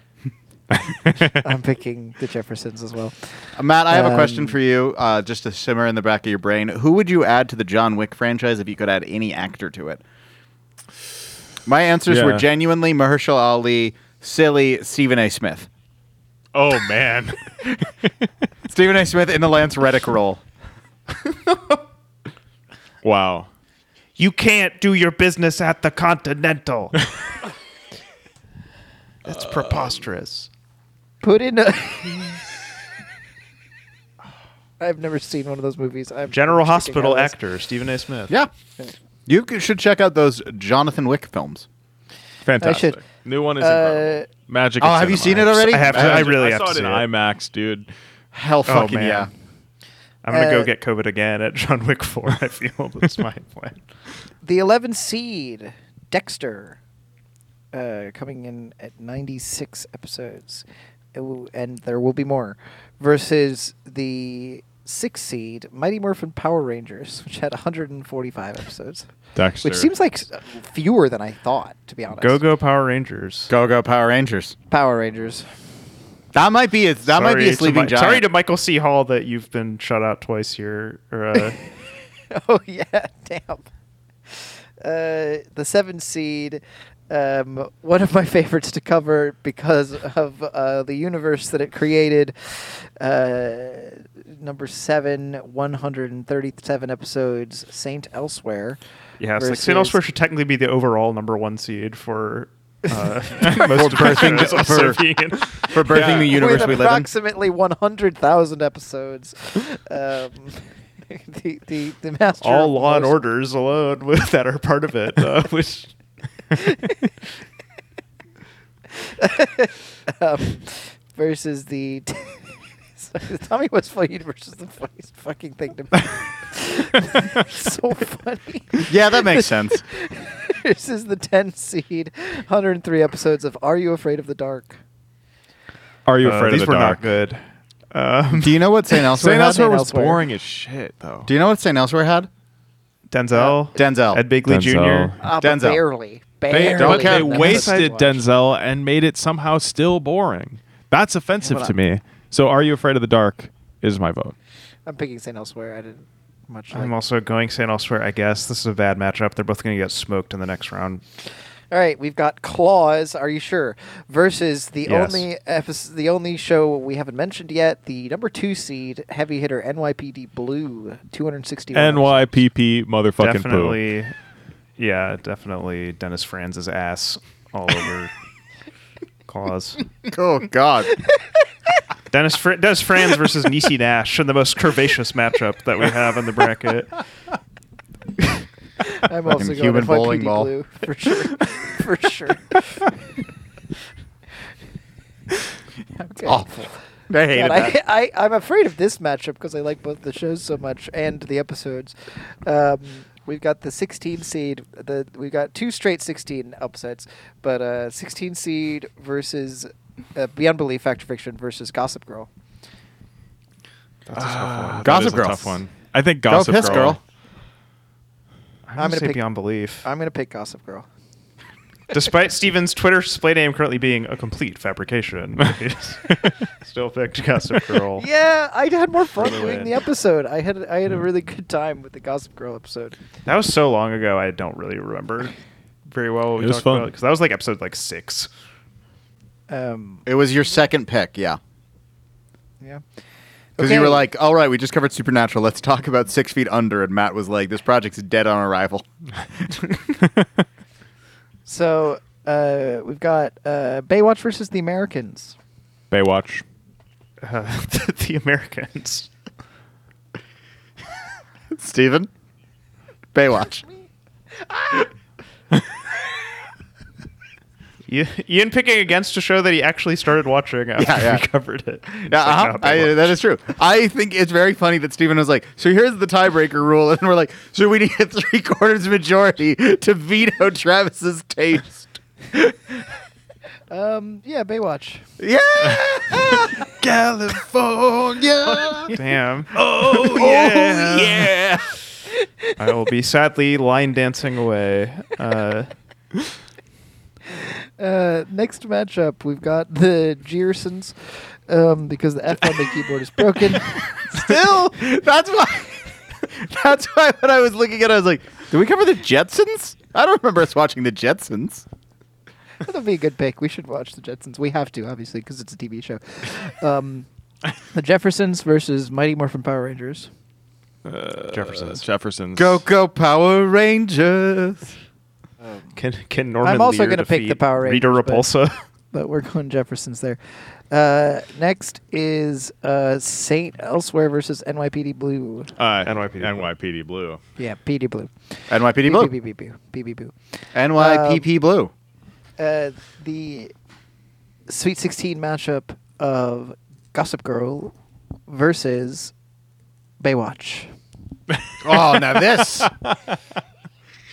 [SPEAKER 6] I'm picking The Jeffersons as well.
[SPEAKER 3] Uh, Matt, I have a question
[SPEAKER 6] Um,
[SPEAKER 3] for you, uh, just to simmer in the back of your brain. Who would you add to the John Wick franchise if you could add any actor to it? My answers were
[SPEAKER 4] Yeah.
[SPEAKER 3] genuinely Mahershala Ali, silly Stephen A. Smith.
[SPEAKER 4] Oh man.
[SPEAKER 3] Stephen A. Smith in the Lance Reddick role.
[SPEAKER 4] [LAUGHS] wow.
[SPEAKER 2] You can't do your business at the Continental. That's preposterous.
[SPEAKER 6] Put
[SPEAKER 2] [LAUGHS]
[SPEAKER 6] in a. I've never seen one of those movies. I'm
[SPEAKER 2] General
[SPEAKER 6] kicking
[SPEAKER 2] Hospital
[SPEAKER 6] out of this.
[SPEAKER 2] actor Stephen A. Smith.
[SPEAKER 3] Yeah. You c- should check out those Jonathan Wick films.
[SPEAKER 4] Fantastic.
[SPEAKER 6] should-
[SPEAKER 4] New one is
[SPEAKER 6] Uh,
[SPEAKER 4] incredible. Magic.
[SPEAKER 3] Oh,
[SPEAKER 4] at
[SPEAKER 3] have you
[SPEAKER 4] cinema.
[SPEAKER 3] seen it already?
[SPEAKER 2] I have to.
[SPEAKER 4] I,
[SPEAKER 2] I really
[SPEAKER 4] I
[SPEAKER 2] have
[SPEAKER 4] saw
[SPEAKER 2] to
[SPEAKER 4] it
[SPEAKER 2] see
[SPEAKER 4] in
[SPEAKER 2] it.
[SPEAKER 4] IMAX, dude.
[SPEAKER 3] Hell fucking
[SPEAKER 2] man.
[SPEAKER 3] yeah.
[SPEAKER 2] I'm gonna
[SPEAKER 6] Uh,
[SPEAKER 2] go get COVID again at John Wick Four. I feel [LAUGHS] that's my plan.
[SPEAKER 6] The 11 seed, Dexter, uh, coming in at 96 episodes. It will- and there will be more. Versus the 6 seed, Mighty Morphin Power Rangers, which had 145 episodes.
[SPEAKER 4] Dexter.
[SPEAKER 6] Which seems like s- uh, fewer than I thought, to be honest.
[SPEAKER 2] Go go Power Rangers.
[SPEAKER 3] Go go Power Rangers.
[SPEAKER 6] Power Rangers.
[SPEAKER 3] That might be a, that might be
[SPEAKER 2] Sorry
[SPEAKER 3] a
[SPEAKER 2] to
[SPEAKER 3] sleeping
[SPEAKER 2] Mi-
[SPEAKER 3] giant.
[SPEAKER 2] Sorry to Michael C. Hall that you've been shut out twice here. Or,
[SPEAKER 3] [LAUGHS]
[SPEAKER 2] uh,
[SPEAKER 6] [LAUGHS] Oh yeah, [LAUGHS] damn. Uh, the seven seed, um, one of my favorites to cover because of uh, the universe that it created. Uh, number seven, one hundred and thirty-seven episodes. Saint Elsewhere.
[SPEAKER 2] yeah, it's like
[SPEAKER 6] versus-
[SPEAKER 2] St. Elsewhere should technically be the overall number one seed for uh, [LAUGHS] most of the
[SPEAKER 3] birthing-
[SPEAKER 2] shows also
[SPEAKER 3] for-
[SPEAKER 2] being in-
[SPEAKER 3] for birthing the universe
[SPEAKER 6] with
[SPEAKER 3] we live in.
[SPEAKER 6] approximately one hundred thousand episodes. [LAUGHS] um, the the the master.
[SPEAKER 2] all
[SPEAKER 6] of
[SPEAKER 2] law and
[SPEAKER 6] most-
[SPEAKER 2] orders alone with, [LAUGHS] that are part of it. Uh, [LAUGHS] which
[SPEAKER 6] um, versus the [LAUGHS] Sorry, the Tommy Westfall universe is the funniest fucking thing to
[SPEAKER 2] [LAUGHS]
[SPEAKER 6] me. [LAUGHS] so funny.
[SPEAKER 3] Yeah, that makes sense.
[SPEAKER 6] This is the 10 seed, 103 episodes of Are You Afraid of the Dark?
[SPEAKER 4] Are you
[SPEAKER 2] uh,
[SPEAKER 4] afraid
[SPEAKER 2] these
[SPEAKER 4] of the
[SPEAKER 2] were
[SPEAKER 4] dark?
[SPEAKER 2] not good. Um,
[SPEAKER 3] [LAUGHS] Do you know what St. Elsewhere
[SPEAKER 4] St.
[SPEAKER 3] had?
[SPEAKER 4] Elsewhere
[SPEAKER 6] St.
[SPEAKER 4] was
[SPEAKER 6] Elsewhere.
[SPEAKER 4] boring as shit, though.
[SPEAKER 3] Do you know what St. Elsewhere had?
[SPEAKER 2] Denzel,
[SPEAKER 3] Denzel.
[SPEAKER 2] Uh, Ed Bigley
[SPEAKER 4] Denzel.
[SPEAKER 2] Jr.
[SPEAKER 6] Uh, but
[SPEAKER 3] Denzel.
[SPEAKER 6] Barely.
[SPEAKER 1] barely.
[SPEAKER 4] They, but
[SPEAKER 3] care.
[SPEAKER 4] they
[SPEAKER 1] That's
[SPEAKER 4] wasted
[SPEAKER 1] what-
[SPEAKER 4] Denzel and made it somehow still boring. That's offensive
[SPEAKER 6] but
[SPEAKER 4] to me. So, Are You Afraid of the Dark is my vote.
[SPEAKER 6] I'm picking St. Elsewhere. I didn't much like.
[SPEAKER 2] I'm also going St. Elsewhere, I guess. This is a bad matchup. They're both going to get smoked in the next round.
[SPEAKER 6] All right, we've got Claws. Are you sure? Versus the
[SPEAKER 2] Yes.
[SPEAKER 6] only episode, the only show we haven't mentioned yet, the number two seed heavy hitter NYPD Blue, two hundred sixty.
[SPEAKER 4] NYPP motherfucking poo.
[SPEAKER 2] definitely, yeah, definitely Dennis Franz's ass all
[SPEAKER 6] [LAUGHS]
[SPEAKER 2] over claws.
[SPEAKER 3] Oh God.
[SPEAKER 2] Dennis, Fr- Dennis Franz versus
[SPEAKER 6] [LAUGHS]
[SPEAKER 2] Nisi Nash in the most curvaceous matchup that we have in the
[SPEAKER 6] [LAUGHS]
[SPEAKER 2] bracket.
[SPEAKER 6] I'm also
[SPEAKER 3] Fucking
[SPEAKER 6] going
[SPEAKER 3] human
[SPEAKER 6] NYPD
[SPEAKER 3] bowling ball.
[SPEAKER 6] Blue for
[SPEAKER 3] [LAUGHS]
[SPEAKER 6] sure, for sure. Okay.
[SPEAKER 3] Awful. They hated
[SPEAKER 6] God,
[SPEAKER 3] that.
[SPEAKER 6] I, I, I'm afraid of this matchup because I like both the shows so much and the episodes. Um, we've got the 16 seed. The we've got two straight 16 upsets, but uh, 16 seed versus uh, Beyond Belief, Fact or Fiction versus Gossip Girl.
[SPEAKER 2] That's a tough one.
[SPEAKER 4] That
[SPEAKER 3] Gossip
[SPEAKER 4] is a
[SPEAKER 3] Girl.
[SPEAKER 4] tough one. I think
[SPEAKER 3] Go
[SPEAKER 4] Ah, Gossip
[SPEAKER 3] piss, girl.
[SPEAKER 2] I'm going
[SPEAKER 6] I'm gonna
[SPEAKER 2] to say
[SPEAKER 6] pick-
[SPEAKER 2] beyond belief.
[SPEAKER 6] I'm gonna pick Gossip Girl.
[SPEAKER 2] Despite Steven's Twitter display name currently being a complete
[SPEAKER 3] [LAUGHS]
[SPEAKER 2] fabrication, [LAUGHS] he's still picked Gossip Girl.
[SPEAKER 6] Yeah, I had more fun
[SPEAKER 2] Really
[SPEAKER 6] doing
[SPEAKER 2] win.
[SPEAKER 6] the episode. I had I
[SPEAKER 3] Mm-hmm.
[SPEAKER 6] had a really good time with the Gossip Girl episode.
[SPEAKER 2] That was so long ago. I don't really remember very well what we
[SPEAKER 4] It was
[SPEAKER 2] talked
[SPEAKER 4] fun.
[SPEAKER 2] about because that was like episode like six.
[SPEAKER 6] Um,
[SPEAKER 3] It was your second pick, yeah.
[SPEAKER 6] yeah.
[SPEAKER 3] Because you were
[SPEAKER 6] Okay.
[SPEAKER 3] like, all right, we just covered Supernatural. Let's talk about Six Feet Under. And Matt was like, this project's dead on arrival. [LAUGHS]
[SPEAKER 6] So uh, we've got uh, Baywatch versus The Americans.
[SPEAKER 4] [LAUGHS] Baywatch.
[SPEAKER 2] Uh, [LAUGHS] the, the Americans.
[SPEAKER 3] Steven? Baywatch.
[SPEAKER 2] I- Ian picking against a show that he actually started watching after
[SPEAKER 3] Yeah, yeah.
[SPEAKER 2] we covered it. It's
[SPEAKER 3] Yeah,
[SPEAKER 2] like,
[SPEAKER 3] uh-huh.
[SPEAKER 2] no,
[SPEAKER 3] I-
[SPEAKER 2] Baywatch.
[SPEAKER 3] that is true. I think it's very funny that Steven was like, so here's the tiebreaker rule. [LAUGHS] And we're like, so we need a three quarters majority to veto Travis's taste.
[SPEAKER 6] Um, yeah, Baywatch.
[SPEAKER 2] [LAUGHS]
[SPEAKER 3] Yeah! California!
[SPEAKER 2] Damn.
[SPEAKER 3] oh, yeah! yeah!
[SPEAKER 2] I will be sadly line dancing away. Uh,
[SPEAKER 6] Uh, next matchup, we've got the Jeersons, um, because the F on the keyboard
[SPEAKER 3] [LAUGHS]
[SPEAKER 6] is broken.
[SPEAKER 3] Still, that's why. [LAUGHS] That's why when I was looking at it, I was like, did we cover the Jetsons? I don't remember us watching the Jetsons.
[SPEAKER 6] That'll be a good pick. We should watch the Jetsons. We have to, obviously, because it's a TV show. Um, the Jeffersons versus Mighty Morphin Power Rangers.
[SPEAKER 2] Jefferson's.
[SPEAKER 4] Uh, Jefferson's.
[SPEAKER 3] Go, go, Power Rangers.
[SPEAKER 2] Can can Norman?
[SPEAKER 6] I'm also
[SPEAKER 2] Lear
[SPEAKER 6] gonna pick
[SPEAKER 2] defeat
[SPEAKER 6] the Power Rangers,
[SPEAKER 2] Rita
[SPEAKER 6] but-
[SPEAKER 2] Repulsa.
[SPEAKER 6] But we're going Jeffersons there. Uh, next is uh, Saint Elsewhere versus NYPD Blue.
[SPEAKER 4] Uh,
[SPEAKER 2] NYPD Blue.
[SPEAKER 4] NYPD Blue.
[SPEAKER 6] Yeah, PD Blue.
[SPEAKER 3] NYPD
[SPEAKER 6] Beep,
[SPEAKER 3] Blue.
[SPEAKER 6] beep, beep, beep, beep, beep, beep.
[SPEAKER 2] Um,
[SPEAKER 3] NYPP Blue.
[SPEAKER 6] uh, the Sweet 16 matchup of Gossip Girl versus Baywatch.
[SPEAKER 3] Oh, now this.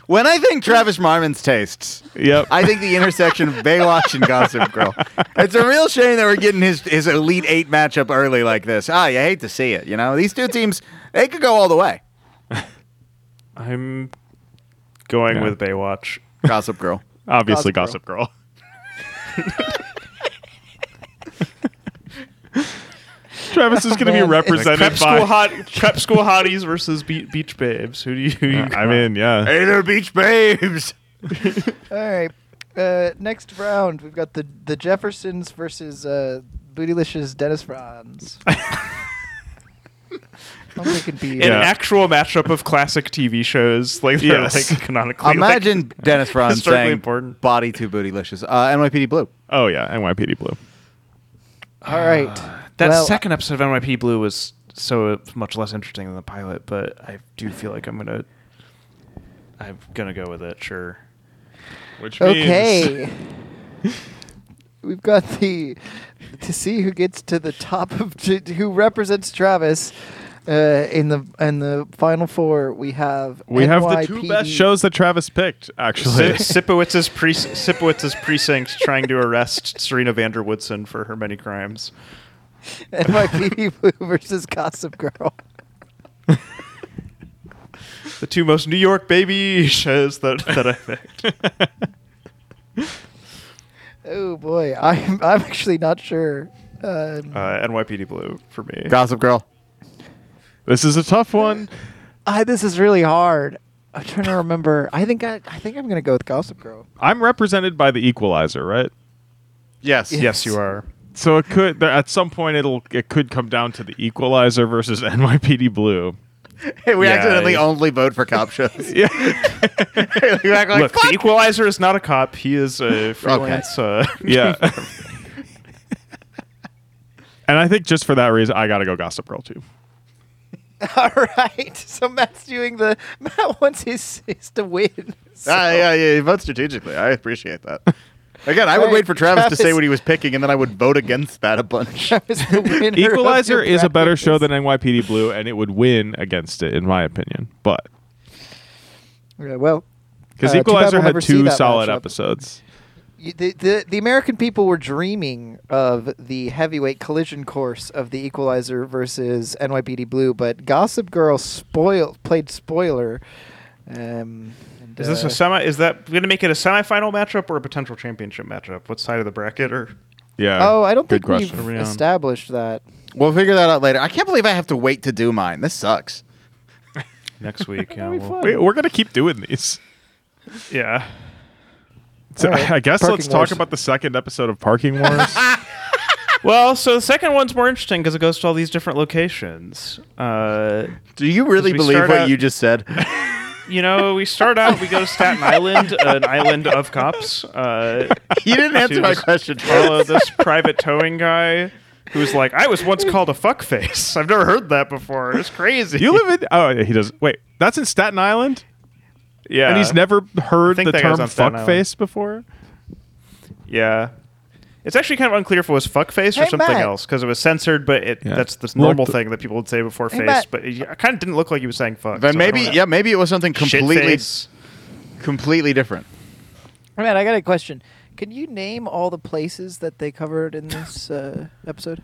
[SPEAKER 3] When I think Travis Marmon's tastes,
[SPEAKER 4] Yep.
[SPEAKER 3] I think the intersection of Baywatch and Gossip Girl. It's a real shame that we're getting his, his Elite Eight matchup early like this. Ah, you hate to see it. You know, these two teams, they could go all the way.
[SPEAKER 2] I'm going
[SPEAKER 4] Yeah.
[SPEAKER 2] with Baywatch.
[SPEAKER 4] [LAUGHS]
[SPEAKER 3] Gossip Girl.
[SPEAKER 4] Obviously,
[SPEAKER 6] Gossip
[SPEAKER 4] Gossip Girl. [LAUGHS] Travis is going to be
[SPEAKER 6] Man.
[SPEAKER 2] Prep
[SPEAKER 4] represented
[SPEAKER 2] school,
[SPEAKER 4] by.
[SPEAKER 2] hot, prep school hotties versus be- beach babes. Who do you? Who you
[SPEAKER 4] I mean, yeah.
[SPEAKER 3] Hey there, Beach Babes.
[SPEAKER 6] All right. Uh, next round, we've got the, the Jeffersons versus uh, Bootylicious Dennis Franz. I'm thinking B.
[SPEAKER 2] an
[SPEAKER 4] Yeah.
[SPEAKER 2] actual matchup of classic TV shows, like they're
[SPEAKER 4] Yes.
[SPEAKER 2] like canonically.
[SPEAKER 3] [LAUGHS] Imagine
[SPEAKER 2] [LAUGHS]
[SPEAKER 3] Dennis Franz
[SPEAKER 2] historically
[SPEAKER 3] saying
[SPEAKER 2] important.
[SPEAKER 3] body too bootylicious. Uh, NYPD Blue.
[SPEAKER 4] Oh, yeah. NYPD Blue.
[SPEAKER 6] All right.
[SPEAKER 2] like, Ah, that
[SPEAKER 6] Well,
[SPEAKER 2] second episode of NYP Blue was so much less interesting than the pilot, but I do feel like I'm gonna, I'm gonna go with it. Sure. [LAUGHS]
[SPEAKER 4] Which
[SPEAKER 6] Okay. We've got the to see who gets to the top of to, who represents Travis uh, in the in the final four. We have
[SPEAKER 4] We have the two
[SPEAKER 6] NYPD
[SPEAKER 4] best shows that Travis picked,
[SPEAKER 2] Si-
[SPEAKER 4] actually.
[SPEAKER 2] Sipowitz's,
[SPEAKER 4] [LAUGHS]
[SPEAKER 2] pre- Sipowitz's precinct trying to arrest Serena Vanderwoodson for her many crimes.
[SPEAKER 6] NYPD Blue [LAUGHS] versus Gossip Girl.
[SPEAKER 2] [LAUGHS] The two most New York baby shows that that I picked.
[SPEAKER 6] Oh boy, I'm I'm actually not sure. Um,
[SPEAKER 2] Uh, NYPD Blue for me.
[SPEAKER 3] Gossip Girl.
[SPEAKER 4] [LAUGHS] This is a tough one.
[SPEAKER 1] Uh, this is really hard.
[SPEAKER 6] I'm trying to remember. I think I I think I'm gonna go with Gossip Girl.
[SPEAKER 4] I'm represented by the Equalizer, right?
[SPEAKER 2] Yes.
[SPEAKER 6] Yes.
[SPEAKER 2] Yes, you are.
[SPEAKER 4] So it could there, at some point it'll it could come down to the Equalizer versus [LAUGHS] NYPD Blue.
[SPEAKER 3] Hey, [LAUGHS] we
[SPEAKER 2] Yeah,
[SPEAKER 3] accidentally
[SPEAKER 2] yeah.
[SPEAKER 3] only vote for cop [LAUGHS] shows.
[SPEAKER 4] Yeah.
[SPEAKER 3] We act like,
[SPEAKER 2] Look, the Equalizer is not a cop. He is a freelance. Uh, [LAUGHS]
[SPEAKER 4] Yeah.
[SPEAKER 3] [LAUGHS]
[SPEAKER 4] and I think just for that reason, I gotta go Gossip Girl too.
[SPEAKER 6] [LAUGHS]
[SPEAKER 4] [LAUGHS]
[SPEAKER 6] All right, so Matt's doing the [LAUGHS] Matt wants his, his to win. So-
[SPEAKER 3] Ah, yeah, yeah, he votes strategically. I appreciate [LAUGHS] that. Again, I would
[SPEAKER 6] Right,
[SPEAKER 3] wait for Travis, to say
[SPEAKER 6] Travis-
[SPEAKER 3] what he was picking, and then I would vote against that a [LAUGHS] bunch.
[SPEAKER 6] is the winner of your
[SPEAKER 4] Equalizer is a better show
[SPEAKER 6] bracket.
[SPEAKER 4] than NYPD Blue, and it would win against it, in my opinion. But
[SPEAKER 6] Yeah, well,
[SPEAKER 4] because
[SPEAKER 6] Uh, too bad
[SPEAKER 4] Equalizer
[SPEAKER 6] we'll never
[SPEAKER 4] had
[SPEAKER 6] see
[SPEAKER 4] two
[SPEAKER 6] that
[SPEAKER 4] solid
[SPEAKER 6] matchup.
[SPEAKER 4] episodes.
[SPEAKER 6] you- the, the the American people were dreaming of the heavyweight collision course of the Equalizer versus NYPD Blue, but Gossip Girl spoil played spoiler. Um, and,
[SPEAKER 2] is this a
[SPEAKER 6] uh,
[SPEAKER 2] semi? Is that going to make it a semifinal matchup or a potential championship matchup? What side of the bracket? Or
[SPEAKER 4] Yeah.
[SPEAKER 6] Oh, I don't
[SPEAKER 4] Good
[SPEAKER 6] think we've
[SPEAKER 4] question.
[SPEAKER 2] Are we on?
[SPEAKER 6] established that.
[SPEAKER 3] we'll figure that out later. I can't believe I have to wait to do mine. This sucks.
[SPEAKER 2] next week? yeah,
[SPEAKER 6] That'd be
[SPEAKER 2] we'll-
[SPEAKER 6] fun.
[SPEAKER 4] We, we're gonna keep doing
[SPEAKER 6] [LAUGHS]
[SPEAKER 4] these.
[SPEAKER 2] yeah.
[SPEAKER 4] So,
[SPEAKER 6] All right.
[SPEAKER 4] I guess
[SPEAKER 6] Parking
[SPEAKER 4] let's
[SPEAKER 6] Wars.
[SPEAKER 4] talk about the second episode of Parking
[SPEAKER 6] [LAUGHS]
[SPEAKER 4] Wars.
[SPEAKER 2] Well, so the second one's more interesting because it goes to all these different locations. Uh,
[SPEAKER 3] Do you really
[SPEAKER 2] we
[SPEAKER 3] believe
[SPEAKER 2] start
[SPEAKER 3] what
[SPEAKER 2] out-
[SPEAKER 3] you just [LAUGHS] said?
[SPEAKER 2] you know, we start out, we go to
[SPEAKER 3] [LAUGHS]
[SPEAKER 2] Staten Island, an island of cops. Uh,
[SPEAKER 3] you didn't answer
[SPEAKER 2] to
[SPEAKER 3] my
[SPEAKER 2] just
[SPEAKER 3] question. Travis.
[SPEAKER 2] follow
[SPEAKER 3] [LAUGHS]
[SPEAKER 2] this private towing guy who's like, I was once called a fuckface. [LAUGHS] I've never heard that before. It's crazy.
[SPEAKER 4] you live in? Oh, yeah, he does. Wait, that's in Staten Island,
[SPEAKER 2] yeah,
[SPEAKER 4] and he's never heard
[SPEAKER 2] think
[SPEAKER 4] the
[SPEAKER 2] that
[SPEAKER 4] term
[SPEAKER 2] guy's on Staten
[SPEAKER 4] "fuckface" before.
[SPEAKER 2] Yeah. It's actually kind of unclear if it was fuckface or
[SPEAKER 6] Hey,
[SPEAKER 2] something
[SPEAKER 6] Matt.
[SPEAKER 2] else because it was censored, but it
[SPEAKER 4] Yeah.
[SPEAKER 2] that's the
[SPEAKER 4] Look,
[SPEAKER 2] normal
[SPEAKER 4] the-
[SPEAKER 2] thing that people would say before face.
[SPEAKER 6] Matt.
[SPEAKER 2] But it kind of didn't look like he was saying fuck.
[SPEAKER 3] Then
[SPEAKER 2] so I
[SPEAKER 3] maybe,
[SPEAKER 2] don't know.
[SPEAKER 3] yeah, maybe it was something completely,
[SPEAKER 2] Shitface. [LAUGHS]
[SPEAKER 3] completely different.
[SPEAKER 6] All right, I got a question. Can you name all the places that they covered in this uh, episode?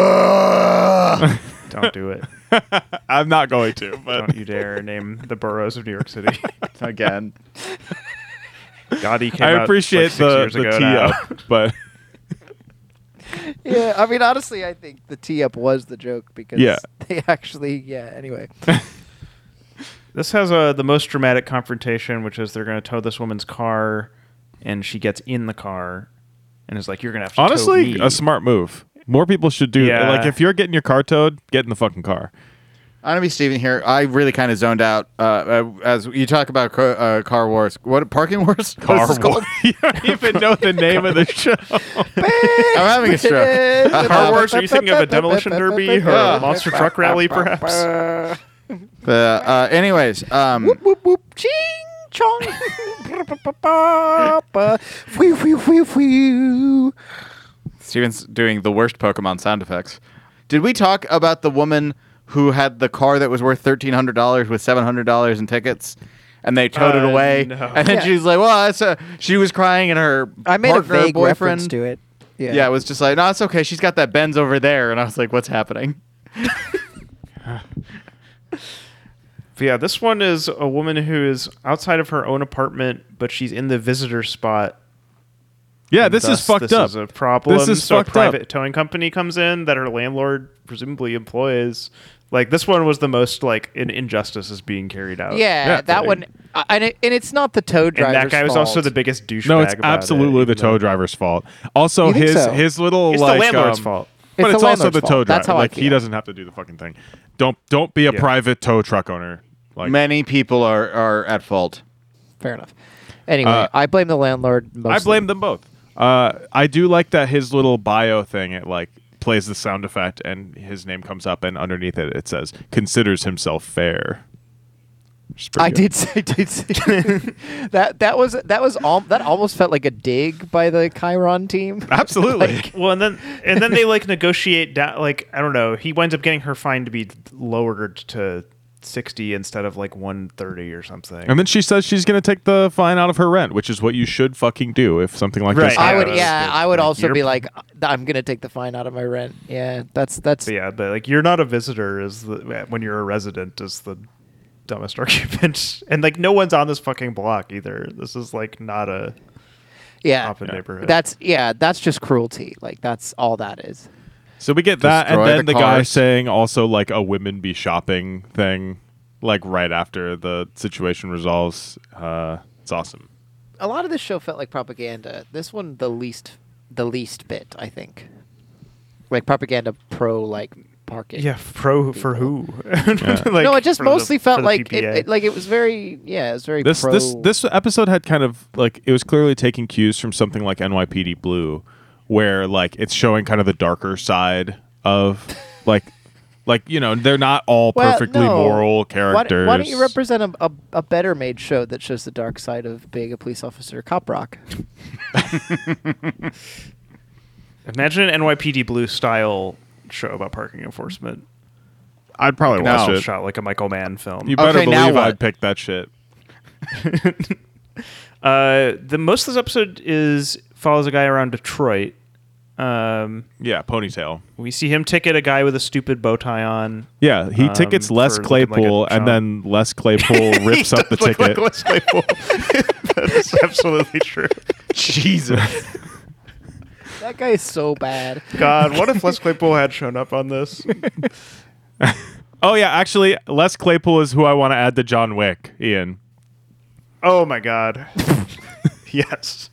[SPEAKER 4] [LAUGHS]
[SPEAKER 2] Don't do it.
[SPEAKER 4] I'm not going to, but
[SPEAKER 2] Don't you dare name the boroughs of New York [LAUGHS] City.
[SPEAKER 3] Again,
[SPEAKER 2] [LAUGHS] God, he came out,
[SPEAKER 4] I
[SPEAKER 2] like,
[SPEAKER 4] appreciate
[SPEAKER 2] six
[SPEAKER 4] the,
[SPEAKER 2] years
[SPEAKER 4] the
[SPEAKER 2] ago
[SPEAKER 4] tee
[SPEAKER 2] now. [LAUGHS]
[SPEAKER 4] up. But
[SPEAKER 6] [LAUGHS] yeah, I mean, honestly, I think the tee up was the joke because
[SPEAKER 4] Yeah.
[SPEAKER 6] they actually, yeah. Anyway,
[SPEAKER 2] This has uh, the most dramatic confrontation, which is they're going to tow this woman's car, and she gets in the car, and is like, "You're going to have to."
[SPEAKER 4] honestly,
[SPEAKER 2] tow me."
[SPEAKER 4] a smart move. More people should do.
[SPEAKER 2] Yeah.
[SPEAKER 4] Like if you're getting your car towed, get in the fucking car. [LAUGHS]
[SPEAKER 3] I'm gonna be Steven here. I really kind of zoned out uh, uh, as you talk about car, uh, car wars. What parking wars? [LAUGHS] Car
[SPEAKER 4] Horrible. you
[SPEAKER 2] [LAUGHS]
[SPEAKER 4] don't
[SPEAKER 2] Oh
[SPEAKER 4] even know the name of the show.
[SPEAKER 3] I'm having a stroke. Uh,
[SPEAKER 6] Uh-huh.
[SPEAKER 2] car wars. Are you thinking of a demolition derby or a monster truck rally, perhaps?
[SPEAKER 3] uh, uh, anyways, um,
[SPEAKER 6] whoop whoop whoop, ching chong, whew whew whew whew.
[SPEAKER 3] Steven's doing the worst Pokemon sound effects. Did we talk about the woman who had the car that was worth thirteen hundred dollars with seven hundred dollars in tickets, and they towed it
[SPEAKER 2] Uh,
[SPEAKER 3] away?
[SPEAKER 2] no.
[SPEAKER 3] [LAUGHS] And then
[SPEAKER 6] Yeah.
[SPEAKER 3] she's like, "Well, that's a." She was crying, and her
[SPEAKER 6] I made
[SPEAKER 3] partner,
[SPEAKER 6] a vague
[SPEAKER 3] boyfriend
[SPEAKER 6] reference to it. Yeah,
[SPEAKER 3] Yeah. it was just like, "No, it's okay." She's got that Benz over there, and I was like, "What's happening?"
[SPEAKER 2] But yeah, this one is a woman who is outside of her own apartment, but she's in the visitor spot.
[SPEAKER 4] Yeah,
[SPEAKER 2] and
[SPEAKER 4] this
[SPEAKER 2] thus
[SPEAKER 4] is fucked
[SPEAKER 2] this
[SPEAKER 4] up.
[SPEAKER 2] This is a problem.
[SPEAKER 4] This is
[SPEAKER 2] so
[SPEAKER 4] fucked
[SPEAKER 2] a
[SPEAKER 4] up.
[SPEAKER 2] private towing company comes in that her landlord presumably employs. Like this one was the most like an injustice is being carried out.
[SPEAKER 1] Yeah,
[SPEAKER 4] Yeah.
[SPEAKER 1] that one. I- And, it, and it's not the tow
[SPEAKER 2] and
[SPEAKER 1] driver's
[SPEAKER 2] that guy was also
[SPEAKER 1] fault.
[SPEAKER 2] the biggest douchebag.
[SPEAKER 4] no, it's
[SPEAKER 2] about it,
[SPEAKER 4] absolutely the
[SPEAKER 2] even though-
[SPEAKER 4] tow driver's fault. Also,
[SPEAKER 6] You think
[SPEAKER 4] his
[SPEAKER 6] so?
[SPEAKER 4] his little
[SPEAKER 2] It's the
[SPEAKER 4] like
[SPEAKER 2] landlord's
[SPEAKER 4] um,
[SPEAKER 2] fault.
[SPEAKER 4] but
[SPEAKER 6] It's
[SPEAKER 4] it's,
[SPEAKER 6] the
[SPEAKER 4] also
[SPEAKER 6] landlord's
[SPEAKER 4] the tow
[SPEAKER 6] fault.
[SPEAKER 4] driver.
[SPEAKER 6] That's how I
[SPEAKER 4] like he
[SPEAKER 6] feel.
[SPEAKER 4] doesn't have to do the fucking thing. Don't don't be a
[SPEAKER 2] Yeah.
[SPEAKER 4] private tow truck owner. Like
[SPEAKER 3] Many people are are at fault.
[SPEAKER 6] fair enough. Anyway,
[SPEAKER 4] Uh,
[SPEAKER 6] I blame the landlord. Mostly.
[SPEAKER 4] I blame them both. Uh, I do like that his little bio thing. It like plays the sound effect, and his name comes up, and underneath it it says considers himself fair. Which is pretty
[SPEAKER 1] I
[SPEAKER 4] good.
[SPEAKER 1] did [LAUGHS] say, I did
[SPEAKER 2] [LAUGHS]
[SPEAKER 1] say that. That was that was all. That almost felt like a dig by the Chiron team.
[SPEAKER 4] absolutely.
[SPEAKER 2] Well, and then and then they like [LAUGHS] negotiate down. Like I don't know. He winds up getting her fine to be lowered to sixty instead of like one thirty or something.
[SPEAKER 4] and then she says she's gonna take the fine out of her rent, which is what you should fucking do if something like this.
[SPEAKER 2] Right.
[SPEAKER 1] I
[SPEAKER 4] happens.
[SPEAKER 1] would,
[SPEAKER 2] Yeah,
[SPEAKER 1] yeah,
[SPEAKER 2] that's
[SPEAKER 1] I would
[SPEAKER 2] like
[SPEAKER 1] also
[SPEAKER 2] your-
[SPEAKER 1] be like, I'm gonna take the fine out of my rent.
[SPEAKER 6] Yeah, that's that's
[SPEAKER 2] But yeah, but like you're not a visitor is the when you're a resident is the [LAUGHS] dumbest argument. And like no one's on this fucking block either. This is like not a
[SPEAKER 1] yeah.
[SPEAKER 2] Up in neighborhood.
[SPEAKER 1] That's yeah. That's just cruelty. Like that's all that is.
[SPEAKER 4] So we get that, and
[SPEAKER 3] Destroy
[SPEAKER 4] then
[SPEAKER 3] the
[SPEAKER 4] the, guy
[SPEAKER 3] cars.
[SPEAKER 4] saying also like a women be shopping thing, like right after the situation resolves. Uh, it's awesome.
[SPEAKER 6] A lot of this show felt like propaganda. This one, the least, the least bit, I think.
[SPEAKER 1] Like propaganda pro like parking.
[SPEAKER 2] yeah, pro for who? [LAUGHS] Like,
[SPEAKER 6] no, it just
[SPEAKER 2] for the-
[SPEAKER 6] mostly
[SPEAKER 2] for
[SPEAKER 6] felt
[SPEAKER 2] the
[SPEAKER 6] like it,
[SPEAKER 2] PPA.
[SPEAKER 6] it, like it was very, yeah, it was very
[SPEAKER 4] This
[SPEAKER 6] pro.
[SPEAKER 4] this this episode had kind of like it was clearly taking cues from something like NYPD Blue, where like it's showing kind of the darker side
[SPEAKER 6] [LAUGHS]
[SPEAKER 4] of like like you know they're not all
[SPEAKER 6] Well,
[SPEAKER 4] perfectly
[SPEAKER 6] no.
[SPEAKER 4] moral
[SPEAKER 6] Why-
[SPEAKER 4] characters.
[SPEAKER 6] Why, don't you represent a, a, a better made show that shows the dark side of being a police officer, cop rock? [LAUGHS]
[SPEAKER 2] Imagine an NYPD Blue style show about parking enforcement.
[SPEAKER 4] I'd probably
[SPEAKER 3] No.
[SPEAKER 4] watch
[SPEAKER 2] Shot
[SPEAKER 4] it.
[SPEAKER 2] Shot like a Michael Mann film.
[SPEAKER 4] You better
[SPEAKER 3] Okay, now
[SPEAKER 4] believe
[SPEAKER 3] what?
[SPEAKER 4] I'd pick that shit.
[SPEAKER 2] Uh, the most of this episode is follows a guy around Detroit. Um,
[SPEAKER 4] Yeah, ponytail.
[SPEAKER 2] we see him ticket a guy with a stupid bow tie on.
[SPEAKER 4] Yeah, he
[SPEAKER 2] um,
[SPEAKER 4] tickets Les
[SPEAKER 2] for looking like a
[SPEAKER 4] Claypool, and
[SPEAKER 2] chump.
[SPEAKER 4] then Les [LAUGHS] Claypool rips up the
[SPEAKER 2] Look [LAUGHS] like
[SPEAKER 4] ticket. [LAUGHS]
[SPEAKER 2] Les Claypool. That's absolutely true.
[SPEAKER 4] Jesus.
[SPEAKER 6] That guy is so bad.
[SPEAKER 2] God, what if Les Claypool had shown up on this?
[SPEAKER 4] oh yeah, actually, Les Claypool is who I want to add to John Wick. Ian.
[SPEAKER 2] Oh my god. [LAUGHS] yes.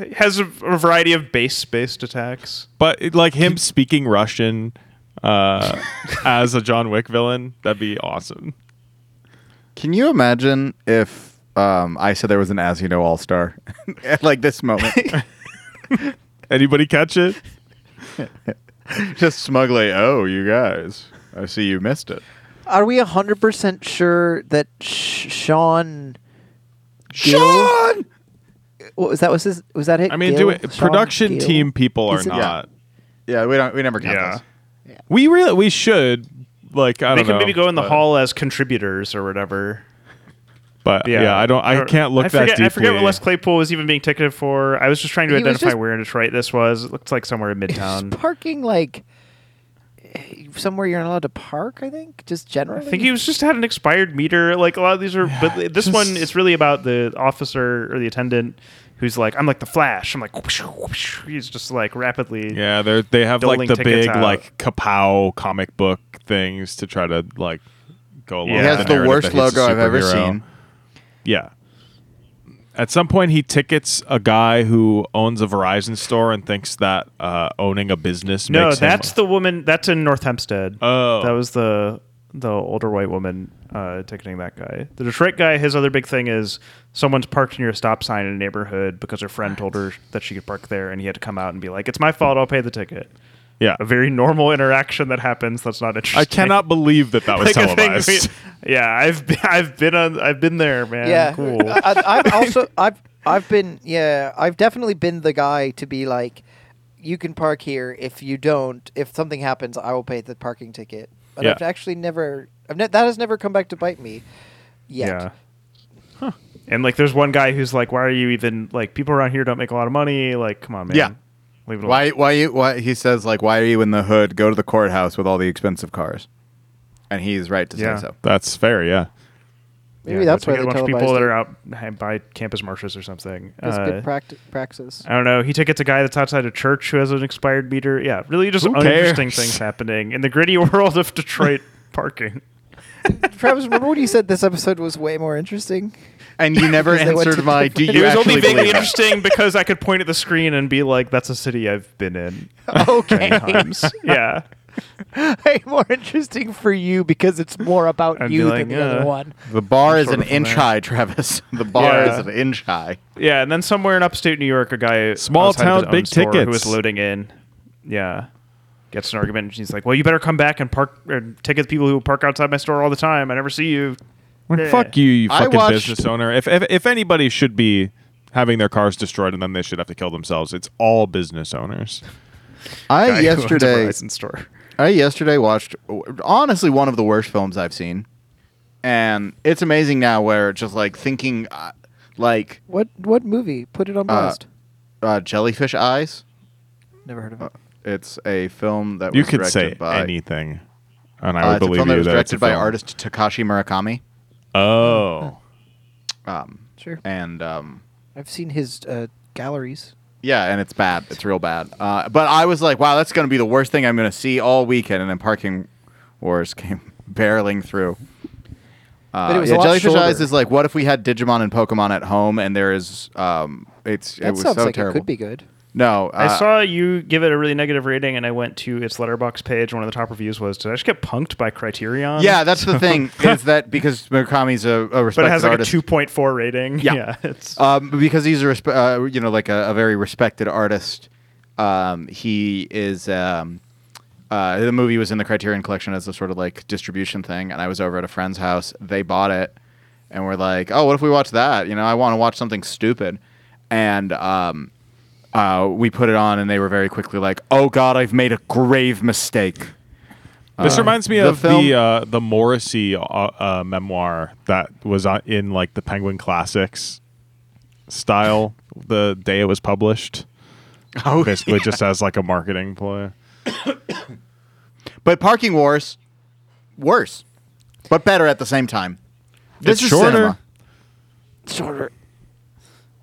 [SPEAKER 2] It Has a, a variety of base based attacks.
[SPEAKER 4] But it- like him speaking Russian
[SPEAKER 6] [LAUGHS]
[SPEAKER 4] uh, as a John Wick villain, that'd be awesome.
[SPEAKER 3] Can you imagine if um, I said there was an As You Know All Star [LAUGHS] at like this moment?
[SPEAKER 4] Anybody catch it?
[SPEAKER 3] [LAUGHS] Just smugly, oh, you guys, I see you missed it.
[SPEAKER 6] Are we hundred percent sure that Sh- Sean? Gil-
[SPEAKER 3] Sean!
[SPEAKER 6] What was that? Was his? Was that it?
[SPEAKER 4] I mean,
[SPEAKER 6] Gil?
[SPEAKER 4] do it.
[SPEAKER 6] Sean
[SPEAKER 4] Production
[SPEAKER 6] Gil?
[SPEAKER 4] team people are
[SPEAKER 6] Is it-
[SPEAKER 3] Yeah.
[SPEAKER 4] not.
[SPEAKER 3] Yeah, we don't. We never count
[SPEAKER 2] Yeah.
[SPEAKER 3] those.
[SPEAKER 4] We really we should like I
[SPEAKER 2] They
[SPEAKER 4] don't
[SPEAKER 2] can
[SPEAKER 4] know.
[SPEAKER 2] maybe go in the
[SPEAKER 4] but-
[SPEAKER 2] hall as contributors or whatever.
[SPEAKER 4] But yeah, I don't. I
[SPEAKER 2] Or-
[SPEAKER 4] can't look
[SPEAKER 2] I
[SPEAKER 4] that
[SPEAKER 2] forget,
[SPEAKER 4] deeply.
[SPEAKER 2] I forget what Les Claypool was even being ticketed for. I was just trying to
[SPEAKER 6] He was
[SPEAKER 2] identify
[SPEAKER 6] just-
[SPEAKER 2] where in Detroit this was. It looked like somewhere
[SPEAKER 6] [LAUGHS]
[SPEAKER 2] in
[SPEAKER 6] Just
[SPEAKER 2] Midtown.
[SPEAKER 6] parking like somewhere you're not allowed to park. I think just generally.
[SPEAKER 2] I think he was just had an expired meter. Like a lot of these are, but this one
[SPEAKER 4] just-
[SPEAKER 2] it's really about the officer or the attendant who's like, I'm like the Flash. I'm like, whoosh, whoosh. he's just like rapidly.
[SPEAKER 4] Yeah, they they have like
[SPEAKER 2] Doling
[SPEAKER 4] the
[SPEAKER 2] tickets
[SPEAKER 4] big
[SPEAKER 2] out.
[SPEAKER 4] like kapow comic book things to try to like go along.
[SPEAKER 2] He
[SPEAKER 3] He
[SPEAKER 4] with
[SPEAKER 2] Yeah.
[SPEAKER 3] has the
[SPEAKER 4] narrative
[SPEAKER 3] worst
[SPEAKER 4] that he's a
[SPEAKER 3] logo I've ever
[SPEAKER 4] superhero.
[SPEAKER 3] seen.
[SPEAKER 4] Yeah. At some point, he tickets a guy who owns a Verizon store and thinks that uh, owning a business
[SPEAKER 2] No,
[SPEAKER 4] makes
[SPEAKER 2] that's
[SPEAKER 4] him.
[SPEAKER 2] the woman. That's in North Hempstead.
[SPEAKER 4] Oh.
[SPEAKER 2] that was the the older white woman uh, ticketing that guy. The Detroit guy. His other big thing is someone's parked near a stop sign in a neighborhood because her friend told her that she could park there, and he had to come out and be like, "It's my fault. I'll pay the ticket."
[SPEAKER 4] yeah.
[SPEAKER 2] A very normal interaction that happens. That's not interesting.
[SPEAKER 4] I cannot believe that that
[SPEAKER 2] Like
[SPEAKER 4] was
[SPEAKER 2] a thing we-
[SPEAKER 4] televised.
[SPEAKER 2] yeah, I've [LAUGHS] been, I've been on. I've been there, man.
[SPEAKER 6] yeah. Uh,
[SPEAKER 2] cool.
[SPEAKER 6] I, I've also I've I've been yeah I've definitely been the guy to be like, you can park here. If you don't, if something happens, I will pay the parking ticket. But I've
[SPEAKER 4] Yeah.
[SPEAKER 6] actually never I've ne- that has never come back to bite me. Yet.
[SPEAKER 2] Yeah. And like, there's one guy who's like, "Why are you even like? People around here don't make a lot of money. Like, come on, man.
[SPEAKER 3] Yeah.
[SPEAKER 2] Leave it alone.
[SPEAKER 3] Why? Why you? Why he says like, why are you in the hood? Go to the courthouse with all the expensive cars. And he's right to
[SPEAKER 2] Yeah.
[SPEAKER 3] say so.
[SPEAKER 4] That's fair, yeah.
[SPEAKER 6] Maybe
[SPEAKER 2] Yeah,
[SPEAKER 6] that's
[SPEAKER 2] go
[SPEAKER 6] why
[SPEAKER 2] take
[SPEAKER 6] they
[SPEAKER 2] a bunch of
[SPEAKER 6] televised
[SPEAKER 2] people that
[SPEAKER 6] it.
[SPEAKER 2] are out ha- by campus marshes or something.
[SPEAKER 6] It's
[SPEAKER 2] Uh,
[SPEAKER 6] good practi- praxis.
[SPEAKER 2] I don't know. He tickets a guy that's outside a church who has an expired meter. Yeah, really, just
[SPEAKER 4] Who
[SPEAKER 2] uninteresting
[SPEAKER 4] cares?
[SPEAKER 2] things happening in the gritty [LAUGHS] world of Detroit parking.
[SPEAKER 6] [LAUGHS] Travis, remember when you said this episode was way more interesting? [LAUGHS]
[SPEAKER 3] And
[SPEAKER 2] [LAUGHS]
[SPEAKER 3] you never
[SPEAKER 6] Because they went to
[SPEAKER 3] answered my. Do
[SPEAKER 6] different-
[SPEAKER 3] you
[SPEAKER 2] it was
[SPEAKER 3] actually
[SPEAKER 2] only vaguely
[SPEAKER 3] believe? it?"
[SPEAKER 2] interesting because I could point at the screen and be like, "That's a city I've been
[SPEAKER 3] [LAUGHS]
[SPEAKER 2] in."
[SPEAKER 6] Okay.
[SPEAKER 2] Times. yeah.
[SPEAKER 6] way more interesting for you because it's more about
[SPEAKER 2] I'd be
[SPEAKER 6] you
[SPEAKER 2] like,
[SPEAKER 6] than the other
[SPEAKER 2] "Uh."
[SPEAKER 6] one.
[SPEAKER 3] The bar is
[SPEAKER 2] Sort
[SPEAKER 3] an
[SPEAKER 2] of from
[SPEAKER 3] inch
[SPEAKER 2] there.
[SPEAKER 3] high, Travis. [LAUGHS] The bar
[SPEAKER 2] Yeah.
[SPEAKER 3] is an inch high.
[SPEAKER 2] Yeah, and then somewhere in upstate New York, a guy
[SPEAKER 4] Small
[SPEAKER 2] outside of his
[SPEAKER 4] town,
[SPEAKER 2] own
[SPEAKER 4] big
[SPEAKER 2] store who
[SPEAKER 4] tickets.
[SPEAKER 2] was loading in, yeah, gets an argument, and she's like, "Well, you better come back and park or ticket the people who park outside my store all the time. I never see you." Yeah.
[SPEAKER 4] Fuck you, you
[SPEAKER 3] I
[SPEAKER 4] fucking
[SPEAKER 3] watched-
[SPEAKER 4] business owner. If, if if anybody should be having their cars destroyed and then they should have to kill themselves, it's all business owners.
[SPEAKER 2] Guy who
[SPEAKER 3] I
[SPEAKER 2] owns a
[SPEAKER 3] yesterday.
[SPEAKER 2] Verizon store.
[SPEAKER 3] I yesterday watched honestly one of the worst films I've seen, and it's amazing now where just like thinking, uh, like
[SPEAKER 6] What what movie? Put it on
[SPEAKER 3] Uh,
[SPEAKER 6] blast.
[SPEAKER 3] uh, Jellyfish Eyes.
[SPEAKER 6] Never heard of
[SPEAKER 3] uh,
[SPEAKER 6] it.
[SPEAKER 3] It's a film that
[SPEAKER 4] You
[SPEAKER 3] was
[SPEAKER 4] could
[SPEAKER 3] directed
[SPEAKER 4] say
[SPEAKER 3] by.
[SPEAKER 4] anything, and I
[SPEAKER 3] uh,
[SPEAKER 4] would
[SPEAKER 3] it's a
[SPEAKER 4] believe
[SPEAKER 3] film
[SPEAKER 4] you.
[SPEAKER 3] that was
[SPEAKER 4] that it's a
[SPEAKER 3] directed by
[SPEAKER 4] film.
[SPEAKER 3] artist Takashi Murakami,
[SPEAKER 4] Oh,
[SPEAKER 3] um,
[SPEAKER 6] Sure.
[SPEAKER 3] and um,
[SPEAKER 6] I've seen his uh, galleries.
[SPEAKER 3] Yeah, and it's bad. It's real bad. Uh, but I was like, wow, that's going to be the worst thing I'm going to see all weekend. And then Parking Wars [LAUGHS] came barreling through. Uh,
[SPEAKER 6] But it was a
[SPEAKER 3] yeah,
[SPEAKER 6] lot
[SPEAKER 3] Jellyfish
[SPEAKER 6] shorter.
[SPEAKER 3] Eyes is like, what if we had Digimon and Pokemon at home? And there is, um, it's
[SPEAKER 6] That
[SPEAKER 3] it was
[SPEAKER 6] sounds
[SPEAKER 3] so
[SPEAKER 6] like
[SPEAKER 3] terrible.
[SPEAKER 6] it could be good.
[SPEAKER 3] No, uh,
[SPEAKER 2] I saw you give it a really negative rating, and I went to its letterbox page. One of the top reviews was, "Did I just get punked by Criterion?"
[SPEAKER 3] Yeah, that's
[SPEAKER 2] [LAUGHS]
[SPEAKER 3] the thing is that because Murakami's a, a
[SPEAKER 2] but
[SPEAKER 3] respected
[SPEAKER 2] it has like
[SPEAKER 3] artist.
[SPEAKER 2] a two point four rating. [LAUGHS]
[SPEAKER 3] Yeah.
[SPEAKER 2] it's
[SPEAKER 3] um, because he's a respe- uh, you know like a, a very respected artist. Um, he is. Um, uh, the movie was in the Criterion Collection as a sort of like distribution thing, and I was over at a friend's house. They bought it, and we're like, "Oh, what if we watch that?" You know, I want to watch something stupid, and um, uh, we put it on, and they were very quickly like, "Oh God, I've made a grave mistake."
[SPEAKER 4] This reminds me
[SPEAKER 3] the
[SPEAKER 4] of
[SPEAKER 3] film-
[SPEAKER 4] the uh, the Morrissey uh, uh, memoir that was on- in like the Penguin Classics style the day it was published.
[SPEAKER 3] Oh,
[SPEAKER 4] Basically, just as like a marketing ploy.
[SPEAKER 3] But Parking Wars, worse, but better at the same time. This
[SPEAKER 4] It's
[SPEAKER 3] is
[SPEAKER 4] shorter.
[SPEAKER 3] cinema.
[SPEAKER 1] Shorter.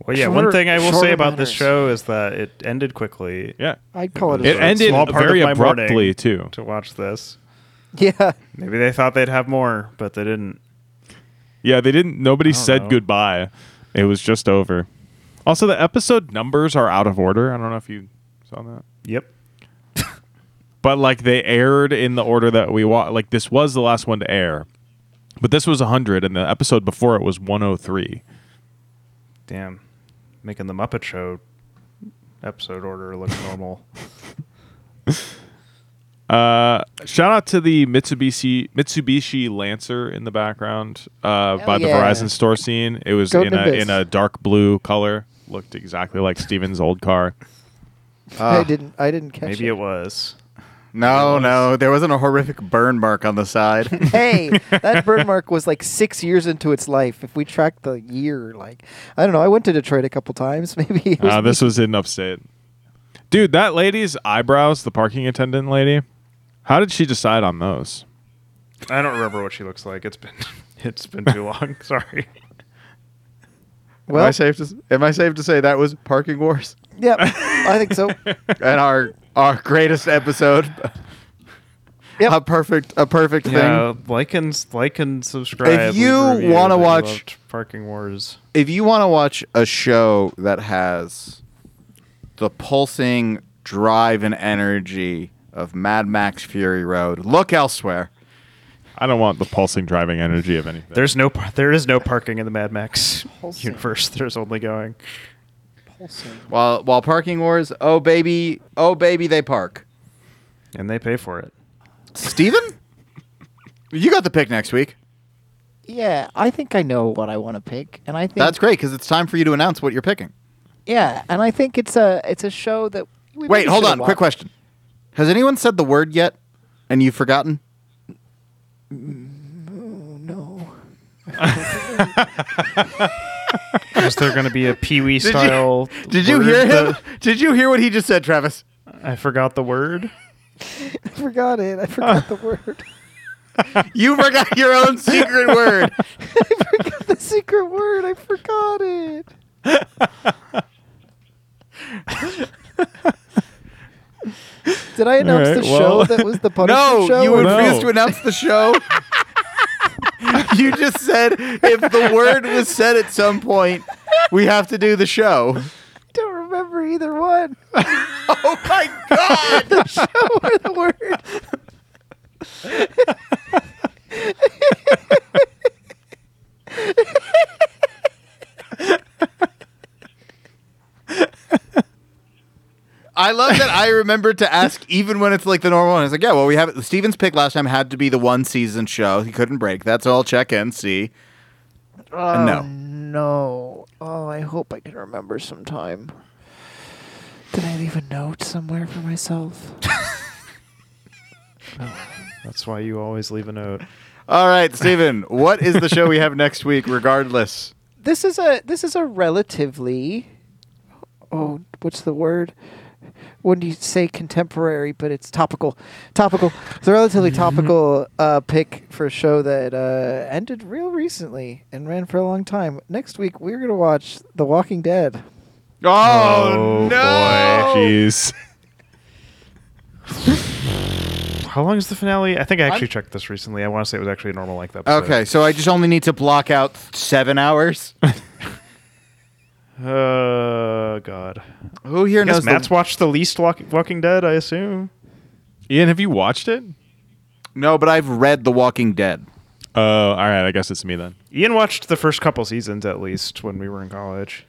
[SPEAKER 2] well, yeah.
[SPEAKER 1] shorter-
[SPEAKER 2] one thing I will
[SPEAKER 1] shorter
[SPEAKER 2] say about
[SPEAKER 1] matters.
[SPEAKER 2] this show is that it ended quickly.
[SPEAKER 4] Yeah,
[SPEAKER 6] I'd call it. A
[SPEAKER 4] it
[SPEAKER 2] a
[SPEAKER 4] ended
[SPEAKER 2] small part
[SPEAKER 4] very
[SPEAKER 2] of my morning.
[SPEAKER 4] abruptly too.
[SPEAKER 2] To watch this,
[SPEAKER 6] [LAUGHS]
[SPEAKER 3] Uh,
[SPEAKER 6] Yeah.
[SPEAKER 2] maybe they thought they'd have more, but they didn't.
[SPEAKER 4] Yeah, they didn't. Nobody said
[SPEAKER 2] know.
[SPEAKER 4] goodbye. It was just over. Also, the episode numbers are out of order. I don't know if you saw that,
[SPEAKER 2] Yep.
[SPEAKER 4] but like they aired in the order that we watched. Like this was the last one to air, but this was hundred, and the episode before it was one hundred three.
[SPEAKER 2] Damn, making the Muppet Show episode order
[SPEAKER 3] [LAUGHS]
[SPEAKER 2] look normal.
[SPEAKER 4] Uh, shout out to the Mitsubishi Mitsubishi Lancer in the background uh, by the
[SPEAKER 6] yeah.
[SPEAKER 4] Verizon store scene. It was
[SPEAKER 6] Go
[SPEAKER 4] in a
[SPEAKER 6] Nimbus.
[SPEAKER 4] in a dark blue color. Looked exactly like Steven's old car.
[SPEAKER 6] [LAUGHS] I didn't. I didn't catch
[SPEAKER 2] Maybe
[SPEAKER 6] it.
[SPEAKER 2] it was.
[SPEAKER 3] No, no, there wasn't a horrific burn mark on the [LAUGHS] side.
[SPEAKER 6] [LAUGHS] hey, that burn mark was like six years into its life. If we track the year, like I don't know, I went to Detroit a couple times. [LAUGHS] Maybe it was
[SPEAKER 4] Uh, this was in upstate. Dude, that lady's eyebrows, the parking attendant lady, how did she decide on those?
[SPEAKER 2] I don't remember what she looks like. It's been [LAUGHS] it's been too long. [LAUGHS] Sorry.
[SPEAKER 3] am
[SPEAKER 6] well,
[SPEAKER 3] I safe to s- am I safe to say that was Parking [LAUGHS] Wars
[SPEAKER 6] yeah, I think so.
[SPEAKER 3] and our our greatest episode?
[SPEAKER 6] Yep.
[SPEAKER 3] A perfect a perfect
[SPEAKER 2] Yeah,
[SPEAKER 3] thing.
[SPEAKER 2] like and like and subscribe.
[SPEAKER 3] If you
[SPEAKER 2] Leave reviews.
[SPEAKER 3] wanna
[SPEAKER 2] I
[SPEAKER 3] watch-
[SPEAKER 2] loved Parking Wars,
[SPEAKER 3] If you want to watch a show that has the pulsing drive and energy of Mad Max Fury Road, look elsewhere.
[SPEAKER 4] I don't want the pulsing driving energy of anything.
[SPEAKER 2] there's no par- there is no parking in the Mad
[SPEAKER 3] [LAUGHS]
[SPEAKER 2] Max
[SPEAKER 6] Wholesome.
[SPEAKER 2] universe. There's only going.
[SPEAKER 6] Pulsing.
[SPEAKER 3] While while Parking Wars, oh baby, oh baby, they park.
[SPEAKER 2] And they pay for it.
[SPEAKER 3] Steven? you got the pick next week.
[SPEAKER 1] Yeah, I think I know what I want to pick, and I think
[SPEAKER 3] That's great because it's time for you to announce what you're picking.
[SPEAKER 1] Yeah, and I think it's a it's a show that. We
[SPEAKER 3] Wait,
[SPEAKER 1] maybe
[SPEAKER 3] hold
[SPEAKER 1] should've
[SPEAKER 3] on. Quick
[SPEAKER 1] watched.
[SPEAKER 3] question. Has anyone said the word yet and you've forgotten?
[SPEAKER 6] No.
[SPEAKER 2] Is there going to be a Pee Wee style?
[SPEAKER 3] [LAUGHS] Did you
[SPEAKER 2] word
[SPEAKER 3] hear him?
[SPEAKER 2] that-
[SPEAKER 3] Did you hear what he just said, Travis?
[SPEAKER 2] I forgot the word.
[SPEAKER 6] I forgot it. I
[SPEAKER 1] [LAUGHS]
[SPEAKER 6] forgot the word.
[SPEAKER 3] You forgot your [LAUGHS] own secret word.
[SPEAKER 6] the secret word. I forgot it. Did I announce
[SPEAKER 4] right,
[SPEAKER 6] the
[SPEAKER 4] well-
[SPEAKER 6] show that
[SPEAKER 1] [LAUGHS]
[SPEAKER 6] was the punishment
[SPEAKER 3] No,
[SPEAKER 6] show?
[SPEAKER 3] you
[SPEAKER 6] or-
[SPEAKER 4] No.
[SPEAKER 3] refused to announce the [LAUGHS] show. you just said if the word was said at some point, we have to do the show.
[SPEAKER 6] I don't remember either one. [LAUGHS]
[SPEAKER 3] Oh my god.
[SPEAKER 6] the show or the word.
[SPEAKER 3] I love that I remember to ask even when it's like the normal one. It's like, yeah, well, we have Steven's pick last time had to be the one season show. He couldn't break that, so I'll check in, see.
[SPEAKER 6] Oh,
[SPEAKER 3] no.
[SPEAKER 6] No. Oh, I hope I can remember sometime. Did I leave a note somewhere for myself?
[SPEAKER 2] That's why you always leave a note.
[SPEAKER 3] All right, Steven, what is the show we have next week, regardless?
[SPEAKER 6] this is a this is a relatively oh what's the word wouldn't you say contemporary, but it's topical. Topical. It's a relatively topical uh, pick for a show that uh, ended real recently and ran for a long time. Next week we're gonna watch The Walking Dead.
[SPEAKER 4] Oh, boy, jeez.
[SPEAKER 2] How long is the finale? I think I actually checked this recently. I want to say it was actually a normal length episode.
[SPEAKER 3] Okay, so I just only need to block out seven hours.
[SPEAKER 2] Uh, God.
[SPEAKER 3] Who here
[SPEAKER 2] I guess
[SPEAKER 3] knows? the-
[SPEAKER 2] Matt's watched the least walk- Walking Dead, I assume.
[SPEAKER 4] Ian, have you watched it?
[SPEAKER 3] no, but I've read The Walking Dead.
[SPEAKER 4] Oh, all right. I guess it's me then.
[SPEAKER 2] Ian watched the first couple seasons at least when we were in college.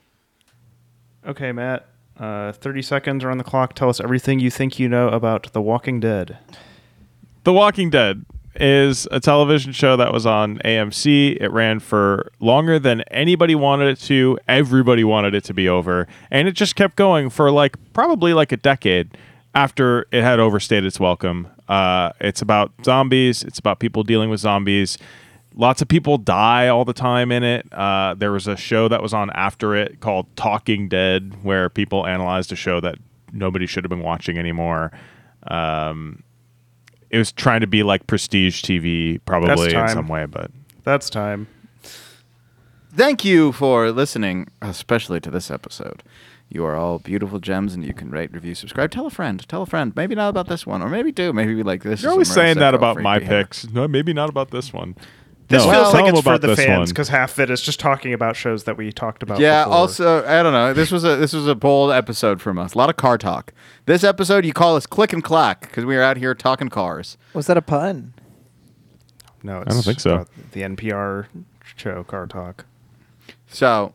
[SPEAKER 2] Okay, Matt. Uh, 30 seconds are on the clock. Tell us everything you think you know about The Walking Dead.
[SPEAKER 4] The Walking Dead is a television show that was on AMC. It ran for longer than anybody wanted it to. Everybody wanted it to be over, and it just kept going for like probably like a decade after it had overstayed its welcome. Uh, it's about zombies. It's about people dealing with zombies. Lots of people die all the time in it. Uh, there was a show that was on after it called Talking Dead, where people analyzed a show that nobody should have been watching anymore. Um, it was trying to be like prestige TV, probably in
[SPEAKER 2] time.
[SPEAKER 4] some way, but
[SPEAKER 2] That's time.
[SPEAKER 3] Thank you for listening, especially to this episode. You are all beautiful gems, and you can rate, review, subscribe. Tell a friend. Tell a friend. Maybe not about this one, or maybe do. Maybe we like this.
[SPEAKER 4] you're
[SPEAKER 3] is a
[SPEAKER 4] always saying that
[SPEAKER 3] Marisette
[SPEAKER 4] about
[SPEAKER 3] Joffrey
[SPEAKER 4] my
[SPEAKER 3] behavior.
[SPEAKER 4] picks. No, maybe not about this one.
[SPEAKER 2] This
[SPEAKER 4] No,
[SPEAKER 2] feels
[SPEAKER 4] tell
[SPEAKER 2] like
[SPEAKER 4] them
[SPEAKER 2] it's for
[SPEAKER 4] about
[SPEAKER 2] the
[SPEAKER 4] this
[SPEAKER 2] fans
[SPEAKER 4] one.
[SPEAKER 2] because half of it is just talking about shows that we talked about.
[SPEAKER 3] Yeah.
[SPEAKER 2] before.
[SPEAKER 3] Also, I don't know. This was a this was a bold episode from us. A lot of car talk. This episode, you call us click and clack because we are out here talking cars.
[SPEAKER 6] Was that a pun?
[SPEAKER 2] no, it's
[SPEAKER 4] don't think so.
[SPEAKER 2] about The NPR show Car Talk.
[SPEAKER 3] So,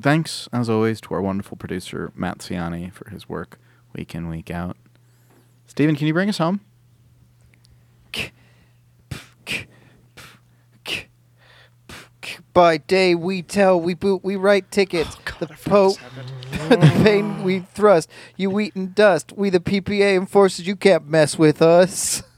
[SPEAKER 3] thanks as always to our wonderful producer Matt Ciani for his work week in week out. Steven, can you bring us home?
[SPEAKER 6] By day we tell, we boot, we write tickets. the Pope, [LAUGHS] the pain we thrust. You eat and dust. We the PPA enforces. You can't mess with us. [LAUGHS]